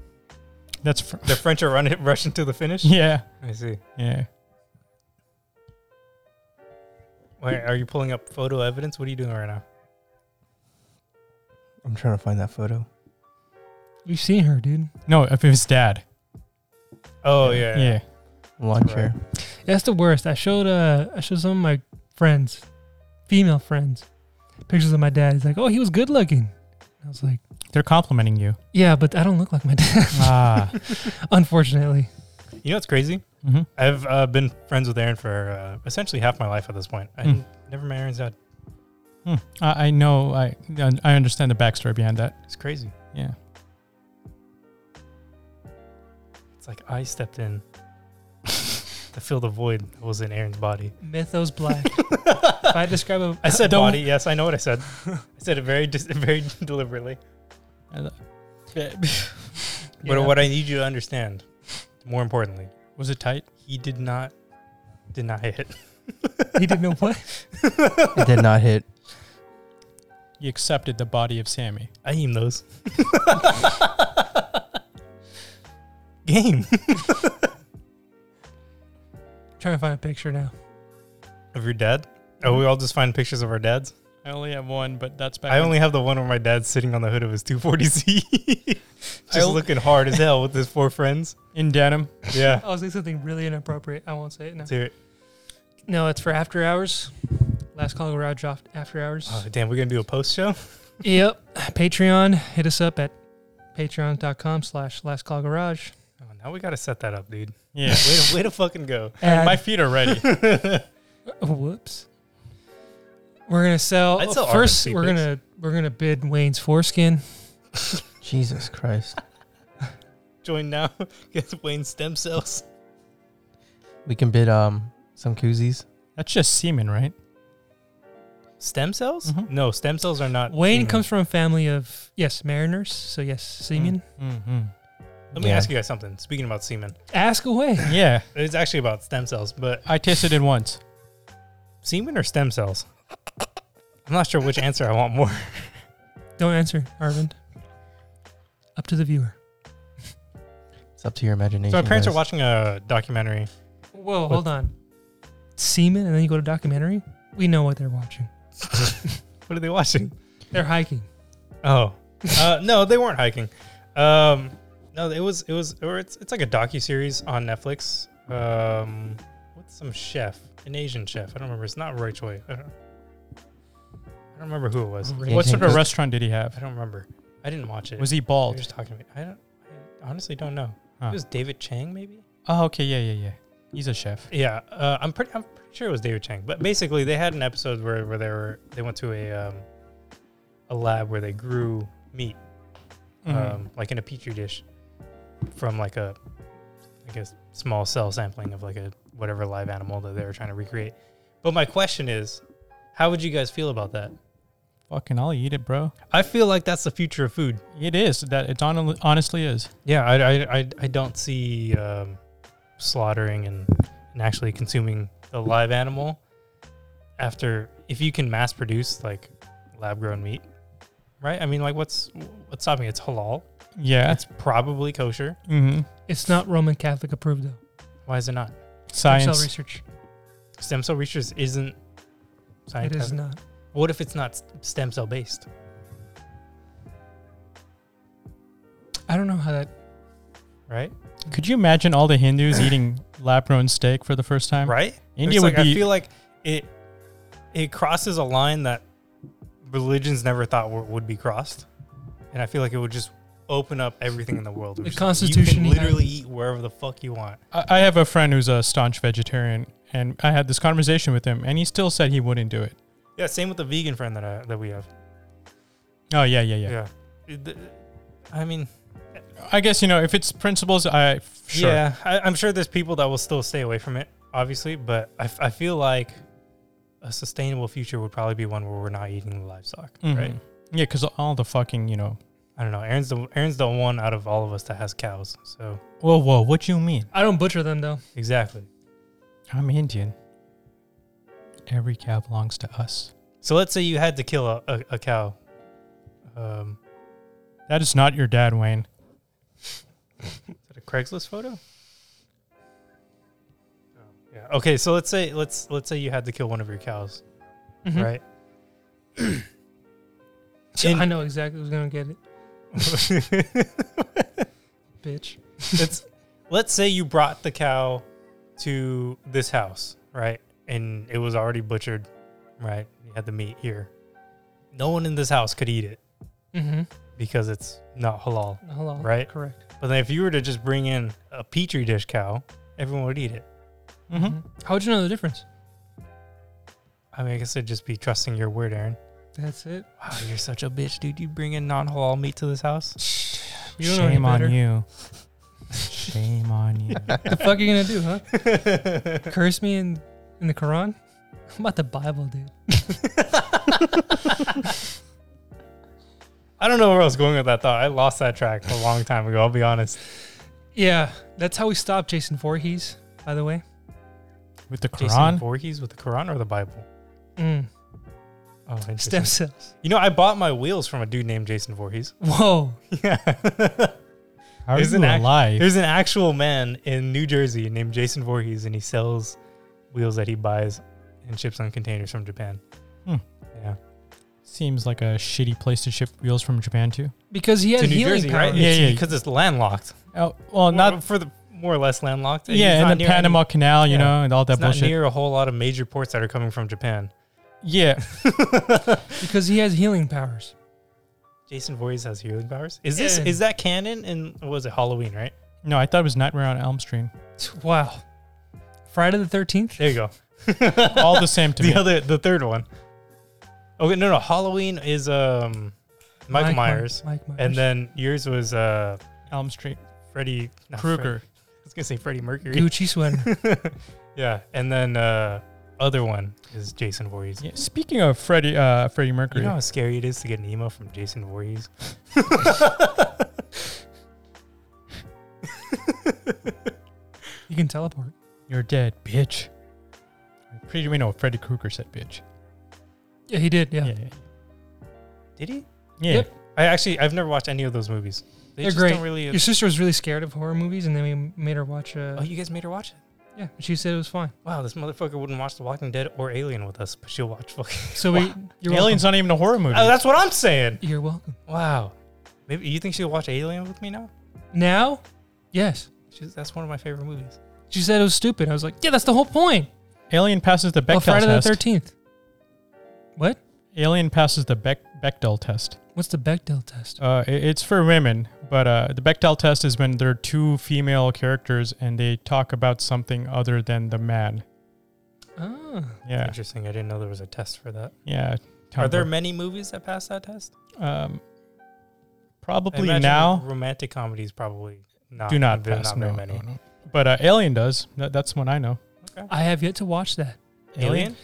[SPEAKER 5] That's fr-
[SPEAKER 2] The French are running, [LAUGHS] Russian to the finish?
[SPEAKER 5] yeah,
[SPEAKER 2] I see.
[SPEAKER 5] yeah.
[SPEAKER 2] Wait, are you pulling up photo evidence? What are you doing right now?
[SPEAKER 4] I'm trying to find that photo.
[SPEAKER 3] We've seen her, dude.
[SPEAKER 5] No, if his dad.
[SPEAKER 2] Oh, yeah.
[SPEAKER 5] Yeah.
[SPEAKER 4] Lawn chair.
[SPEAKER 3] That's the worst. I showed uh I showed some of my friends, female friends, pictures of my dad. He's like, Oh, he was good looking. I was like,
[SPEAKER 5] they're complimenting [LAUGHS] you.
[SPEAKER 3] Yeah, but I don't look like my dad,
[SPEAKER 5] ah,
[SPEAKER 3] unfortunately.
[SPEAKER 2] You know what's crazy?
[SPEAKER 5] Mhm.
[SPEAKER 2] I've uh, been friends with Aaron for uh, essentially half my life at this point. I
[SPEAKER 5] Hmm.
[SPEAKER 2] n- never met Aaron's dad.
[SPEAKER 5] Hmm. I, I know. I I understand the backstory behind that.
[SPEAKER 2] It's crazy.
[SPEAKER 5] Yeah,
[SPEAKER 2] It's like I stepped in [LAUGHS] to fill the void that was in Aaron's body.
[SPEAKER 3] Mythos black. if I describe a
[SPEAKER 2] I
[SPEAKER 5] [LAUGHS]
[SPEAKER 2] said
[SPEAKER 5] Don't-
[SPEAKER 2] body. Yes, I know what I said. I said it very, dis- [LAUGHS] very deliberately.
[SPEAKER 5] I lo- [LAUGHS]
[SPEAKER 2] But
[SPEAKER 3] Yeah.
[SPEAKER 2] what I need you to understand, more importantly,
[SPEAKER 5] was it tight?
[SPEAKER 2] he did not deny it.
[SPEAKER 3] he didn't know what.
[SPEAKER 4] it did not hit.
[SPEAKER 5] You accepted the body of Sammy.
[SPEAKER 2] [LAUGHS] I aim
[SPEAKER 5] [LAUGHS]
[SPEAKER 2] those. [LAUGHS] Game
[SPEAKER 3] trying to find a picture now.
[SPEAKER 2] of your dad. Oh, we all just find pictures of our dads.
[SPEAKER 5] I only have one, but that's back.
[SPEAKER 2] I
[SPEAKER 5] when-
[SPEAKER 2] only have the one where my dad's sitting on the hood of his [LAUGHS] 240Z, just
[SPEAKER 5] I only-
[SPEAKER 2] looking hard as hell with his four [LAUGHS] friends.
[SPEAKER 5] in denim.
[SPEAKER 2] Yeah,
[SPEAKER 3] I was saying Oh, something really inappropriate. I won't say it now.
[SPEAKER 2] Let's hear it.
[SPEAKER 3] No, it's for after hours. Last call garage off after hours.
[SPEAKER 2] Oh, damn, we're gonna do a post show.
[SPEAKER 3] Yep. Patreon. Hit us up at patreon.com slash last call garage.
[SPEAKER 2] Oh, now we gotta set that up, dude.
[SPEAKER 5] [LAUGHS]
[SPEAKER 2] [LAUGHS]
[SPEAKER 5] Yeah,
[SPEAKER 2] Way to, way to fucking go.
[SPEAKER 3] Add-
[SPEAKER 5] my feet
[SPEAKER 2] [LAUGHS]
[SPEAKER 5] are ready.
[SPEAKER 3] Whoops. We're gonna sell,
[SPEAKER 2] I'd sell
[SPEAKER 3] first.
[SPEAKER 2] RNC
[SPEAKER 3] We're
[SPEAKER 2] pics.
[SPEAKER 3] gonna we're gonna bid Wayne's foreskin.
[SPEAKER 4] Jesus Christ.
[SPEAKER 2] Join now. [LAUGHS] Get Wayne stem cells.
[SPEAKER 4] We can bid um some koozies.
[SPEAKER 5] That's just semen, right?
[SPEAKER 2] Stem cells?
[SPEAKER 5] Mhm.
[SPEAKER 2] No, stem cells are not.
[SPEAKER 3] Wayne
[SPEAKER 2] semen.
[SPEAKER 3] comes from a family of yes mariners, so yes seamen.
[SPEAKER 2] Mm.
[SPEAKER 5] Mm-hmm.
[SPEAKER 2] Let me
[SPEAKER 4] Yeah.
[SPEAKER 2] ask you guys something. Speaking about semen,
[SPEAKER 3] Ask away.
[SPEAKER 5] Yeah,
[SPEAKER 2] it's actually about stem cells, but
[SPEAKER 5] I tasted it once.
[SPEAKER 2] semen or stem cells? I'm not sure which answer I want more.
[SPEAKER 3] Don't answer, Arvind. Up to the viewer.
[SPEAKER 4] It's up to your imagination.
[SPEAKER 2] So my parents
[SPEAKER 4] guys.
[SPEAKER 2] are watching a documentary.
[SPEAKER 3] Whoa, hold on. Seamen, and then you go to documentary. We know what they're watching.
[SPEAKER 2] What are they watching?
[SPEAKER 3] They're hiking.
[SPEAKER 2] Oh, uh, no, they weren't hiking. Um, no, it was it was or it's it's like a docu series on Netflix. Um, what's some chef, an Asian chef? I don't remember. It's not Roy Choi. I don't, I don't remember who it was.
[SPEAKER 4] Yeah,
[SPEAKER 5] What
[SPEAKER 4] yeah,
[SPEAKER 5] sort of
[SPEAKER 4] just-
[SPEAKER 5] restaurant did he
[SPEAKER 2] I
[SPEAKER 5] have?
[SPEAKER 2] don't remember. I didn't watch it.
[SPEAKER 5] Was he
[SPEAKER 2] You're
[SPEAKER 5] bald?
[SPEAKER 2] just talking to me. I don't. I honestly don't know.
[SPEAKER 5] Huh.
[SPEAKER 2] It was David Chang, maybe.
[SPEAKER 5] Oh, okay. Yeah, yeah, yeah. He's a chef.
[SPEAKER 2] Yeah, uh, I'm pretty. I'm pretty sure it was David Chang. But basically, they had an episode where where they were they went to a um, a lab where they grew meat,
[SPEAKER 5] Mhm.
[SPEAKER 2] um, like in a petri dish, from like a I guess small cell sampling of like a whatever live animal that they were trying to recreate. But my question is, how would you guys feel about that?
[SPEAKER 5] Fucking, I'll eat it, bro.
[SPEAKER 2] I feel like that's the future of food.
[SPEAKER 5] It is that it hon- honestly is.
[SPEAKER 2] Yeah, I, I, I, I don't see um, slaughtering and, and actually consuming the live animal after if you can mass produce like lab grown meat, right? I mean, like what's what's stopping? it? It's halal.
[SPEAKER 5] Yeah.
[SPEAKER 2] It's mm-hmm. probably kosher.
[SPEAKER 5] hmm
[SPEAKER 3] It's not Roman Catholic approved though.
[SPEAKER 2] Why is it not?
[SPEAKER 3] Stem cell
[SPEAKER 5] Science.
[SPEAKER 3] research.
[SPEAKER 2] Stem cell research isn't
[SPEAKER 3] It
[SPEAKER 2] scientific.
[SPEAKER 3] is not.
[SPEAKER 2] What if it's not s- stem cell based?
[SPEAKER 3] I don't know how that.
[SPEAKER 2] Right?
[SPEAKER 5] Could you imagine all the
[SPEAKER 2] [LAUGHS]
[SPEAKER 5] Hindus eating lab-grown steak for the first time?
[SPEAKER 3] Um,
[SPEAKER 2] Right?
[SPEAKER 5] India
[SPEAKER 2] It's
[SPEAKER 5] would
[SPEAKER 2] like,
[SPEAKER 5] be.
[SPEAKER 2] I feel like it it crosses a line that religions never thought w- would be crossed, and I feel like it would just open up everything in the world. It
[SPEAKER 3] The
[SPEAKER 2] would just-
[SPEAKER 3] Constitution
[SPEAKER 2] you
[SPEAKER 3] you
[SPEAKER 2] can
[SPEAKER 3] have-
[SPEAKER 2] literally eat wherever the fuck you want.
[SPEAKER 5] I I have a friend who's a staunch vegetarian, and I had this conversation with him, and he still said he wouldn't do it.
[SPEAKER 2] Yeah, same with the vegan friend that I, that we have.
[SPEAKER 5] Oh yeah, yeah, yeah.
[SPEAKER 2] Yeah, It- th- I mean,
[SPEAKER 5] I guess you know if it's principles, I f- sure.
[SPEAKER 2] yeah, I, I'm sure there's people that will still stay away from it, obviously, but I, f- I feel like a sustainable future would probably be one where we're not eating the livestock,
[SPEAKER 5] Mhm.
[SPEAKER 2] right?
[SPEAKER 5] Yeah, because all the fucking you know.
[SPEAKER 2] I don't know. Aaron's the Aaron's the one out of all of us that has cows, so
[SPEAKER 5] Whoa, whoa, what you mean?
[SPEAKER 3] I don't butcher them though.
[SPEAKER 2] exactly.
[SPEAKER 5] I'm Indian. Every cow belongs to us.
[SPEAKER 2] So let's say you had to kill a, a, a cow. Um,
[SPEAKER 5] That is not your dad, Wayne.
[SPEAKER 2] is that a Craigslist photo? Yeah. Okay, so let's say let's let's say you had to kill one of your cows,
[SPEAKER 3] Mhm.
[SPEAKER 2] right?
[SPEAKER 3] So
[SPEAKER 2] In-
[SPEAKER 3] I know exactly who's gonna get it,
[SPEAKER 2] [LAUGHS]
[SPEAKER 3] bitch.
[SPEAKER 2] let's let's say you brought the cow to this house, right? And it was already butchered, right? You had the meat here. No one in this house could eat it
[SPEAKER 3] Mm-hmm.
[SPEAKER 2] because it's not halal.
[SPEAKER 3] Hello.
[SPEAKER 2] Right.
[SPEAKER 3] Correct.
[SPEAKER 2] But then if you were to just bring in a petri dish cow, everyone would eat it.
[SPEAKER 5] Mm-hmm.
[SPEAKER 3] How would you know the difference?
[SPEAKER 2] I mean, I guess it'd just be trusting your word, Aaron.
[SPEAKER 3] That's it.
[SPEAKER 2] Wow, you're such a bitch, dude. You bring in non halal meat to this house?
[SPEAKER 3] You don't know any
[SPEAKER 5] Shame
[SPEAKER 3] better.
[SPEAKER 5] on you. Shame on you.
[SPEAKER 3] The fuck you gonna do, huh?
[SPEAKER 5] [LAUGHS]
[SPEAKER 3] Curse me in in the Quran? [LAUGHS] How about the Bible, dude?
[SPEAKER 2] I don't know where I was going with that thought. I lost that track a long time ago, I'll be honest.
[SPEAKER 3] Yeah, that's how we stopped Jason Voorhees. By the way,
[SPEAKER 5] With the
[SPEAKER 2] Jason
[SPEAKER 5] Quran?
[SPEAKER 2] Voorhees with the Quran or the Bible?
[SPEAKER 3] mm.
[SPEAKER 2] Oh, interesting.
[SPEAKER 3] stem cells.
[SPEAKER 2] You know, I bought my wheels from a dude named Jason Voorhees.
[SPEAKER 3] Whoa,
[SPEAKER 2] [LAUGHS] Yeah.
[SPEAKER 5] How are
[SPEAKER 2] Isn't
[SPEAKER 5] you
[SPEAKER 2] act-
[SPEAKER 5] alive?
[SPEAKER 2] There's an actual man in New Jersey named Jason Voorhees, and he sells wheels that he buys and ships on containers from Japan.
[SPEAKER 5] Hmm.
[SPEAKER 2] Yeah.
[SPEAKER 5] Seems like a shitty place to ship wheels from Japan to.
[SPEAKER 3] because he had
[SPEAKER 2] to New
[SPEAKER 3] healing
[SPEAKER 2] Jersey,
[SPEAKER 3] powers.
[SPEAKER 2] right?
[SPEAKER 5] Yeah,
[SPEAKER 2] It's
[SPEAKER 5] yeah.
[SPEAKER 2] Because it's landlocked.
[SPEAKER 5] Oh, well,
[SPEAKER 2] not
[SPEAKER 5] not.
[SPEAKER 2] for the more or less landlocked. It's
[SPEAKER 5] Yeah,
[SPEAKER 2] not
[SPEAKER 5] and the
[SPEAKER 2] near any-
[SPEAKER 5] Panama Canal, you
[SPEAKER 2] yeah.
[SPEAKER 5] know, and all that
[SPEAKER 2] it's not
[SPEAKER 5] bullshit.
[SPEAKER 2] near a whole lot of major ports that are coming from Japan.
[SPEAKER 5] yeah.
[SPEAKER 3] Because he has healing powers.
[SPEAKER 2] Jason Voorhees has healing powers. Is this
[SPEAKER 3] Yeah.
[SPEAKER 2] is that canon? And what was it Halloween? Right
[SPEAKER 5] No, I thought it was Nightmare on Elm Street.
[SPEAKER 3] Wow. Friday the Thirteenth.
[SPEAKER 2] there you go.
[SPEAKER 5] [LAUGHS] All the same
[SPEAKER 2] [LAUGHS]
[SPEAKER 5] to
[SPEAKER 2] the
[SPEAKER 5] me.
[SPEAKER 2] other the third one. Okay, no no Halloween is um Michael Myers,
[SPEAKER 3] Mike, Myers.
[SPEAKER 2] and then yours was uh,
[SPEAKER 5] Elm Street,
[SPEAKER 2] Freddie not Fred-
[SPEAKER 5] Krueger.
[SPEAKER 2] I was gonna say Freddie Mercury.
[SPEAKER 3] Gucci sweater.
[SPEAKER 2] [LAUGHS] yeah, and then uh, other one is Jason Voorhees.
[SPEAKER 5] Yeah, speaking of Freddie, uh, Freddie
[SPEAKER 2] You
[SPEAKER 5] Mercury.
[SPEAKER 2] know how scary it is to get an email from Jason Voorhees.
[SPEAKER 3] you can teleport.
[SPEAKER 5] You're dead, bitch. Pretty we know Freddy Krueger said bitch.
[SPEAKER 3] Yeah, he did. Yeah.
[SPEAKER 5] Yeah. Yeah.
[SPEAKER 2] Did he?
[SPEAKER 5] yeah.
[SPEAKER 3] Yep.
[SPEAKER 2] I actually I've never watched any of those movies. They
[SPEAKER 3] They're
[SPEAKER 2] just
[SPEAKER 3] great.
[SPEAKER 2] don't really.
[SPEAKER 3] Your sister was really scared of horror movies, and then we made her watch. Uh,
[SPEAKER 2] oh, you guys made her watch it.
[SPEAKER 3] yeah, she said it was fine.
[SPEAKER 2] Wow, this motherfucker wouldn't watch The Walking Dead or Alien with us, but she'll watch fucking.
[SPEAKER 3] So we. You're
[SPEAKER 5] Alien's not even a horror movie.
[SPEAKER 2] Oh, that's what I'm saying.
[SPEAKER 3] Welcome. You're welcome.
[SPEAKER 2] Wow. Maybe you think she'll watch Alien with me now?
[SPEAKER 3] Now, yes,
[SPEAKER 2] She's, that's one of my favorite movies.
[SPEAKER 3] she said it was stupid. I was like, yeah, that's the whole point.
[SPEAKER 5] Alien passes the
[SPEAKER 3] Well,
[SPEAKER 5] Bechdel
[SPEAKER 3] Friday the
[SPEAKER 5] test.
[SPEAKER 3] Thirteenth. What?
[SPEAKER 5] Alien passes the Beck Bechdel test.
[SPEAKER 3] What's the Bechdel test?
[SPEAKER 5] Uh, i- it's for women, but uh, the Bechdel test is when there are two female characters and they talk about something other than the man.
[SPEAKER 3] Oh.
[SPEAKER 5] Yeah,
[SPEAKER 2] Interesting. I didn't know there was a test for that.
[SPEAKER 5] yeah.
[SPEAKER 2] Are there many movies that pass that test?
[SPEAKER 5] Um,
[SPEAKER 2] I
[SPEAKER 5] probably
[SPEAKER 2] imagine
[SPEAKER 5] now.
[SPEAKER 2] romantic comedies probably not.
[SPEAKER 5] Do not
[SPEAKER 2] there are
[SPEAKER 5] pass.
[SPEAKER 2] Not very
[SPEAKER 5] no,
[SPEAKER 2] many.
[SPEAKER 5] no, no. But uh, Alien does. That, that's one I know.
[SPEAKER 3] I have yet to watch that.
[SPEAKER 2] Alien.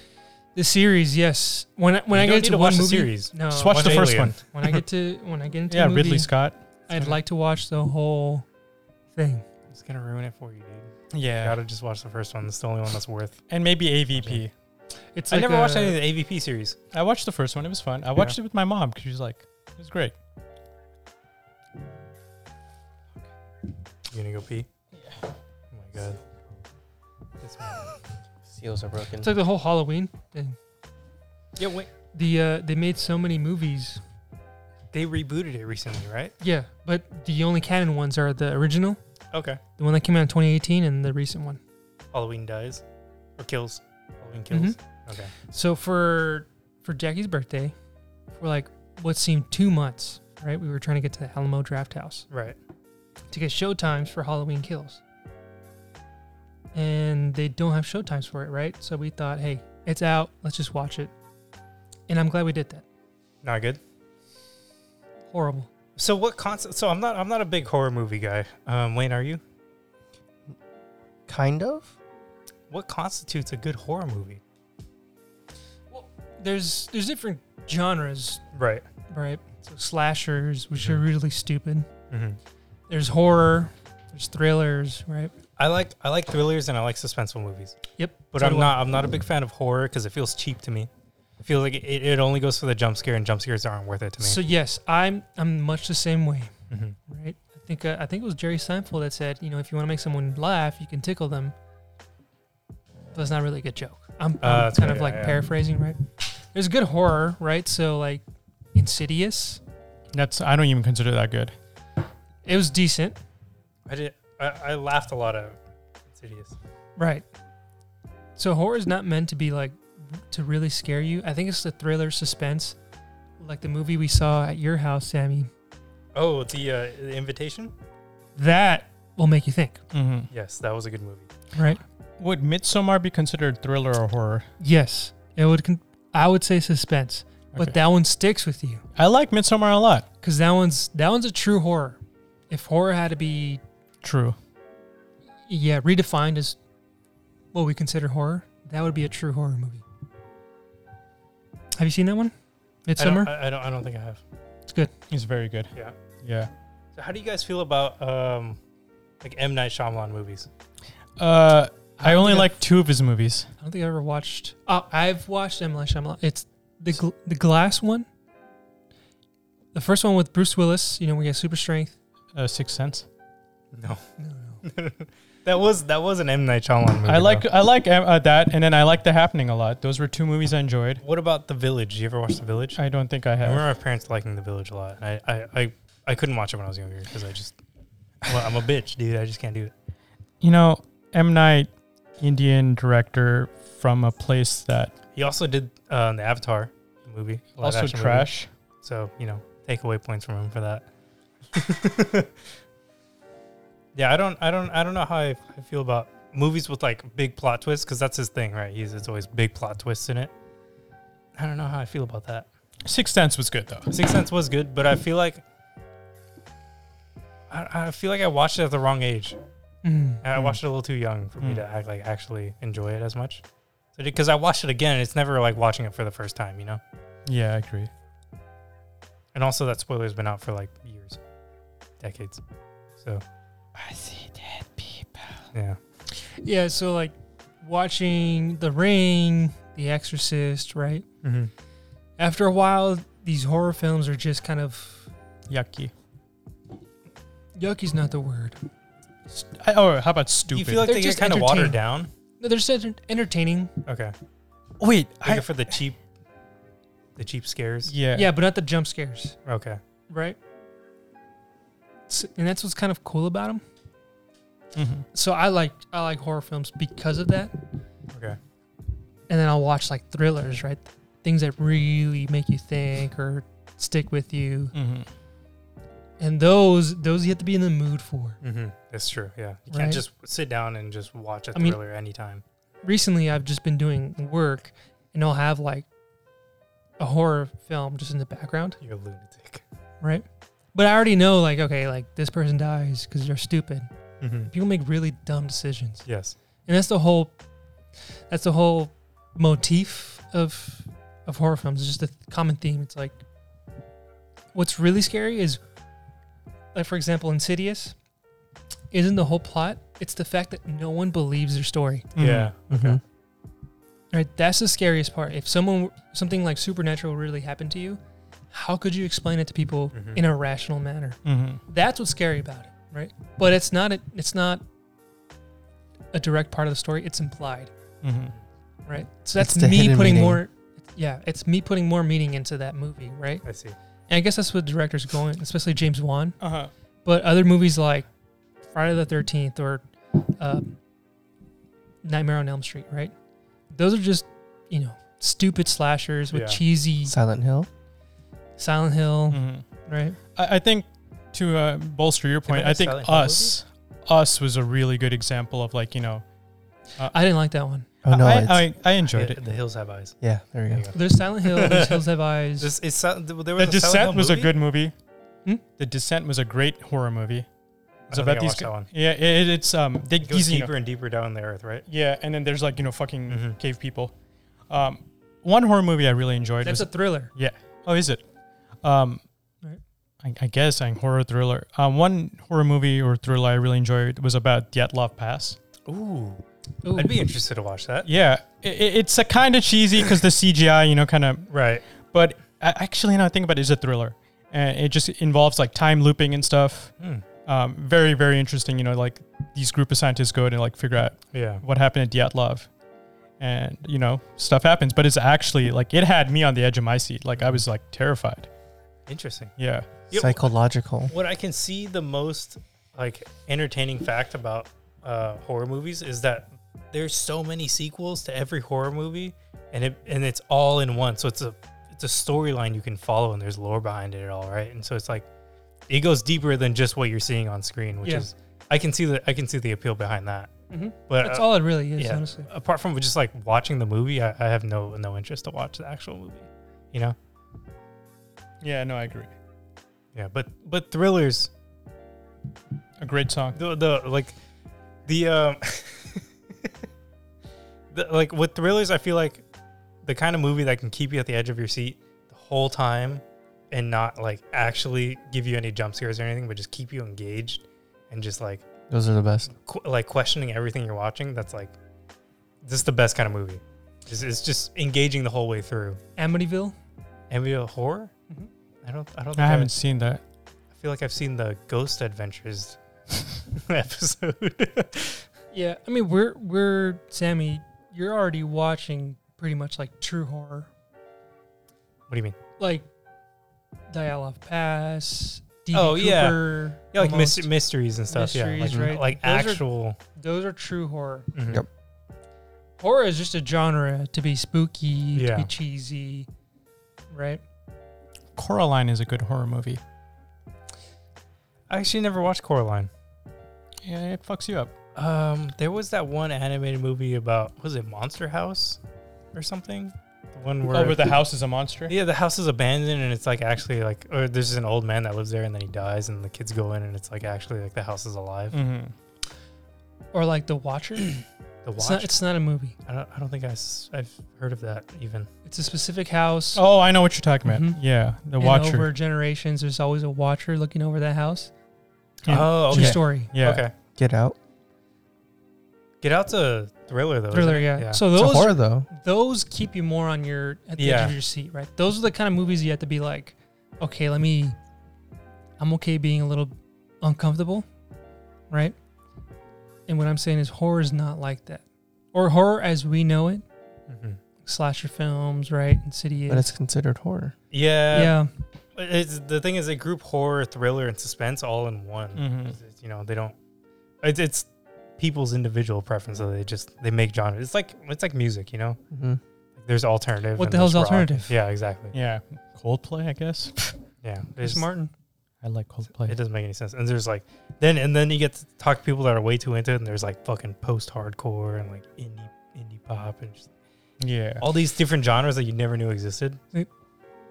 [SPEAKER 3] The series, yes. When I, when
[SPEAKER 2] You
[SPEAKER 3] I
[SPEAKER 2] don't
[SPEAKER 3] get
[SPEAKER 2] need
[SPEAKER 3] to
[SPEAKER 2] to
[SPEAKER 3] one
[SPEAKER 2] watch the
[SPEAKER 3] movie,
[SPEAKER 2] series.
[SPEAKER 3] no.
[SPEAKER 5] Just watch
[SPEAKER 2] One
[SPEAKER 5] the first
[SPEAKER 2] Alien.
[SPEAKER 5] one.
[SPEAKER 3] when I
[SPEAKER 2] [LAUGHS]
[SPEAKER 3] get to when I get into
[SPEAKER 5] Yeah,
[SPEAKER 3] a movie,
[SPEAKER 5] Ridley Scott.
[SPEAKER 3] I'd like to watch the whole thing.
[SPEAKER 2] It's gonna ruin it for you, dude.
[SPEAKER 5] Yeah.
[SPEAKER 2] You gotta just watch the first one. It's the only one that's worth.
[SPEAKER 5] and maybe AVP.
[SPEAKER 3] It's
[SPEAKER 2] I
[SPEAKER 3] like
[SPEAKER 2] never watched
[SPEAKER 3] a-
[SPEAKER 2] any of the AVP series.
[SPEAKER 5] I watched the first one. It was fun. I watched it with my mom because she's like, it was great.
[SPEAKER 2] You gonna go pee? Yeah. Oh my god. This man.
[SPEAKER 4] Seals are broken.
[SPEAKER 3] It's like the whole Halloween thing.
[SPEAKER 2] Yeah, wait.
[SPEAKER 3] The uh, they made so many movies.
[SPEAKER 2] They rebooted it recently, right?
[SPEAKER 3] Yeah, but the only canon ones are the original,
[SPEAKER 2] Okay.
[SPEAKER 3] the one that came out in 2018, and the recent one.
[SPEAKER 2] Halloween dies or kills. Halloween kills. Okay.
[SPEAKER 3] So for for Jackie's birthday, for like what seemed two months, right? We were trying to get to the Alamo Draft House
[SPEAKER 2] Right.
[SPEAKER 3] to get show times for Halloween Kills, and they don't have show times for it, right? So we thought, hey, it's out. Let's just watch it, and I'm glad we did that.
[SPEAKER 2] Not good.
[SPEAKER 3] Horrible.
[SPEAKER 2] So what concept? So I'm not. I'm not a big horror movie guy. Um, Wayne, are you?
[SPEAKER 4] kind of.
[SPEAKER 2] What constitutes a good horror movie?
[SPEAKER 3] There's there's different genres,
[SPEAKER 2] Right.
[SPEAKER 3] right? So slashers, which
[SPEAKER 2] Mhm.
[SPEAKER 3] are really stupid.
[SPEAKER 2] Mm-hmm.
[SPEAKER 3] There's horror. There's thrillers, right?
[SPEAKER 2] I like. I like thrillers and I like suspenseful movies.
[SPEAKER 3] Yep.
[SPEAKER 2] But
[SPEAKER 3] So
[SPEAKER 2] I'm
[SPEAKER 3] do I.
[SPEAKER 2] not. I'm not a big fan of horror because it feels cheap to me. I feel like it, it only goes for the jump scare, and jump scares aren't worth it to me.
[SPEAKER 3] So yes, I'm I'm much the same way.
[SPEAKER 2] Mhm.
[SPEAKER 3] right? I think uh, I think it was Jerry Seinfeld that said, you know, if you want to make someone laugh, you can tickle them. But it's not really a good joke. I'm, I'm
[SPEAKER 2] Uh, that's
[SPEAKER 3] kind
[SPEAKER 2] right,
[SPEAKER 3] of like
[SPEAKER 2] yeah, yeah.
[SPEAKER 3] paraphrasing, right? There's good horror, right? So like Insidious,
[SPEAKER 5] That's I don't even consider that good.
[SPEAKER 3] it was decent,
[SPEAKER 2] I did. I, I laughed a lot at Insidious.
[SPEAKER 3] right? So horror is not meant to be like to really scare you. I think it's the thriller suspense, like the movie we saw at your house, Sammy.
[SPEAKER 2] Oh, the uh, the invitation.
[SPEAKER 3] That will make you think,
[SPEAKER 5] Mm-hmm.
[SPEAKER 2] Yes, that was a good movie.
[SPEAKER 3] right?
[SPEAKER 5] Would Midsommar be considered thriller or horror?
[SPEAKER 3] Yes, it would. Con- I would say suspense,
[SPEAKER 5] Okay.
[SPEAKER 3] but that one sticks with you.
[SPEAKER 5] I like Midsommar a lot.
[SPEAKER 3] Cause that one's that one's a true horror. If horror had to be
[SPEAKER 5] True.
[SPEAKER 3] yeah redefined as what we consider horror, that would be a true horror movie. Have you seen that one?
[SPEAKER 2] I don't-
[SPEAKER 3] Midsummer.
[SPEAKER 2] I, I don't. I don't think I have.
[SPEAKER 3] It's good.
[SPEAKER 5] He's very good.
[SPEAKER 2] Yeah.
[SPEAKER 5] Yeah.
[SPEAKER 2] So how do you guys feel about um, like M Night Shyamalan movies?
[SPEAKER 5] Uh, I only
[SPEAKER 3] think I-
[SPEAKER 5] like two of his movies.
[SPEAKER 3] I don't think I ever watched. Oh, I've watched M Night Shyamalan. It's the gl- the glass one. The first one with Bruce Willis. You know, we got super strength.
[SPEAKER 5] Uh, Sixth Sense.
[SPEAKER 2] No,
[SPEAKER 3] No, no.
[SPEAKER 2] [LAUGHS] that was that was an M Night Shyamalan movie.
[SPEAKER 5] I like
[SPEAKER 2] though.
[SPEAKER 5] I like um, uh, that, and then I like The Happening a lot. Those were two movies I enjoyed.
[SPEAKER 2] What about The Village? You ever watch The Village? I,
[SPEAKER 5] I don't think I have.
[SPEAKER 2] remember my parents liking The Village a lot. I I, I, I couldn't watch it when I was younger because I just well, I'm a bitch, dude. I just can't do it.
[SPEAKER 5] You know, M Night, Indian director from a place that
[SPEAKER 2] He also did uh, the Avatar the movie, live
[SPEAKER 5] also
[SPEAKER 2] action movie.
[SPEAKER 5] trash.
[SPEAKER 2] So you know, take away points from him for that. [LAUGHS] yeah, I don't, I don't, I don't know how I, I feel about movies with like big plot twists because that's his thing, right? He's it's always big plot twists in it. I don't know how I feel about that.
[SPEAKER 5] Six Sense was good though.
[SPEAKER 2] Sixth Sense was good, but I feel like I, I feel like I watched it at the wrong age.
[SPEAKER 3] Mm.
[SPEAKER 2] I
[SPEAKER 5] Mm.
[SPEAKER 2] watched it a little too young for me
[SPEAKER 5] Mm.
[SPEAKER 2] to act like actually enjoy it as much. Because I watched it again, and it's never like watching it for the first time, you know.
[SPEAKER 5] Yeah, I agree.
[SPEAKER 2] And also, that spoiler's been out for like years, decades. So
[SPEAKER 5] I see dead people.
[SPEAKER 2] yeah,
[SPEAKER 3] Yeah, so like watching The Ring, The Exorcist, right?
[SPEAKER 2] mm-hmm.
[SPEAKER 3] After a while, these horror films are just kind of
[SPEAKER 5] Yucky.
[SPEAKER 3] yucky's not the word.
[SPEAKER 5] St- I, or how about
[SPEAKER 2] you
[SPEAKER 5] stupid?
[SPEAKER 2] feel like
[SPEAKER 3] They're
[SPEAKER 2] they get
[SPEAKER 3] just
[SPEAKER 2] kind of watered
[SPEAKER 3] entertaining.
[SPEAKER 2] down.
[SPEAKER 3] No, they're just enter- entertaining.
[SPEAKER 2] Okay,
[SPEAKER 5] Wait,
[SPEAKER 2] They go
[SPEAKER 5] I,
[SPEAKER 2] for the cheap, the cheap scares.
[SPEAKER 5] yeah,
[SPEAKER 3] Yeah. but not the jump scares,
[SPEAKER 2] Okay,
[SPEAKER 3] right? S- and that's what's kind of cool about them.
[SPEAKER 5] Mhm.
[SPEAKER 3] So I like I like horror films because of that.
[SPEAKER 2] okay.
[SPEAKER 3] and then I'll watch like thrillers, right? Things that really make you think or stick with you.
[SPEAKER 5] Mhm.
[SPEAKER 3] And those those you have to be in the mood for.
[SPEAKER 2] Mm-hmm. That's true. Yeah, you
[SPEAKER 3] Right.
[SPEAKER 2] can't just sit down and just watch a
[SPEAKER 3] I mean-
[SPEAKER 2] thriller anytime.
[SPEAKER 3] Recently, I've just been doing work, and I'll have like a horror film just in the background,
[SPEAKER 2] You're a lunatic.
[SPEAKER 3] right? But I already know like okay, like this person dies because they're stupid.
[SPEAKER 2] Mm-hmm.
[SPEAKER 3] People make really dumb decisions,
[SPEAKER 2] Yes.
[SPEAKER 3] and that's the whole that's the whole motif of of horror films. It's just a common theme. It's like what's really scary is like for example insidious isn't the whole plot it's the fact that no one believes their story
[SPEAKER 2] Yeah.
[SPEAKER 4] Mm-hmm.
[SPEAKER 2] Okay.
[SPEAKER 3] right that's the scariest part if someone something like supernatural really happened to you how could you explain it to people
[SPEAKER 2] Mhm.
[SPEAKER 3] in a rational manner
[SPEAKER 5] Mhm.
[SPEAKER 3] that's what's scary about it right but it's not a, it's not a direct part of the story it's implied
[SPEAKER 5] Mhm.
[SPEAKER 3] right so that's
[SPEAKER 4] It's the
[SPEAKER 3] me
[SPEAKER 4] hidden
[SPEAKER 3] putting
[SPEAKER 4] meaning.
[SPEAKER 3] more yeah it's me putting more meaning into that movie right
[SPEAKER 2] I see.
[SPEAKER 3] and i guess that's what directors going especially james wan
[SPEAKER 5] Uh-huh.
[SPEAKER 3] But other movies like Friday the Thirteenth or um, Nightmare on Elm Street, right? Those are just you know stupid slashers with
[SPEAKER 2] Yeah.
[SPEAKER 3] cheesy
[SPEAKER 4] Silent Hill.
[SPEAKER 3] Silent Hill,
[SPEAKER 5] Mhm.
[SPEAKER 2] Mm.
[SPEAKER 3] right?
[SPEAKER 5] I, I think to uh, bolster your point,
[SPEAKER 2] make
[SPEAKER 5] I
[SPEAKER 2] a
[SPEAKER 5] think
[SPEAKER 2] Silent Hill
[SPEAKER 5] Us, Us was a really good example of like you know,
[SPEAKER 3] I didn't like that one.
[SPEAKER 4] Oh no,
[SPEAKER 5] I,
[SPEAKER 4] it's,
[SPEAKER 5] I, I enjoyed
[SPEAKER 2] Yeah,
[SPEAKER 5] it.
[SPEAKER 2] The hills have eyes.
[SPEAKER 4] yeah. There
[SPEAKER 2] There
[SPEAKER 4] you
[SPEAKER 2] you
[SPEAKER 4] go.
[SPEAKER 2] go.
[SPEAKER 3] There's Silent Hill,
[SPEAKER 2] [LAUGHS]
[SPEAKER 3] There's Hills Have Eyes.
[SPEAKER 2] This is there
[SPEAKER 5] The
[SPEAKER 2] was a Silent Hill
[SPEAKER 5] Descent was a
[SPEAKER 2] movie?
[SPEAKER 5] good movie.
[SPEAKER 3] Hmm?
[SPEAKER 5] The Descent was a great horror movie. It's
[SPEAKER 2] don't
[SPEAKER 5] about
[SPEAKER 2] think I
[SPEAKER 5] these
[SPEAKER 2] watched that one.
[SPEAKER 5] Yeah, it, it's um they,
[SPEAKER 2] It goes
[SPEAKER 5] these you know-
[SPEAKER 2] deeper and deeper down the earth, right?
[SPEAKER 5] yeah, and then there's like you know fucking
[SPEAKER 2] Mhm.
[SPEAKER 5] cave people. Um, one horror movie I really enjoyed
[SPEAKER 3] That's
[SPEAKER 5] was
[SPEAKER 3] a thriller.
[SPEAKER 5] oh is it, um,
[SPEAKER 3] Right.
[SPEAKER 5] I, I guess I'm horror thriller. Um, one horror movie or thriller I really enjoyed was about Dyatlov Pass.
[SPEAKER 2] Ooh,
[SPEAKER 3] Ooh.
[SPEAKER 2] I'd be interested to watch that.
[SPEAKER 5] Yeah, i i- it's a kind of cheesy because the CGI you know kind of
[SPEAKER 2] Right.
[SPEAKER 5] but I- actually now I think about it, it's a thriller and it just involves like time looping and stuff.
[SPEAKER 2] Hmm.
[SPEAKER 5] Um, very very interesting. You know like these group of scientists go in and like figure out
[SPEAKER 2] Yeah.
[SPEAKER 5] what happened at Dyatlov. And, you know, stuff happens, but it's actually like it had me on the edge of my seat. Like I was like terrified.
[SPEAKER 2] Interesting.
[SPEAKER 5] Yeah.
[SPEAKER 2] Yep.
[SPEAKER 4] Psychological.
[SPEAKER 2] What I can see the most like entertaining fact about uh, horror movies is that there's so many sequels to every horror movie, and it and it's all in one. So it's a it's a storyline you can follow, and there's lore behind it all, right? And so it's like it goes deeper than just what you're seeing on screen, which
[SPEAKER 3] Yeah.
[SPEAKER 2] is I can see the I can see the appeal behind that.
[SPEAKER 3] Mhm.
[SPEAKER 2] But
[SPEAKER 3] That's
[SPEAKER 2] uh,
[SPEAKER 3] all it really is,
[SPEAKER 2] yeah.
[SPEAKER 3] honestly.
[SPEAKER 2] apart from just like watching the movie, I, I have no no interest to watch the actual movie. You know?
[SPEAKER 5] Yeah, no, I agree.
[SPEAKER 2] Yeah, but but thrillers,
[SPEAKER 5] A great song.
[SPEAKER 2] the the like the um [LAUGHS] the, like with thrillers, I feel like the kind of movie that can keep you at the edge of your seat the whole time and not like actually give you any jump scares or anything, but just keep you engaged and just like
[SPEAKER 4] Those are the best.
[SPEAKER 2] qu- like questioning everything you're watching. That's like this is the best kind of movie. It's, it's just engaging the whole way through.
[SPEAKER 3] Amityville.
[SPEAKER 2] Amityville Horror.
[SPEAKER 3] Mhm.
[SPEAKER 2] I don't. I don't. Think
[SPEAKER 5] I haven't seen that.
[SPEAKER 2] I feel like I've seen the Ghost Adventures [LAUGHS] episode. [LAUGHS]
[SPEAKER 3] Yeah, I mean we're we're Sammy. You're already watching pretty much like true horror,
[SPEAKER 2] what do you mean?
[SPEAKER 3] like Dial-Off Pass. D.B.
[SPEAKER 2] Oh, yeah.
[SPEAKER 3] Cooper,
[SPEAKER 2] Yeah, like
[SPEAKER 3] almost.
[SPEAKER 2] mys- mysteries and stuff.
[SPEAKER 3] Mysteries,
[SPEAKER 2] yeah, like,
[SPEAKER 3] right.
[SPEAKER 2] like
[SPEAKER 3] Those are-
[SPEAKER 2] actual.
[SPEAKER 3] Those are true horror.
[SPEAKER 2] Mhm.
[SPEAKER 4] Yep.
[SPEAKER 3] Horror is just a genre to be spooky, to
[SPEAKER 2] Yeah.
[SPEAKER 3] be cheesy, right?
[SPEAKER 5] Coraline is a good horror movie.
[SPEAKER 2] I actually never watched Coraline.
[SPEAKER 5] Yeah, it fucks you up.
[SPEAKER 2] Um, there was that one animated movie about was it Monster House or something? The one where
[SPEAKER 5] Oh, but the house is a monster.
[SPEAKER 2] yeah, the house is abandoned and it's like actually like or there's just an old man that lives there and then he dies and the kids go in and it's like actually like the house is alive.
[SPEAKER 3] Mm.
[SPEAKER 5] Mm-hmm.
[SPEAKER 3] or like
[SPEAKER 2] [CLEARS THROAT]
[SPEAKER 3] The Watcher.
[SPEAKER 2] The watch.
[SPEAKER 3] It's not, it's not a movie.
[SPEAKER 2] I don't I don't think I have heard of that even.
[SPEAKER 3] It's a specific house.
[SPEAKER 5] Oh, I know what you're talking about.
[SPEAKER 3] Mhm.
[SPEAKER 5] Yeah, the
[SPEAKER 3] and
[SPEAKER 5] Watcher.
[SPEAKER 3] Over generations, there's always a watcher looking over that house.
[SPEAKER 5] Yeah.
[SPEAKER 2] Oh,
[SPEAKER 3] True
[SPEAKER 2] okay.
[SPEAKER 3] story.
[SPEAKER 5] yeah.
[SPEAKER 2] Okay.
[SPEAKER 4] Get out.
[SPEAKER 2] Get Out's a thriller though. isn't
[SPEAKER 3] Thriller,
[SPEAKER 2] it?
[SPEAKER 3] yeah. So
[SPEAKER 4] It's a
[SPEAKER 3] those
[SPEAKER 4] horror though.
[SPEAKER 3] those keep you more on your at the edge
[SPEAKER 2] Yeah.
[SPEAKER 3] of your seat, right? Those are the kind of movies you have to be like, okay, let me. I'm okay being a little uncomfortable, right? And what I'm saying is horror is not like that, or horror as we know it,
[SPEAKER 2] Mhm.
[SPEAKER 3] slasher films, right? Insidious,
[SPEAKER 4] But it's considered horror.
[SPEAKER 2] yeah.
[SPEAKER 3] yeah,
[SPEAKER 2] It's the thing is they group horror, thriller, and suspense all in one.
[SPEAKER 3] Mm.
[SPEAKER 5] Mhm.
[SPEAKER 2] It's- it's, You know, they don't. It's, it's people's individual preference. So they just they make genre. It's like it's like music. You know,
[SPEAKER 4] hmm
[SPEAKER 2] there's alternative.
[SPEAKER 3] What
[SPEAKER 2] and
[SPEAKER 3] the hell's
[SPEAKER 2] there's rock.
[SPEAKER 3] alternative?
[SPEAKER 2] Yeah, exactly.
[SPEAKER 5] Yeah, Coldplay, I guess.
[SPEAKER 2] Yeah,
[SPEAKER 3] Chris
[SPEAKER 2] there's
[SPEAKER 3] Martin.
[SPEAKER 5] I like Coldplay.
[SPEAKER 2] It doesn't make any sense. And there's like then and then you get to talk to people that are way too into it. And there's like fucking post hardcore and like indie indie pop and just
[SPEAKER 5] yeah.
[SPEAKER 2] all these different genres that you never knew existed
[SPEAKER 3] Yep.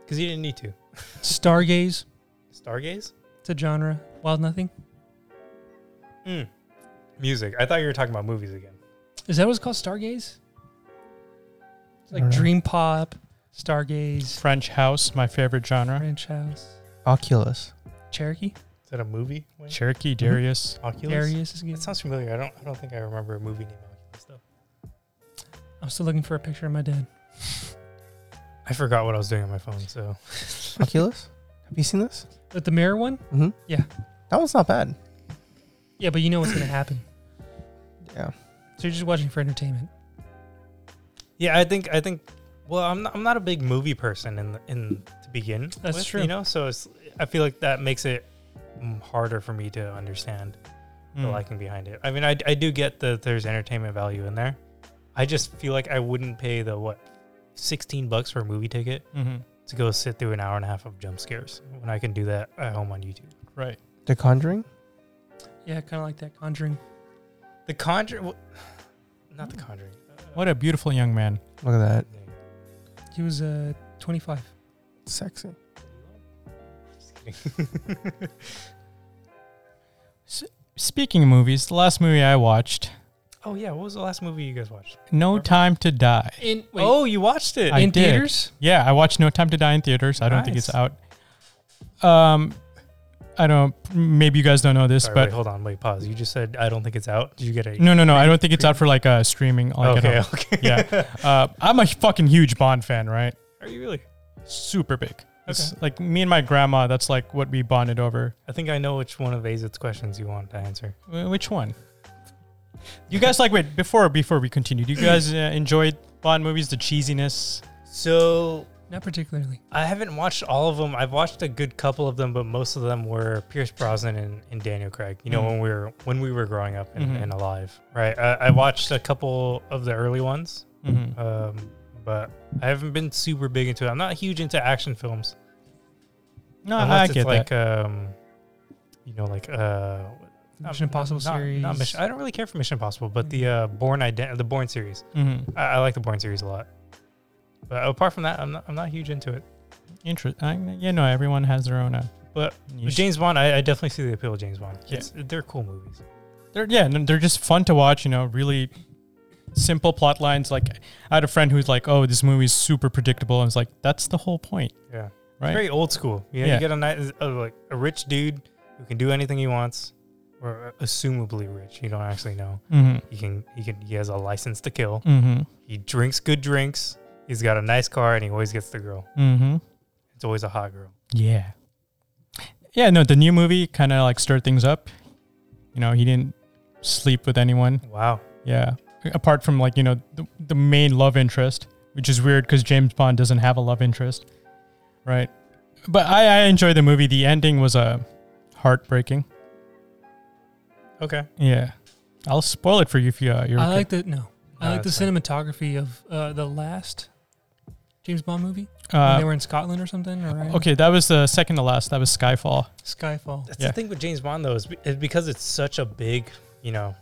[SPEAKER 2] because you didn't need to.
[SPEAKER 3] Stargaze,
[SPEAKER 2] Stargaze.
[SPEAKER 3] it's a genre. Wild Nothing.
[SPEAKER 2] Mm. Music. I thought you were talking about movies again.
[SPEAKER 3] Is that what it's called? Stargaze? It's
[SPEAKER 4] I
[SPEAKER 3] like
[SPEAKER 4] don't know.
[SPEAKER 3] Dream Pop, Stargaze,
[SPEAKER 5] French House, my favorite genre.
[SPEAKER 3] Ranch House,
[SPEAKER 4] Oculus. [LAUGHS]
[SPEAKER 3] Cherokee.
[SPEAKER 2] Is that a movie? Wayne?
[SPEAKER 5] Cherokee
[SPEAKER 2] Mm-hmm.
[SPEAKER 5] Darius.
[SPEAKER 2] Oculus.
[SPEAKER 3] Darius is good.
[SPEAKER 2] That sounds familiar. I don't. I don't think I remember a movie name Oculus though.
[SPEAKER 3] I'm still looking for a picture of my dad.
[SPEAKER 2] I forgot what I was doing on my phone. So
[SPEAKER 4] Oculus. Have you seen this?
[SPEAKER 3] But the mirror one?
[SPEAKER 4] Mm-hmm.
[SPEAKER 3] Yeah.
[SPEAKER 4] That one's not bad.
[SPEAKER 3] Yeah, but you know what's going to happen.
[SPEAKER 4] Yeah.
[SPEAKER 3] So you're just watching for entertainment.
[SPEAKER 2] yeah, I think. I think. Well, I'm not, I'm not a big movie person in the, in to begin.
[SPEAKER 3] That's
[SPEAKER 2] with,
[SPEAKER 3] true.
[SPEAKER 2] You know, so it's. I feel like that makes it mm, harder for me to understand the
[SPEAKER 5] Mm.
[SPEAKER 2] liking behind it. I mean, I, I do get that there's entertainment value in there. I just feel like I wouldn't pay the what, sixteen bucks for a movie ticket
[SPEAKER 5] Mhm.
[SPEAKER 2] to go sit through an hour and a half of jump scares when I can do that at home on YouTube.
[SPEAKER 5] Right.
[SPEAKER 4] The Conjuring.
[SPEAKER 3] Yeah, kind of like that Conjuring.
[SPEAKER 2] The Conjuring, [SIGHS] not the Conjuring.
[SPEAKER 5] What a beautiful young man.
[SPEAKER 4] Look at that.
[SPEAKER 3] He was uh, 25.
[SPEAKER 4] Sexy.
[SPEAKER 5] Speaking of movies, the last movie I watched,
[SPEAKER 2] oh yeah, what was the last movie you guys watched?
[SPEAKER 5] No Time to Die.
[SPEAKER 3] In,
[SPEAKER 2] Oh, you watched it.
[SPEAKER 5] I
[SPEAKER 3] in
[SPEAKER 5] did.
[SPEAKER 3] theaters?
[SPEAKER 5] Yeah, I watched No Time to Die in theaters. I don't think it's out. Um, I don't. Maybe you guys don't know this,
[SPEAKER 2] Sorry,
[SPEAKER 5] but
[SPEAKER 2] wait, hold on, wait, pause. You just said I don't think it's out. Did you get a?
[SPEAKER 5] no, no, no. I don't think it's out for like uh, streaming. Like,
[SPEAKER 2] okay,
[SPEAKER 5] okay.
[SPEAKER 2] okay.
[SPEAKER 5] yeah. Uh, I'm a fucking huge Bond fan, right?
[SPEAKER 2] [LAUGHS] Are you really?
[SPEAKER 5] Super big. It's like me and my grandma. That's like what we bonded over.
[SPEAKER 2] I think I know which one of Azit's questions you want to answer.
[SPEAKER 5] Wh- Which one? You guys like wait before before we continue. Do you guys uh, enjoy Bond movies? The cheesiness.
[SPEAKER 2] So
[SPEAKER 3] Not particularly.
[SPEAKER 2] I haven't watched all of them. I've watched a good couple of them, but most of them were Pierce Brosnan and, and Daniel Craig. You know,
[SPEAKER 5] Mhm.
[SPEAKER 2] when we were when we were growing up and,
[SPEAKER 5] Mhm.
[SPEAKER 2] and alive, right? I, I watched a couple of the early ones,
[SPEAKER 5] Mm-hmm.
[SPEAKER 2] um, but I haven't been super big into it. I'm not huge into action films.
[SPEAKER 5] No, I
[SPEAKER 2] Unless
[SPEAKER 5] get
[SPEAKER 2] it's like
[SPEAKER 5] that.
[SPEAKER 2] um, you know, like uh, not-
[SPEAKER 3] Mission Impossible
[SPEAKER 2] not-
[SPEAKER 3] series.
[SPEAKER 2] Not Mission, I don't really care for Mission Impossible, but the uh, Born Ident- the Born series.
[SPEAKER 5] Mm-hmm.
[SPEAKER 2] I, I like the Born series a lot. But apart from that, I'm not, I'm not huge into it.
[SPEAKER 5] Interest. I, yeah, no. Everyone has their own. Uh,
[SPEAKER 2] But
[SPEAKER 5] niche.
[SPEAKER 2] James Bond, I, I definitely see the appeal of James Bond.
[SPEAKER 5] Yeah.
[SPEAKER 2] It's, they're cool movies.
[SPEAKER 5] they're yeah, no, they're just fun to watch. You know, really simple plot lines. Like I had a friend who's like, "Oh, this movie's super predictable," and it's like, "That's the whole point,
[SPEAKER 2] Yeah,
[SPEAKER 5] right?"
[SPEAKER 2] very old school. You know,
[SPEAKER 5] Yeah.
[SPEAKER 2] you get a nice, uh, like a rich dude who can do anything he wants, or uh, assumably rich. You don't actually know.
[SPEAKER 5] Mm-hmm.
[SPEAKER 2] He can he can he has a license to kill.
[SPEAKER 5] Mm-hmm.
[SPEAKER 2] He drinks good drinks. He's got a nice car, and he always gets the girl.
[SPEAKER 5] Mm-hmm.
[SPEAKER 2] It's always a hot girl.
[SPEAKER 5] Yeah. Yeah. No, the new movie kind of like stirred things up. You know, he didn't sleep with anyone.
[SPEAKER 2] Wow.
[SPEAKER 5] Yeah. Apart from like, you know, the, the main love interest, which is weird because James Bond doesn't have a love interest. Right. But I, I enjoyed the movie. The ending was uh, heartbreaking.
[SPEAKER 2] Okay.
[SPEAKER 5] Yeah. I'll spoil it for you if you, uh, you're
[SPEAKER 3] I
[SPEAKER 5] okay.
[SPEAKER 3] like the, no. I
[SPEAKER 2] No,
[SPEAKER 3] like the
[SPEAKER 2] that's fine.
[SPEAKER 3] cinematography of uh, the last James Bond movie. when
[SPEAKER 5] Uh,
[SPEAKER 3] they were in Scotland or something, or right?
[SPEAKER 5] okay. That was the second to last. That was Skyfall.
[SPEAKER 3] Skyfall.
[SPEAKER 2] That's
[SPEAKER 5] Yeah.
[SPEAKER 2] the thing with James Bond though is, be- is because it's such a big, you know,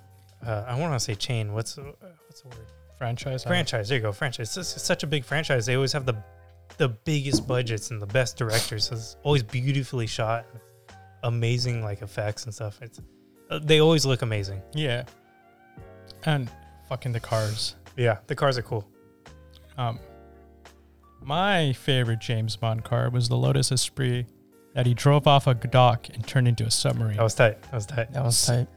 [SPEAKER 2] uh, I want to say chain. What's uh, what's the word?
[SPEAKER 5] franchise. I don't-
[SPEAKER 2] franchise. There you go, franchise. This is such a big franchise. They always have the the biggest budgets and the best directors. So it's always beautifully shot, amazing like effects and stuff. It's uh, they always look amazing.
[SPEAKER 5] Yeah. And fucking the cars.
[SPEAKER 2] Yeah, the cars are cool.
[SPEAKER 5] Um, my favorite James Bond car was the Lotus Esprit that he drove off a dock and turned into a submarine.
[SPEAKER 2] That was tight. That was tight.
[SPEAKER 4] That was tight.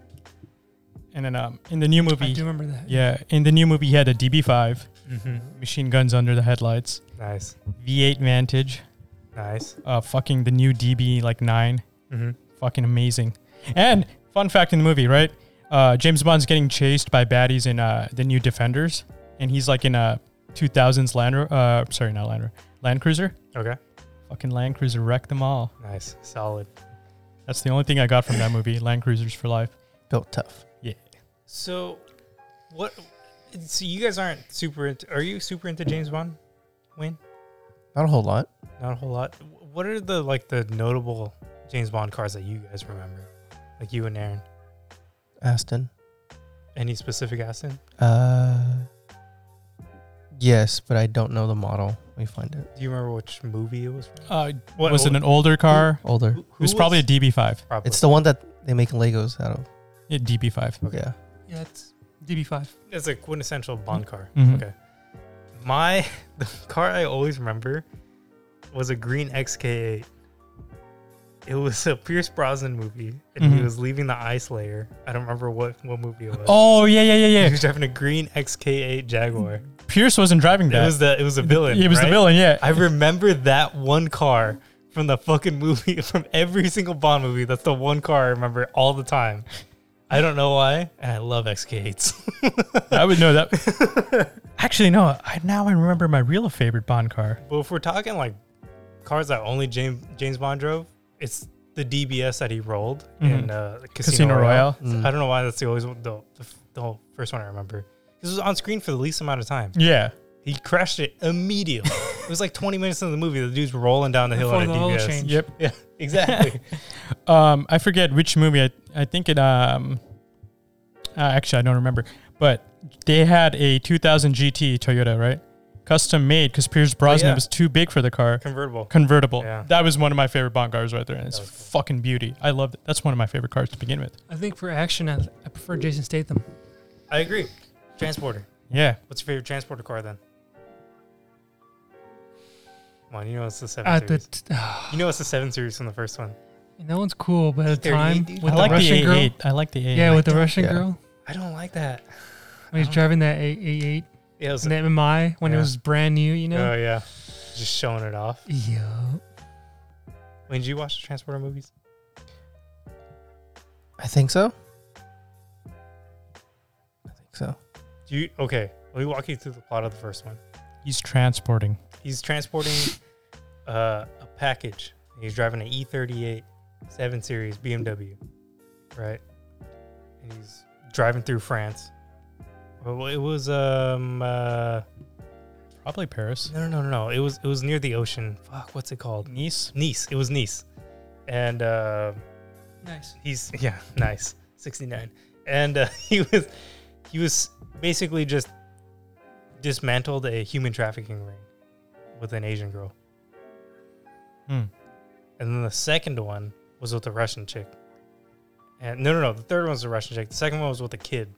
[SPEAKER 5] And then um, in the new
[SPEAKER 3] I
[SPEAKER 5] movie,
[SPEAKER 3] do remember that.
[SPEAKER 5] yeah, in the new movie, he had a DB5,
[SPEAKER 2] Mm-hmm.
[SPEAKER 5] machine guns under the headlights,
[SPEAKER 2] Nice,
[SPEAKER 5] V8 Vantage,
[SPEAKER 2] nice.
[SPEAKER 5] uh, fucking the new DB like nine,
[SPEAKER 2] Mm-hmm.
[SPEAKER 5] fucking amazing. And fun fact in the movie, right? Uh, James Bond's getting chased by baddies in uh, the new Defenders, and he's like in a 2000s Land, Ro- uh, sorry, not Land, Ro- Land Cruiser.
[SPEAKER 2] Okay,
[SPEAKER 5] Fucking Land Cruiser wrecked them all.
[SPEAKER 2] nice, solid.
[SPEAKER 5] That's the only thing I got from that movie. Land Cruisers for life.
[SPEAKER 4] Built tough.
[SPEAKER 2] So, what? So you guys aren't super. Into, are you super into James Bond? Wayne?
[SPEAKER 4] Not a whole lot.
[SPEAKER 2] Not a whole lot. What are the like the notable James Bond cars that you guys remember? Like you and Aaron.
[SPEAKER 4] Aston.
[SPEAKER 2] Any specific Aston?
[SPEAKER 4] Uh, yes, but I don't know the model. Let me find it.
[SPEAKER 2] Do you remember which movie it was from?
[SPEAKER 5] Uh,
[SPEAKER 2] What-
[SPEAKER 5] was it
[SPEAKER 2] what-
[SPEAKER 5] an older car?
[SPEAKER 4] Older.
[SPEAKER 2] Who-
[SPEAKER 5] It
[SPEAKER 2] who
[SPEAKER 5] was probably a DB5.
[SPEAKER 2] [LAUGHS] probably.
[SPEAKER 4] It's the one that they make Legos out of.
[SPEAKER 5] Yeah, DB5.
[SPEAKER 2] Okay.
[SPEAKER 4] Yeah.
[SPEAKER 3] Yeah, it's DB5.
[SPEAKER 2] it's a quintessential Bond car.
[SPEAKER 5] Mhm.
[SPEAKER 2] Okay. My [LAUGHS] the car I always remember was a green XK8. It was a Pierce Brosnan movie, and he
[SPEAKER 5] Mhm.
[SPEAKER 2] was leaving the ice layer. I don't remember what what movie it was.
[SPEAKER 5] Oh yeah, yeah,
[SPEAKER 2] [LAUGHS]
[SPEAKER 5] yeah,
[SPEAKER 2] He
[SPEAKER 5] yeah. [LAUGHS]
[SPEAKER 2] was driving a green XK8 Jaguar.
[SPEAKER 5] Pierce wasn't driving that.
[SPEAKER 2] It was the it was a villain.
[SPEAKER 5] He was the
[SPEAKER 2] right?
[SPEAKER 5] villain. Yeah.
[SPEAKER 2] I remember that one car from the fucking movie, [LAUGHS] from every single Bond movie. That's the one car I remember all the time. I don't know why, and I love XK8s.
[SPEAKER 5] I would know that. Actually, no. I now I remember my real favorite Bond car.
[SPEAKER 2] [LAUGHS] but if we're talking like cars that only James James Bond drove, it's the DBS that he rolled in
[SPEAKER 5] Mhm.
[SPEAKER 2] uh, Casino,
[SPEAKER 5] Casino
[SPEAKER 2] Royale.
[SPEAKER 5] Royale.
[SPEAKER 4] Mm.
[SPEAKER 2] I don't know why that's the always the, the, the whole first one I remember. This was on screen for the least amount of time.
[SPEAKER 5] Yeah.
[SPEAKER 2] He crashed it
[SPEAKER 3] [LAUGHS]
[SPEAKER 2] immediately. it was like 20 minutes into the movie. The dude's rolling down the hill
[SPEAKER 3] Before
[SPEAKER 2] on a
[SPEAKER 3] the oil
[SPEAKER 2] DBS.
[SPEAKER 3] change. [LAUGHS]
[SPEAKER 5] Yep.
[SPEAKER 2] Yeah, [LAUGHS] exactly.
[SPEAKER 5] Um, I forget which movie. I I think it. Um, uh, actually, I don't remember. But they had a 2000 GT Toyota, right? Custom made because Pierce Brosnan
[SPEAKER 2] Oh, yeah.
[SPEAKER 5] was too big for the car.
[SPEAKER 2] Convertible.
[SPEAKER 5] Convertible.
[SPEAKER 2] Yeah.
[SPEAKER 5] That was one of my favorite Bond cars right there, and it's
[SPEAKER 2] That was
[SPEAKER 5] fucking beauty. I loved it. That's one of my favorite cars to begin with.
[SPEAKER 3] I think for action, I, I prefer Jason Statham.
[SPEAKER 2] I agree. Transporter.
[SPEAKER 5] Yeah.
[SPEAKER 2] What's your favorite transporter car then? Come on, you know it's the seven
[SPEAKER 3] At the
[SPEAKER 2] series.
[SPEAKER 3] t- [SIGHS]
[SPEAKER 2] you know it's the seven series from the first one.
[SPEAKER 3] and that one's cool, but at the time
[SPEAKER 2] 38, dude.
[SPEAKER 3] with
[SPEAKER 5] I
[SPEAKER 3] the
[SPEAKER 5] like the
[SPEAKER 3] Russian girl,
[SPEAKER 5] A8. I like the A8.
[SPEAKER 3] yeah, with the
[SPEAKER 2] that.
[SPEAKER 3] Russian
[SPEAKER 4] Yeah.
[SPEAKER 3] girl,
[SPEAKER 2] I don't like that.
[SPEAKER 3] when he's
[SPEAKER 2] Oh.
[SPEAKER 3] driving that A- A8
[SPEAKER 2] Yeah, it was,
[SPEAKER 3] and that MI when
[SPEAKER 2] Yeah.
[SPEAKER 3] it was brand new, you know.
[SPEAKER 2] oh yeah, just showing it off.
[SPEAKER 3] yeah.
[SPEAKER 2] When did you watch the transporter movies?
[SPEAKER 4] I think so. I think so.
[SPEAKER 2] Do you okay? Let me walk you through the plot of the first one.
[SPEAKER 5] He's transporting.
[SPEAKER 2] He's transporting uh, a package. He's driving an E38 7 Series BMW, right? And he's driving through France. Well, it was um uh,
[SPEAKER 5] Probably Paris.
[SPEAKER 2] no no no no no. It was it was near the ocean. Fuck, what's it called?
[SPEAKER 5] Nice.
[SPEAKER 2] Nice. It was Nice, and uh,
[SPEAKER 3] Nice.
[SPEAKER 2] he's yeah nice 69 and uh, [LAUGHS] he was he was basically just dismantled a human trafficking ring with an asian girl
[SPEAKER 5] Hmm.
[SPEAKER 2] and then the second one was with a russian chick and no no no the third one was a russian chick the second one was with a kid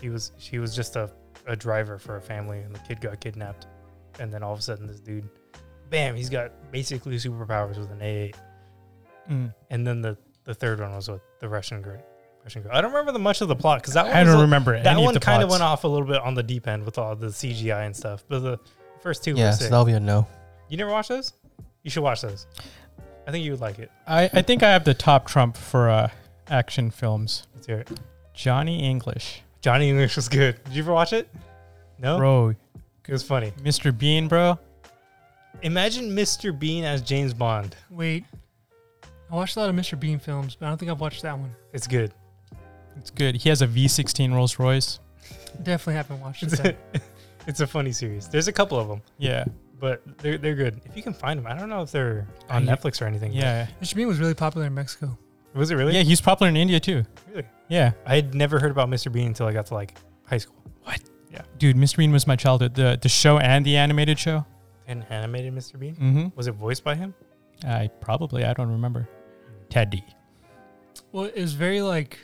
[SPEAKER 2] she was she was just a, a driver for a family and the kid got kidnapped and then all of a sudden this dude bam he's got basically superpowers with an a8
[SPEAKER 5] Mm.
[SPEAKER 2] and then the the third one was with the Russian girl. Russian girl. I don't remember the much of the plot because that one
[SPEAKER 5] I
[SPEAKER 2] was
[SPEAKER 5] don't
[SPEAKER 2] a-
[SPEAKER 5] remember
[SPEAKER 2] that
[SPEAKER 5] any
[SPEAKER 2] one
[SPEAKER 5] of the
[SPEAKER 2] kind of
[SPEAKER 5] plots.
[SPEAKER 2] went off a little bit on the deep end with all the CGI and stuff. But the first two
[SPEAKER 4] yeah,
[SPEAKER 2] were
[SPEAKER 4] so
[SPEAKER 2] sick.
[SPEAKER 4] that'll be a no.
[SPEAKER 2] you never watched those? You should watch those. I think you would like it.
[SPEAKER 5] I, I think I have the top trump for uh, action films.
[SPEAKER 2] Let's hear it.
[SPEAKER 5] Johnny English.
[SPEAKER 2] Johnny English was good. Did you ever watch it? No,
[SPEAKER 5] Bro,
[SPEAKER 2] it was funny.
[SPEAKER 5] Mr. Bean, bro.
[SPEAKER 2] Imagine Mr. Bean as James Bond.
[SPEAKER 3] Wait, I watched a lot of Mr. Bean films, but I don't think I've watched that one.
[SPEAKER 2] It's good.
[SPEAKER 5] It's good. He has a V16 Rolls Royce.
[SPEAKER 3] Definitely haven't watched
[SPEAKER 2] It's [LAUGHS]
[SPEAKER 3] it.
[SPEAKER 2] a, it's a funny series. There's a couple of them,
[SPEAKER 5] Yeah.
[SPEAKER 2] but they're they're good. If you can find them, I don't know if they're on
[SPEAKER 5] Are you-
[SPEAKER 2] Netflix or anything. but-
[SPEAKER 5] Yeah.
[SPEAKER 3] Mr. Bean was really popular in Mexico.
[SPEAKER 2] was it really?
[SPEAKER 5] Yeah, he's popular in India too.
[SPEAKER 2] really.
[SPEAKER 5] Yeah.
[SPEAKER 2] I had never heard about Mr. Bean until I got to like high school.
[SPEAKER 5] What? Dude, Mr. Bean was my childhood. The the show and the animated show.
[SPEAKER 2] And animated Mr. Bean?
[SPEAKER 5] Mm-hmm.
[SPEAKER 2] Was it voiced by him?
[SPEAKER 5] I probably I don't remember. Teddy.
[SPEAKER 3] Well, it was very like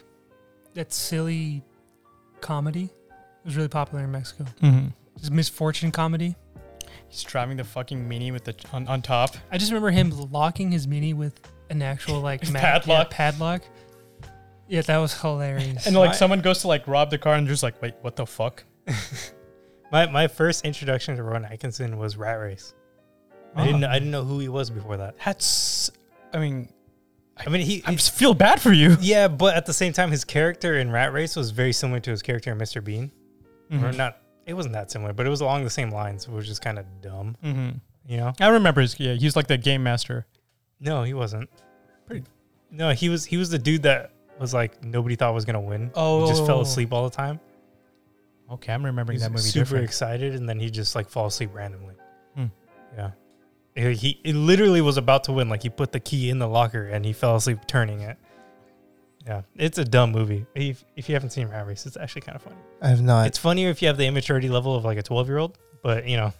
[SPEAKER 3] that silly comedy. It was really popular in Mexico.
[SPEAKER 5] Mm-hmm.
[SPEAKER 3] Just misfortune comedy.
[SPEAKER 5] He's driving the fucking mini with the on, on top.
[SPEAKER 3] I just remember him locking his mini with an actual like ma-
[SPEAKER 5] Padlock.
[SPEAKER 3] Yeah, padlock. Yeah, that was hilarious.
[SPEAKER 5] And like
[SPEAKER 2] My-
[SPEAKER 5] someone goes to like rob the car and just like, wait, what the fuck?
[SPEAKER 2] My my first introduction to Ron Atkinson was Rat Race. I
[SPEAKER 5] Oh.
[SPEAKER 2] didn't I didn't know who he was before that.
[SPEAKER 5] That's I mean
[SPEAKER 2] I mean he
[SPEAKER 5] I [LAUGHS] just feel bad
[SPEAKER 2] [LAUGHS]
[SPEAKER 5] for you.
[SPEAKER 2] Yeah, but at the same time his character in Rat Race was very similar to his character in Mr. Bean.
[SPEAKER 5] Mm-hmm.
[SPEAKER 2] Or not it wasn't that similar, but it was along the same lines, which is kind of dumb,
[SPEAKER 5] Mm-hmm.
[SPEAKER 2] you know?
[SPEAKER 5] I remember his yeah, he's like the game master.
[SPEAKER 2] No, he wasn't. Pretty No, he was he was the dude that was like nobody thought was gonna win. He just fell
[SPEAKER 5] Oh.
[SPEAKER 2] asleep all the time.
[SPEAKER 5] Okay, I'm remembering
[SPEAKER 2] He's
[SPEAKER 5] that movie
[SPEAKER 2] super
[SPEAKER 5] different.
[SPEAKER 2] excited, and then he just like falls asleep randomly.
[SPEAKER 5] Hmm.
[SPEAKER 2] Yeah, he, he it literally was about to win. Like he put the key in the locker and he fell asleep turning it. Yeah, it's a dumb movie. If, if you haven't seen Rat Race, it's actually kind of funny.
[SPEAKER 4] I have not.
[SPEAKER 2] It's funnier if you have the immaturity level of like a twelve year old, but you know,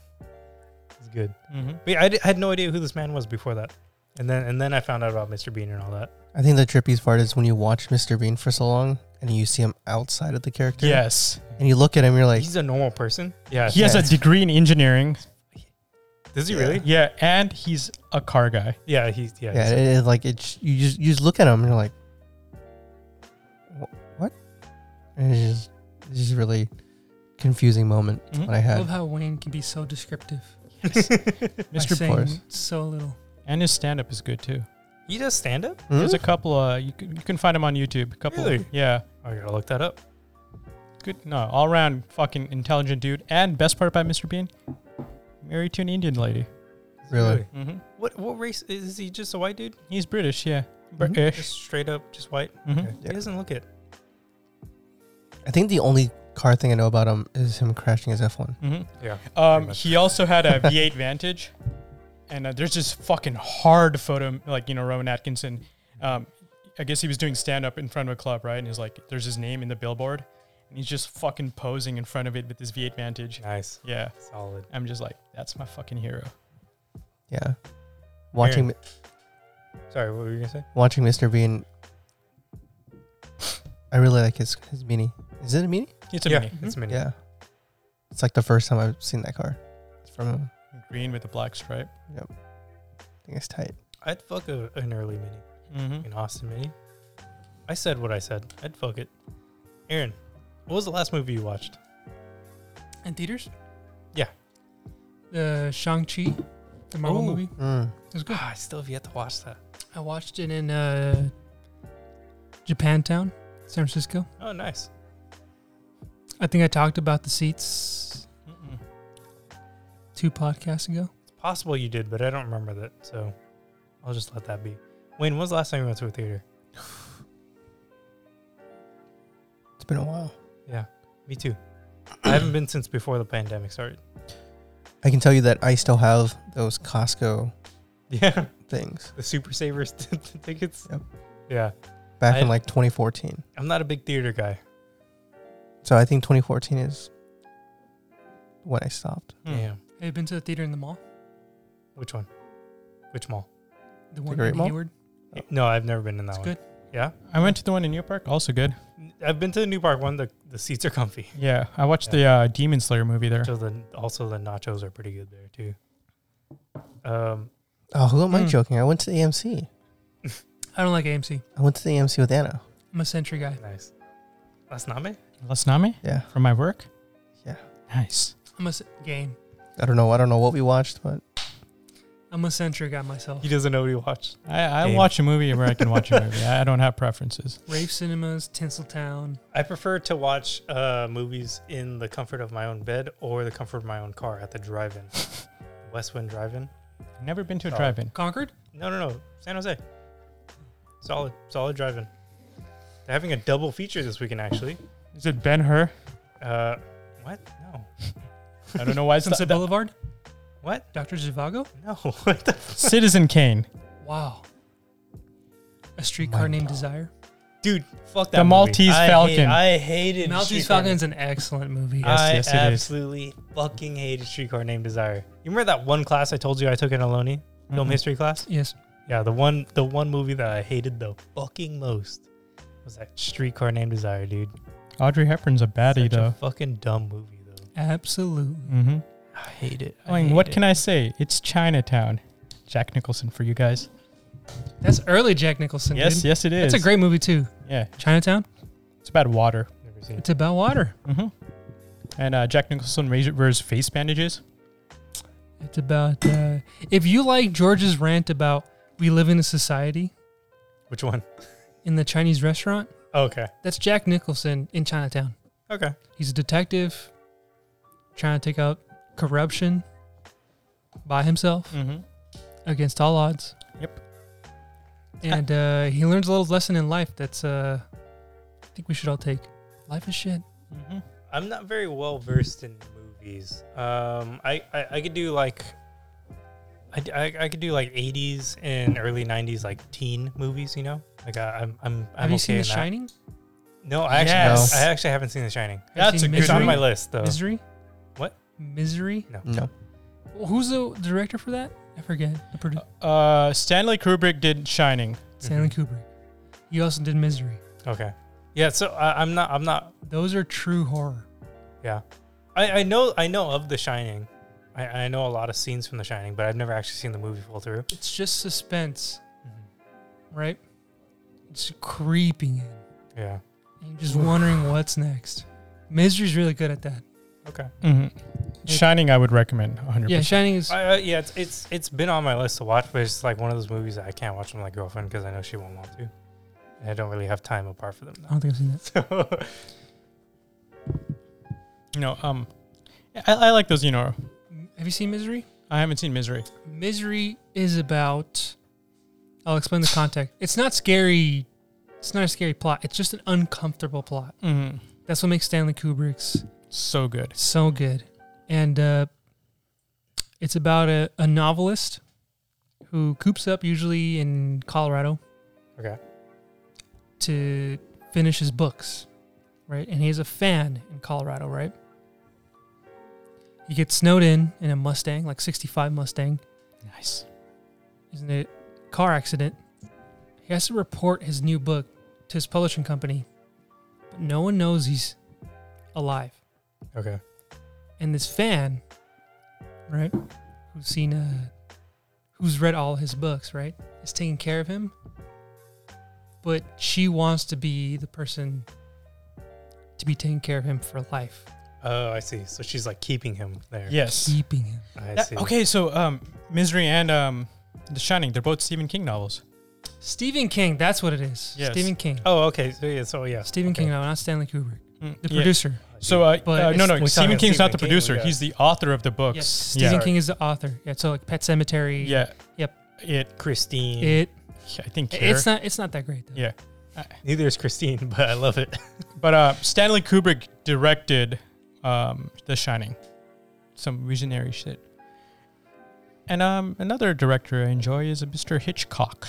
[SPEAKER 2] it's good.
[SPEAKER 5] mm-hmm.
[SPEAKER 2] But yeah, I, d- I had no idea who this man was before that, and then and then I found out about Mr. Bean and all that.
[SPEAKER 4] I think the trippiest part is when you watch Mr. Bean for so long and you see him outside of the character.
[SPEAKER 5] Yes.
[SPEAKER 4] And you look at him, you're like,
[SPEAKER 2] He's a normal person. Yeah,
[SPEAKER 5] He has a degree in engineering.
[SPEAKER 2] does he
[SPEAKER 4] Yeah.
[SPEAKER 2] really?
[SPEAKER 5] Yeah, and he's a car guy.
[SPEAKER 2] Yeah, he's yeah.
[SPEAKER 4] yeah,
[SPEAKER 2] he's-
[SPEAKER 4] it, it- like it's you just you just look at him and you're like, "Wh- what? And it's just it's just a really confusing moment
[SPEAKER 5] Mhm.
[SPEAKER 2] Mm-hmm.
[SPEAKER 4] that I
[SPEAKER 3] I love
[SPEAKER 4] had.
[SPEAKER 3] how Wayne can be so descriptive. by
[SPEAKER 5] Mr.
[SPEAKER 3] saying
[SPEAKER 4] Porras.
[SPEAKER 3] So little.
[SPEAKER 5] And his stand up is good too.
[SPEAKER 2] [LAUGHS] He does stand up.
[SPEAKER 4] Hmm?
[SPEAKER 5] There's a couple uh you can, you can find him on YouTube. A couple
[SPEAKER 2] Really?
[SPEAKER 5] yeah.
[SPEAKER 2] I gotta look that up.
[SPEAKER 5] Good no, all around fucking intelligent dude. And best part about Mr. Bean, married to an Indian lady.
[SPEAKER 4] Really?
[SPEAKER 5] Mm-hmm.
[SPEAKER 2] What what race is he? Just a white [LAUGHS] dude?
[SPEAKER 5] He's British, yeah.
[SPEAKER 4] Mhm.
[SPEAKER 5] British.
[SPEAKER 2] Just straight up, just white.
[SPEAKER 5] Mhm.
[SPEAKER 2] Okay.
[SPEAKER 4] Yeah.
[SPEAKER 2] He doesn't look it.
[SPEAKER 4] I think the only car thing I know about him is him crashing his F1.
[SPEAKER 5] Mhm.
[SPEAKER 2] Yeah.
[SPEAKER 5] Um,
[SPEAKER 2] much.
[SPEAKER 5] he also had a V8 [LAUGHS] Vantage, and uh, there's this fucking hard photo, like you know Rowan Atkinson. Um, I guess he was doing stand up in front of a club, right? And he's like, there's his name in the billboard, and he's just fucking posing in front of it with his V8 Vantage.
[SPEAKER 2] Nice.
[SPEAKER 5] Yeah,
[SPEAKER 2] Solid.
[SPEAKER 5] I'm just like, that's my fucking hero.
[SPEAKER 4] Yeah, watching
[SPEAKER 2] Sorry, what were you gonna say?
[SPEAKER 4] watching Mr. Bean. I really like his his mini. Is it a mini?
[SPEAKER 5] It's a
[SPEAKER 2] yeah,
[SPEAKER 5] mini.
[SPEAKER 2] it's a mini.
[SPEAKER 4] Yeah, it's like the first time I've seen that car. It's from him.
[SPEAKER 5] green with a black stripe.
[SPEAKER 4] I think it's tight.
[SPEAKER 2] I'd fuck a, an early mini,
[SPEAKER 5] Mm-hmm.
[SPEAKER 2] an Austin mini. I said what I said. I'd fuck it. Aaron, what was the last movie you watched?
[SPEAKER 3] And theaters?
[SPEAKER 2] Yeah.
[SPEAKER 3] The Shang-Chi, the Marvel
[SPEAKER 2] Ooh.
[SPEAKER 3] movie.
[SPEAKER 4] Mm.
[SPEAKER 3] It was good.
[SPEAKER 2] Ah, I still have yet to watch that.
[SPEAKER 3] I watched it in uh, Japantown, San Francisco.
[SPEAKER 2] Oh, nice.
[SPEAKER 3] I think I talked about the seats two podcasts ago.
[SPEAKER 2] It's possible you did, but I don't remember that, so I'll just let that be. Wayne, when was the last time you went to a theater?
[SPEAKER 4] It's been a while.
[SPEAKER 2] Yeah, me
[SPEAKER 4] [CLEARS THROAT]
[SPEAKER 2] too. I haven't been since before the pandemic started.
[SPEAKER 4] I can tell you that I still have those Costco
[SPEAKER 2] Yeah, [LAUGHS]
[SPEAKER 4] things
[SPEAKER 2] the Super Savers [LAUGHS] tickets.
[SPEAKER 4] Yep.
[SPEAKER 2] Yeah,
[SPEAKER 4] back
[SPEAKER 2] I-
[SPEAKER 4] in like 2014.
[SPEAKER 2] I'm not a big theater guy.
[SPEAKER 4] So I think 2014 is when I stopped.
[SPEAKER 5] Hmm.
[SPEAKER 2] Yeah.
[SPEAKER 3] Have you been to the theater in the mall?
[SPEAKER 2] Which one? Which mall?
[SPEAKER 3] The one
[SPEAKER 4] Great
[SPEAKER 3] in
[SPEAKER 4] Mall?
[SPEAKER 3] Hayward?
[SPEAKER 4] Oh.
[SPEAKER 2] No, I've never been in that
[SPEAKER 3] It's
[SPEAKER 2] one.
[SPEAKER 3] good.
[SPEAKER 5] I went to the one in New Park, also good.
[SPEAKER 2] I've been to the New Park one. The, the seats are [LAUGHS] comfy.
[SPEAKER 5] Yeah, I watched the uh, Demon Slayer movie there.
[SPEAKER 2] So the also the nachos are pretty good there too. Um,
[SPEAKER 4] Oh, who am I
[SPEAKER 5] Hmm.
[SPEAKER 4] joking? I went to the AMC.
[SPEAKER 3] I don't like AMC.
[SPEAKER 4] I went to the AMC with Anna.
[SPEAKER 3] I'm a Sentry guy.
[SPEAKER 2] nice. That's not me.
[SPEAKER 5] Las Name
[SPEAKER 4] Yeah.
[SPEAKER 5] from my work.
[SPEAKER 4] Yeah.
[SPEAKER 5] Nice.
[SPEAKER 3] I'm a s- game.
[SPEAKER 4] I don't know. I don't know what we watched, but
[SPEAKER 3] I'm a Sentry guy myself.
[SPEAKER 2] He doesn't know what he watched.
[SPEAKER 5] I, I
[SPEAKER 2] Game.
[SPEAKER 5] watch a movie where I can watch a movie. I I don't have preferences.
[SPEAKER 3] Rave Cinemas, Tinseltown.
[SPEAKER 2] I prefer to watch uh, movies in the comfort of my own bed or the comfort of my own car at the drive-in, [LAUGHS] Westwind Drive-in.
[SPEAKER 5] Never been to a
[SPEAKER 2] Solid.
[SPEAKER 5] drive-in.
[SPEAKER 3] Concord?
[SPEAKER 2] No, no, no, San Jose. Solid, solid drive-in. They're having a double feature this weekend, actually.
[SPEAKER 5] Is it Ben Hur?
[SPEAKER 2] Uh, what? No,
[SPEAKER 5] I don't know [LAUGHS] why it's the,
[SPEAKER 3] Sunset
[SPEAKER 5] the-
[SPEAKER 3] Boulevard?
[SPEAKER 2] what?
[SPEAKER 3] Dr. Zhivago?
[SPEAKER 2] [LAUGHS] No. What the
[SPEAKER 5] Citizen Kane.
[SPEAKER 3] Wow. A streetcar
[SPEAKER 4] Mind
[SPEAKER 3] named
[SPEAKER 4] blown.
[SPEAKER 3] Desire?
[SPEAKER 2] dude, fuck that.
[SPEAKER 5] The
[SPEAKER 2] movie.
[SPEAKER 5] Maltese
[SPEAKER 2] I hate-
[SPEAKER 5] Falcon.
[SPEAKER 2] I hated
[SPEAKER 3] Maltese
[SPEAKER 2] Streetcar
[SPEAKER 3] Falcon is an excellent movie.
[SPEAKER 5] Yes,
[SPEAKER 2] I
[SPEAKER 5] yes, it is.
[SPEAKER 2] absolutely fucking hated Streetcar Named Desire. You remember that one class I told you I took in Ohlone? Film
[SPEAKER 5] Mhm.
[SPEAKER 2] history class?
[SPEAKER 3] Yes.
[SPEAKER 2] Yeah, the one the one movie that I hated the fucking most was that Streetcar Named Desire, dude.
[SPEAKER 5] Audrey Hepburn's a baddie
[SPEAKER 2] Such a
[SPEAKER 5] though.
[SPEAKER 2] fucking dumb movie though.
[SPEAKER 3] Absolutely.
[SPEAKER 5] mm-hmm.
[SPEAKER 2] I hate it.
[SPEAKER 5] I mean, what can I say? It's Chinatown. Jack Nicholson for you guys.
[SPEAKER 3] That's early Jack Nicholson.
[SPEAKER 5] Yes,
[SPEAKER 3] dude.
[SPEAKER 5] yes, it is.
[SPEAKER 3] That's a great movie too.
[SPEAKER 5] Yeah,
[SPEAKER 3] Chinatown.
[SPEAKER 5] it's about water.
[SPEAKER 2] Never seen it.
[SPEAKER 3] It's about water.
[SPEAKER 5] Mm-hmm. And uh, Jack Nicholson ra- wears face bandages.
[SPEAKER 3] It's about uh, if you like George's rant about we live in a society
[SPEAKER 2] Which one? Oh,
[SPEAKER 3] in the Chinese restaurant.
[SPEAKER 2] Okay.
[SPEAKER 3] That's Jack Nicholson in Chinatown.
[SPEAKER 2] Okay.
[SPEAKER 3] He's a detective trying to take out corruption by himself
[SPEAKER 5] Mm-hmm.
[SPEAKER 3] against all odds.
[SPEAKER 5] Yep.
[SPEAKER 3] And uh, he learns a little lesson in life that's uh, I think we should all take. Life is shit.
[SPEAKER 5] Mm-hmm.
[SPEAKER 2] I'm not very well versed in movies. Um, I, I I could do like, I, d- I- I could do like 80s and early 90s like teen movies. You know, like I, I'm I'm I'm
[SPEAKER 3] Have you
[SPEAKER 2] okay
[SPEAKER 3] seen The
[SPEAKER 2] in that.
[SPEAKER 3] Shining?
[SPEAKER 2] No, I actually
[SPEAKER 5] Yes.
[SPEAKER 2] I actually haven't seen The Shining.
[SPEAKER 3] Have you
[SPEAKER 5] That's
[SPEAKER 3] seen
[SPEAKER 5] a good
[SPEAKER 2] It's on
[SPEAKER 5] one.
[SPEAKER 2] my list though.
[SPEAKER 3] Misery.
[SPEAKER 2] Uh, What?
[SPEAKER 3] Misery.
[SPEAKER 4] No.
[SPEAKER 3] Well, Who's the director for that? I forget. The producer.
[SPEAKER 5] Uh, Stanley Kubrick did Shining.
[SPEAKER 3] Stanley
[SPEAKER 2] mm-hmm.
[SPEAKER 3] Kubrick. He also did Misery.
[SPEAKER 2] Okay. Yeah. So I, I'm not I'm not
[SPEAKER 3] Those are true horror.
[SPEAKER 2] I, I know I know of The Shining. I, I know a lot of scenes from The Shining, but I've never actually seen the movie full through.
[SPEAKER 3] It's just suspense, right? It's creeping in.
[SPEAKER 2] Yeah.
[SPEAKER 3] And you're just wondering what's next. Misery's really good at that.
[SPEAKER 2] Okay.
[SPEAKER 5] Mm-hmm. Shining, I would recommend 100.
[SPEAKER 3] Yeah, Shining is.
[SPEAKER 2] I, I, yeah. It's, it's it's been on my list to watch, but it's just like one of those movies that I can't watch with my girlfriend because I know she won't want to, and I don't really have time apart for them.
[SPEAKER 3] I [LAUGHS] don't think I've seen that.
[SPEAKER 2] Now.
[SPEAKER 5] You know, um, I, I like those. You know,
[SPEAKER 3] Have you seen Misery?
[SPEAKER 5] I haven't seen Misery.
[SPEAKER 3] Misery is about. I'll explain the context. It's not scary. It's not a scary plot. It's just an uncomfortable plot.
[SPEAKER 5] Mm-hmm.
[SPEAKER 3] That's what makes Stanley Kubrick's
[SPEAKER 5] So good.
[SPEAKER 3] so good. And uh, it's about a, a novelist who coops up usually in Colorado.
[SPEAKER 2] Okay.
[SPEAKER 3] To finish his books, right? And he's a fan in Colorado, right? He gets snowed in in a Mustang, like 65 Mustang.
[SPEAKER 5] Nice.
[SPEAKER 3] He's in a car accident. He has to report his new book to his publishing company, but no one knows he's alive
[SPEAKER 2] okay.
[SPEAKER 3] and this fan, right, who's seen uh, who's read all his books, right, is taking care of him. But she wants to be the person to be taking care of him for life,
[SPEAKER 2] Oh, I see. So she's like keeping him there.
[SPEAKER 5] Yes.
[SPEAKER 3] keeping him.
[SPEAKER 2] I
[SPEAKER 5] That-
[SPEAKER 2] see.
[SPEAKER 5] okay, so um, Misery and um, The Shining, they're both Stephen King novels.
[SPEAKER 3] Stephen King, that's what it is.
[SPEAKER 5] Yes.
[SPEAKER 3] Stephen King.
[SPEAKER 2] Oh, okay. So yeah. So yeah.
[SPEAKER 3] Stephen
[SPEAKER 2] okay.
[SPEAKER 3] King, uh, no, not Stanley Kubrick,
[SPEAKER 5] Mm,
[SPEAKER 3] the
[SPEAKER 5] yeah.
[SPEAKER 3] producer.
[SPEAKER 5] So, uh,
[SPEAKER 3] But
[SPEAKER 5] uh, no,
[SPEAKER 3] it's-
[SPEAKER 5] no,
[SPEAKER 2] we're talking
[SPEAKER 5] Stephen King's
[SPEAKER 2] Stephen
[SPEAKER 5] not the
[SPEAKER 2] King,
[SPEAKER 5] producer.
[SPEAKER 2] yeah.
[SPEAKER 5] He's the author of the books.
[SPEAKER 3] Yes,
[SPEAKER 5] yeah.
[SPEAKER 3] Stephen King is the author. Yeah, so like Pet Cemetery.
[SPEAKER 5] Yeah.
[SPEAKER 3] Yep.
[SPEAKER 5] It.
[SPEAKER 2] Christine.
[SPEAKER 3] It
[SPEAKER 5] I think.
[SPEAKER 3] it's not it's not that great though.
[SPEAKER 5] Yeah.
[SPEAKER 2] Neither is Christine, [LAUGHS] but I love it.
[SPEAKER 5] But uh, Stanley Kubrick directed um, The Shining, some visionary shit. And um, another director I enjoy is a Mr. Hitchcock,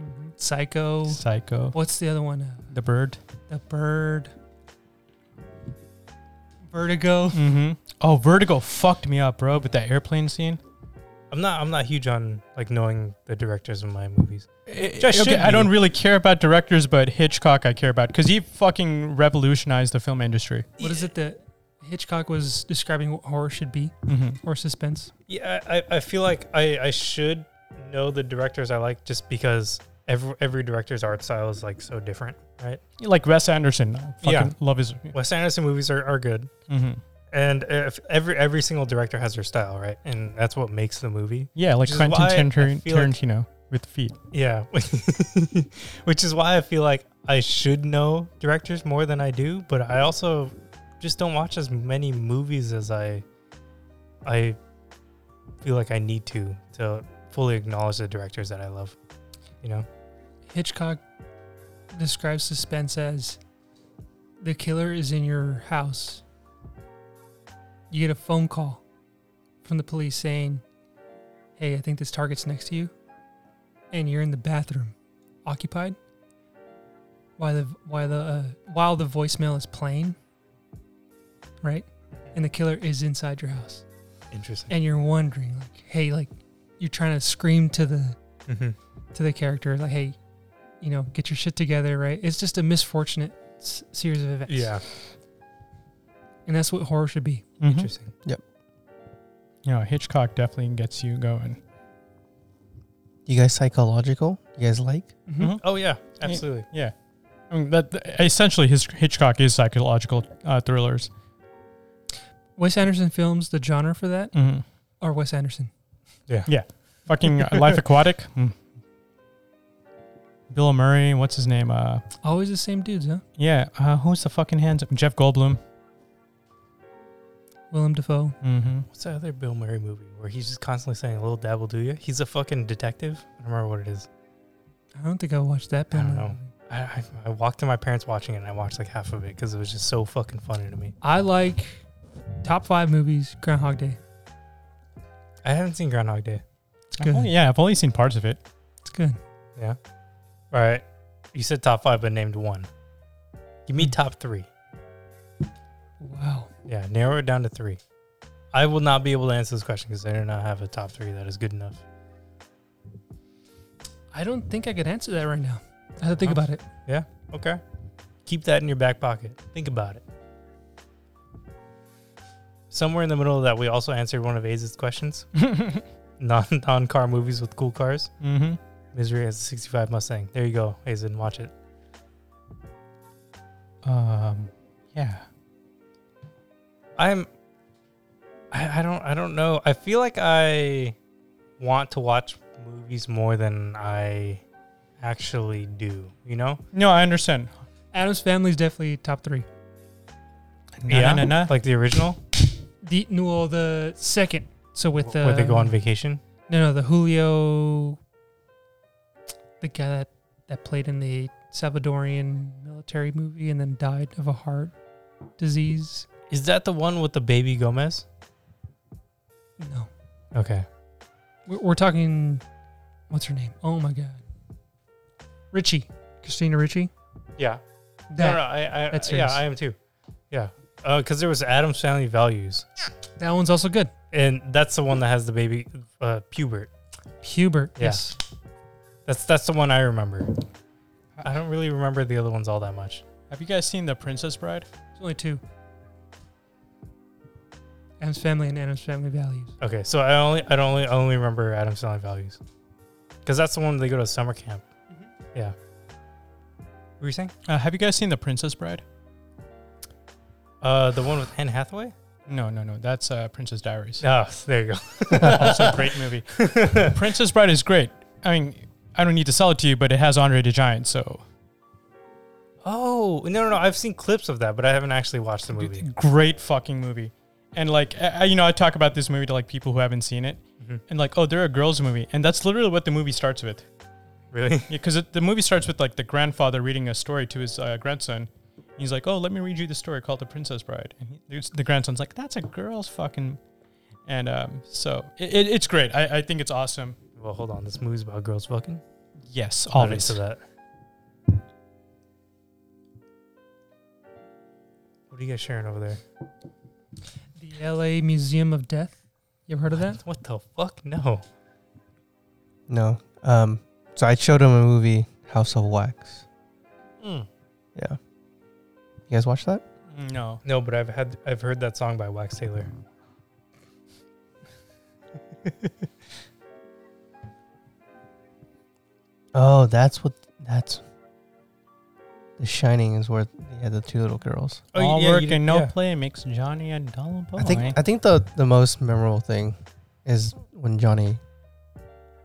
[SPEAKER 3] Mhm. Psycho.
[SPEAKER 5] Psycho,
[SPEAKER 3] What's the other one? Uh,
[SPEAKER 5] The Bird.
[SPEAKER 3] The bird.
[SPEAKER 5] [LAUGHS]
[SPEAKER 3] Vertigo.
[SPEAKER 5] Mm-hmm. Oh, Vertigo fucked me up, bro, with that airplane scene.
[SPEAKER 2] I'm not. I'm not huge on like knowing the directors of my movies.
[SPEAKER 5] Just
[SPEAKER 2] should
[SPEAKER 5] okay, I
[SPEAKER 2] be.
[SPEAKER 5] don't really care about directors, but Hitchcock I care about because he fucking revolutionized the film industry.
[SPEAKER 3] What is it that Hitchcock was describing what horror should be
[SPEAKER 5] Mm-hmm.
[SPEAKER 3] or suspense?
[SPEAKER 2] Yeah, I, I- I feel like I, I should know the directors I like just because every every director's art style is like so different, right?
[SPEAKER 5] Like Wes Anderson, I fucking
[SPEAKER 2] Yeah.
[SPEAKER 5] love his.
[SPEAKER 2] Wes Anderson movies are, are good,
[SPEAKER 5] hmm
[SPEAKER 2] and if every every single director has their style, right? And that's what makes the movie.
[SPEAKER 5] Yeah,
[SPEAKER 2] Which
[SPEAKER 5] like
[SPEAKER 2] is
[SPEAKER 5] Quentin
[SPEAKER 2] why I
[SPEAKER 5] Tarantino,
[SPEAKER 2] feel like-
[SPEAKER 5] Tarantino with feet.
[SPEAKER 2] Yeah, [LAUGHS] which is why I feel like I should know directors more than I do, but I also just don't watch as many movies as I I feel like I need to to fully acknowledge the directors that I love. You know.
[SPEAKER 3] Hitchcock describes suspense as the killer is in your house. You get a phone call from the police saying, Hey, I think this target's next to you. And you're in the bathroom, occupied. while the while the uh, while the voicemail is playing, right? And the killer is inside your house,
[SPEAKER 2] Interesting.
[SPEAKER 3] [LAUGHS] and you're wondering, like, hey, like, you're trying to scream to the
[SPEAKER 2] hmm
[SPEAKER 3] to the character, like, hey, you know, get your shit together, right? It's just a misfortunate s- series of events.
[SPEAKER 2] Yeah.
[SPEAKER 3] and that's what horror should be.
[SPEAKER 5] Mhm.
[SPEAKER 2] Interesting.
[SPEAKER 5] You know, Hitchcock definitely gets you going.
[SPEAKER 4] You guys psychological? You guys like?
[SPEAKER 5] Mhm.
[SPEAKER 2] Oh yeah, absolutely.
[SPEAKER 5] Yeah, I mean that essentially his Hitchcock is psychological uh, thrillers.
[SPEAKER 3] Wes Anderson films, the genre for that,
[SPEAKER 5] Mm-hmm.
[SPEAKER 3] or Wes Anderson. [LAUGHS]
[SPEAKER 5] Fucking Life Aquatic. Mm. Bill Murray, what's his name? Uh,
[SPEAKER 3] Always the same dudes, huh?
[SPEAKER 5] yeah, uh, who's the fucking hands? Jeff Goldblum.
[SPEAKER 3] Willem Dafoe.
[SPEAKER 5] Mm-hmm.
[SPEAKER 2] What's that other Bill Murray movie where he's just constantly saying "a little dab will do you"? He's a fucking detective. I don't remember what it is.
[SPEAKER 3] I don't think I watched that.
[SPEAKER 2] I don't
[SPEAKER 3] Bill Murray
[SPEAKER 2] know.
[SPEAKER 3] movie.
[SPEAKER 2] I, I, I walked to my parents watching it and I watched like half of it because it was just so fucking funny to me.
[SPEAKER 3] I like top five movies. Groundhog Day.
[SPEAKER 2] I haven't seen Groundhog Day.
[SPEAKER 3] It's good.
[SPEAKER 5] Oh, yeah, I've only seen parts of it.
[SPEAKER 3] It's good.
[SPEAKER 2] Yeah. All right. You said top five, but named one. Give me top three.
[SPEAKER 3] Wow.
[SPEAKER 2] Yeah, narrow it down to three. I will not be able to answer this question because I do not have a top three that is good enough.
[SPEAKER 3] I don't think I could answer that right now. I have to think
[SPEAKER 2] Huh?
[SPEAKER 3] about it.
[SPEAKER 2] Okay. Keep that in your back pocket. Think about it. Somewhere in the middle of that, we also answered one of Aze's [LAUGHS] questions.
[SPEAKER 5] mm-hmm.
[SPEAKER 2] Non non car movies with cool cars. Misery has a 65 Mustang. There you go, Azen. Watch it.
[SPEAKER 5] Um, yeah.
[SPEAKER 2] I'm. I, I don't. I don't know. I feel like I want to watch movies more than I actually do. You know?
[SPEAKER 5] No, I understand.
[SPEAKER 3] Adam's Family is definitely top three.
[SPEAKER 5] Na, na, na, na.
[SPEAKER 2] Like the original,
[SPEAKER 3] The no, well, the second. So with um, the
[SPEAKER 2] where they go on vacation.
[SPEAKER 3] No, no, the Julio, the guy that that played in the Salvadorian military movie and then died of a heart disease.
[SPEAKER 2] Is that the one with the baby Gomez?
[SPEAKER 3] No,
[SPEAKER 2] Okay.
[SPEAKER 3] we're, we're talking. What's her name? Oh my god, Richie, Christina Richie.
[SPEAKER 2] Yeah.
[SPEAKER 3] That,
[SPEAKER 2] no, no. I. I
[SPEAKER 3] that's
[SPEAKER 2] yeah.
[SPEAKER 3] yours.
[SPEAKER 2] I am too. Yeah. Because there was Adam's Family Values,
[SPEAKER 3] that one's also good.
[SPEAKER 2] and that's the one that has the baby uh, pubert.
[SPEAKER 3] Hubert.
[SPEAKER 2] Yeah.
[SPEAKER 3] Yes.
[SPEAKER 2] That's that's the one I remember. I don't really remember the other ones all that much.
[SPEAKER 5] Have you guys seen The Princess Bride?
[SPEAKER 3] There's only two. Adam's Family and Adam's Family Values.
[SPEAKER 2] Okay, so I only I don't only only remember Adam's Family Values, because that's the one they go to summer camp. Yeah. Mm-hmm. What were you saying?
[SPEAKER 5] Uh, have you guys seen The Princess Bride?
[SPEAKER 2] Uh, the one with Anne Hathaway.
[SPEAKER 5] No, no, no. That's uh, Princess Diaries.
[SPEAKER 2] Oh, [LAUGHS] there you go.
[SPEAKER 5] also a great
[SPEAKER 2] [LAUGHS]
[SPEAKER 5] movie. Princess Bride is great. I mean, I don't need to sell it to you, but it has Andre the Giant, so
[SPEAKER 2] Oh no no no! I've seen clips of that, but I haven't actually watched the movie.
[SPEAKER 5] great fucking movie. And like, I, I- you know, I talk about this movie to like people who haven't seen it,
[SPEAKER 2] Mhm.
[SPEAKER 5] and like, oh, they're a girls' movie, and that's literally what the movie starts with.
[SPEAKER 2] Really?
[SPEAKER 5] Yeah, because the movie starts with like the grandfather reading a story to his uh, grandson. He's like, "Oh, let me read you the story called The Princess Bride," and he, there's- the grandson's like, "That's a girl's fucking," and um, so it, it, it's great. I, I think it's awesome.
[SPEAKER 2] [LAUGHS] Well, hold on. This movie's about girls fucking.
[SPEAKER 5] Yes,
[SPEAKER 2] Not
[SPEAKER 5] always.
[SPEAKER 2] into that. What are you guys sharing over there?
[SPEAKER 3] The L.A. Museum of Death. You ever heard of that?
[SPEAKER 2] What the fuck? No.
[SPEAKER 4] No. Um. So I showed him a movie, House of Wax.
[SPEAKER 2] Mm.
[SPEAKER 4] Yeah. You guys watch that?
[SPEAKER 5] No,
[SPEAKER 2] No, but I've had I've heard that song by Wax Taylor.
[SPEAKER 4] Oh, that's what. That's. The Shining is where yeah the two little girls.
[SPEAKER 5] all
[SPEAKER 2] Oh, yeah,
[SPEAKER 5] work
[SPEAKER 2] you-
[SPEAKER 5] and no
[SPEAKER 2] yeah.
[SPEAKER 5] play makes Johnny a dull boy.
[SPEAKER 4] I think I think the the most memorable thing is when Johnny.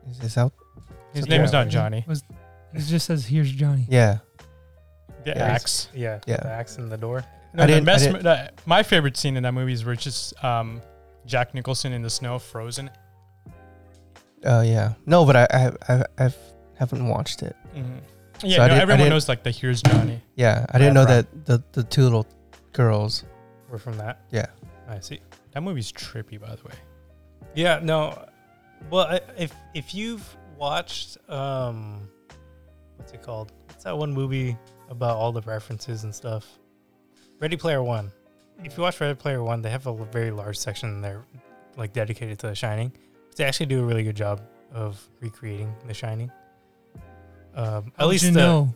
[SPEAKER 4] Is this out?
[SPEAKER 5] his name is
[SPEAKER 2] Yeah.
[SPEAKER 5] not Johnny.
[SPEAKER 3] Was it just says here's Johnny.
[SPEAKER 4] Yeah.
[SPEAKER 5] The
[SPEAKER 4] Yeah.
[SPEAKER 5] axe.
[SPEAKER 2] Yeah.
[SPEAKER 4] Yeah.
[SPEAKER 2] The axe in the door.
[SPEAKER 5] No,
[SPEAKER 4] I
[SPEAKER 5] the
[SPEAKER 4] didn't- I
[SPEAKER 5] best,
[SPEAKER 4] didn't-
[SPEAKER 5] the- my favorite scene in that movie is where it's just um, Jack Nicholson in the snow, frozen.
[SPEAKER 4] Oh yeah. No, but I I I I've, haven't watched it.
[SPEAKER 2] Mm-hmm.
[SPEAKER 5] Yeah,
[SPEAKER 4] So
[SPEAKER 5] no,
[SPEAKER 4] I didn't- I
[SPEAKER 5] everyone
[SPEAKER 4] didn't-
[SPEAKER 5] knows like the here's Johnny.
[SPEAKER 4] Yeah, I didn't
[SPEAKER 2] Yeah,
[SPEAKER 4] know
[SPEAKER 2] right.
[SPEAKER 4] that the the two little girls.
[SPEAKER 2] We're from that.
[SPEAKER 4] Yeah.
[SPEAKER 2] I see.
[SPEAKER 5] That movie's trippy, by the way.
[SPEAKER 2] Yeah, no. Well, I, if if you've watched um what's it called? It's that one movie about all the references and stuff. Ready Player One. If you watch Ready Player One, they have a l- very large section in there, like dedicated to The Shining. They actually do a really good job of recreating The Shining. Um, at
[SPEAKER 3] How'd
[SPEAKER 2] least
[SPEAKER 3] you
[SPEAKER 2] the,
[SPEAKER 3] know.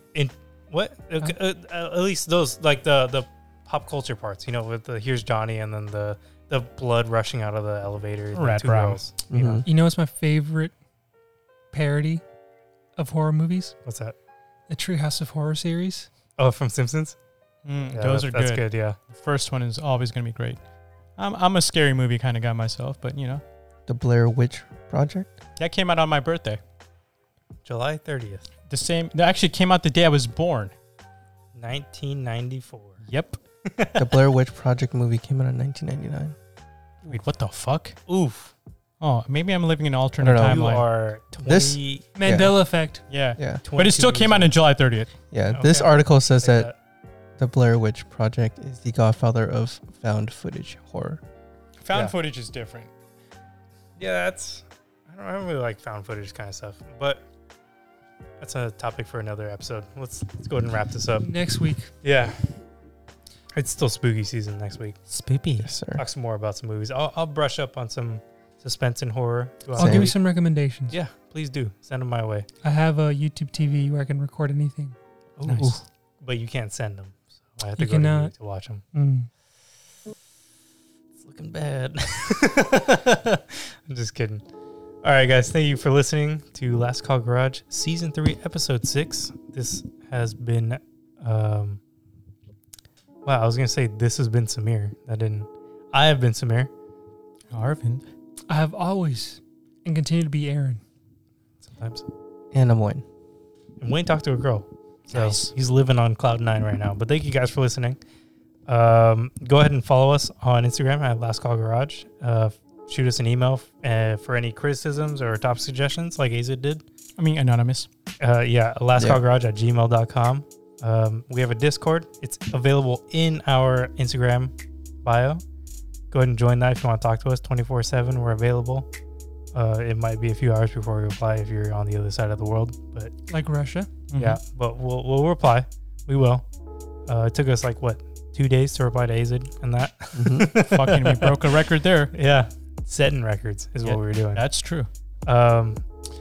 [SPEAKER 2] what? Okay, uh, uh, at least those like the the pop culture parts, you know, with the here's Johnny and then the the blood rushing out of the elevator, the
[SPEAKER 5] Rat
[SPEAKER 2] two
[SPEAKER 5] Brown.
[SPEAKER 2] girls. You know,
[SPEAKER 4] Mhm.
[SPEAKER 3] You know what's my favorite parody of horror movies?
[SPEAKER 2] what's that?
[SPEAKER 3] The Treehouse of Horror series.
[SPEAKER 2] Oh, from Simpsons.
[SPEAKER 5] Mm,
[SPEAKER 2] Yeah,
[SPEAKER 5] those
[SPEAKER 2] that-
[SPEAKER 5] are
[SPEAKER 2] that's
[SPEAKER 5] good.
[SPEAKER 2] good. Yeah,
[SPEAKER 5] The first one is always going to be great. I'm, I'm a scary movie kind of guy myself, but you know,
[SPEAKER 4] The Blair Witch Project.
[SPEAKER 5] that came out on my birthday.
[SPEAKER 2] July thirtieth,
[SPEAKER 5] The same, that actually came out the day I was born.
[SPEAKER 2] nineteen ninety four.
[SPEAKER 4] [LAUGHS]
[SPEAKER 5] Yep.
[SPEAKER 4] The Blair Witch Project movie came out in 1999.
[SPEAKER 5] Wait, what the fuck?
[SPEAKER 2] Oof,
[SPEAKER 5] Oh, maybe I'm living in an alternate
[SPEAKER 4] No, no,
[SPEAKER 2] you
[SPEAKER 5] timeline.
[SPEAKER 2] are
[SPEAKER 4] This-
[SPEAKER 2] twenty.
[SPEAKER 3] Mandela Effect.
[SPEAKER 5] Yeah.
[SPEAKER 4] Yeah,
[SPEAKER 5] But it still came out on July 30th.
[SPEAKER 4] yeah.
[SPEAKER 2] Okay.
[SPEAKER 4] This article says that
[SPEAKER 2] that.
[SPEAKER 4] the Blair Witch Project is the godfather of found footage horror.
[SPEAKER 5] Found
[SPEAKER 2] Yeah.
[SPEAKER 5] footage is different.
[SPEAKER 2] Yeah, that's. I don't, I don't really like found footage kind of stuff, but that's a topic for another episode. Let's let's go ahead and wrap this up.
[SPEAKER 3] Next week.
[SPEAKER 2] Yeah. It's still spooky season next week.
[SPEAKER 5] Spoopy.
[SPEAKER 4] Yes, sir.
[SPEAKER 2] Talk some more about some movies. I'll, I'll brush up on some suspense and horror. throughout
[SPEAKER 4] Same.
[SPEAKER 3] I'll
[SPEAKER 2] the
[SPEAKER 3] give you
[SPEAKER 2] week.
[SPEAKER 3] some recommendations.
[SPEAKER 2] Yeah, please do. Send them my way.
[SPEAKER 3] I have a YouTube TV where I can record anything.
[SPEAKER 2] Ooh.
[SPEAKER 5] Nice.
[SPEAKER 2] But you can't send them. So I have to go
[SPEAKER 3] You
[SPEAKER 2] to
[SPEAKER 3] cannot.
[SPEAKER 2] you to watch them.
[SPEAKER 3] Mm.
[SPEAKER 2] It's looking bad. [LAUGHS] I'm just kidding. All right, guys. Thank you for listening to Last Call Garage, Season 3, Episode 6. This has been. um Wow, I was going to say this has been Samir. That didn't. I have been Samir.
[SPEAKER 5] Arvin.
[SPEAKER 3] I have always and continue to be Aaron.
[SPEAKER 2] Sometimes.
[SPEAKER 4] And I'm Wayne.
[SPEAKER 2] and Wayne talked to a girl. So
[SPEAKER 5] Nice.
[SPEAKER 2] he's living on cloud nine right now. But thank you guys for listening. Um, go ahead and follow us on Instagram at Last Call Garage. Uh, shoot us an email uh, for any criticisms or top suggestions like Azid did.
[SPEAKER 5] I mean, anonymous.
[SPEAKER 2] Uh, yeah, Last
[SPEAKER 4] Yeah.
[SPEAKER 2] Call Garage at gmail.com. Um, we have a Discord. It's available in our Instagram bio. Go ahead and join that if you want to talk to us 24 7. We're available. Uh, it might be a few hours before we reply if you're on the other side of the world, but
[SPEAKER 3] Like Russia.
[SPEAKER 5] Mhm.
[SPEAKER 2] Mm-hmm. yeah, but we'll we'll reply. We will. Uh, it took us like what two days to reply to Azid and that. [LAUGHS]
[SPEAKER 5] Fucking, we broke a record there.
[SPEAKER 2] Yeah, setting records is
[SPEAKER 5] Yeah,
[SPEAKER 2] what we were doing.
[SPEAKER 5] That's true.
[SPEAKER 2] Um,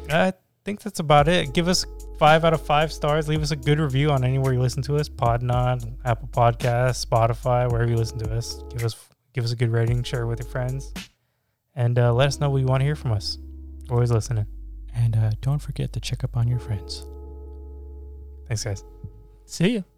[SPEAKER 2] I think that's about it. Give us five out of five stars. Leave us a good review on anywhere you listen to us: Podnod, Apple Podcasts, Spotify, wherever you listen to us. Give us give us a good rating. Share it with your friends, and uh, let us know what you want to hear from us. We're always listening.
[SPEAKER 5] And uh, don't forget to check up on your friends.
[SPEAKER 2] Thanks, guys.
[SPEAKER 3] See ya.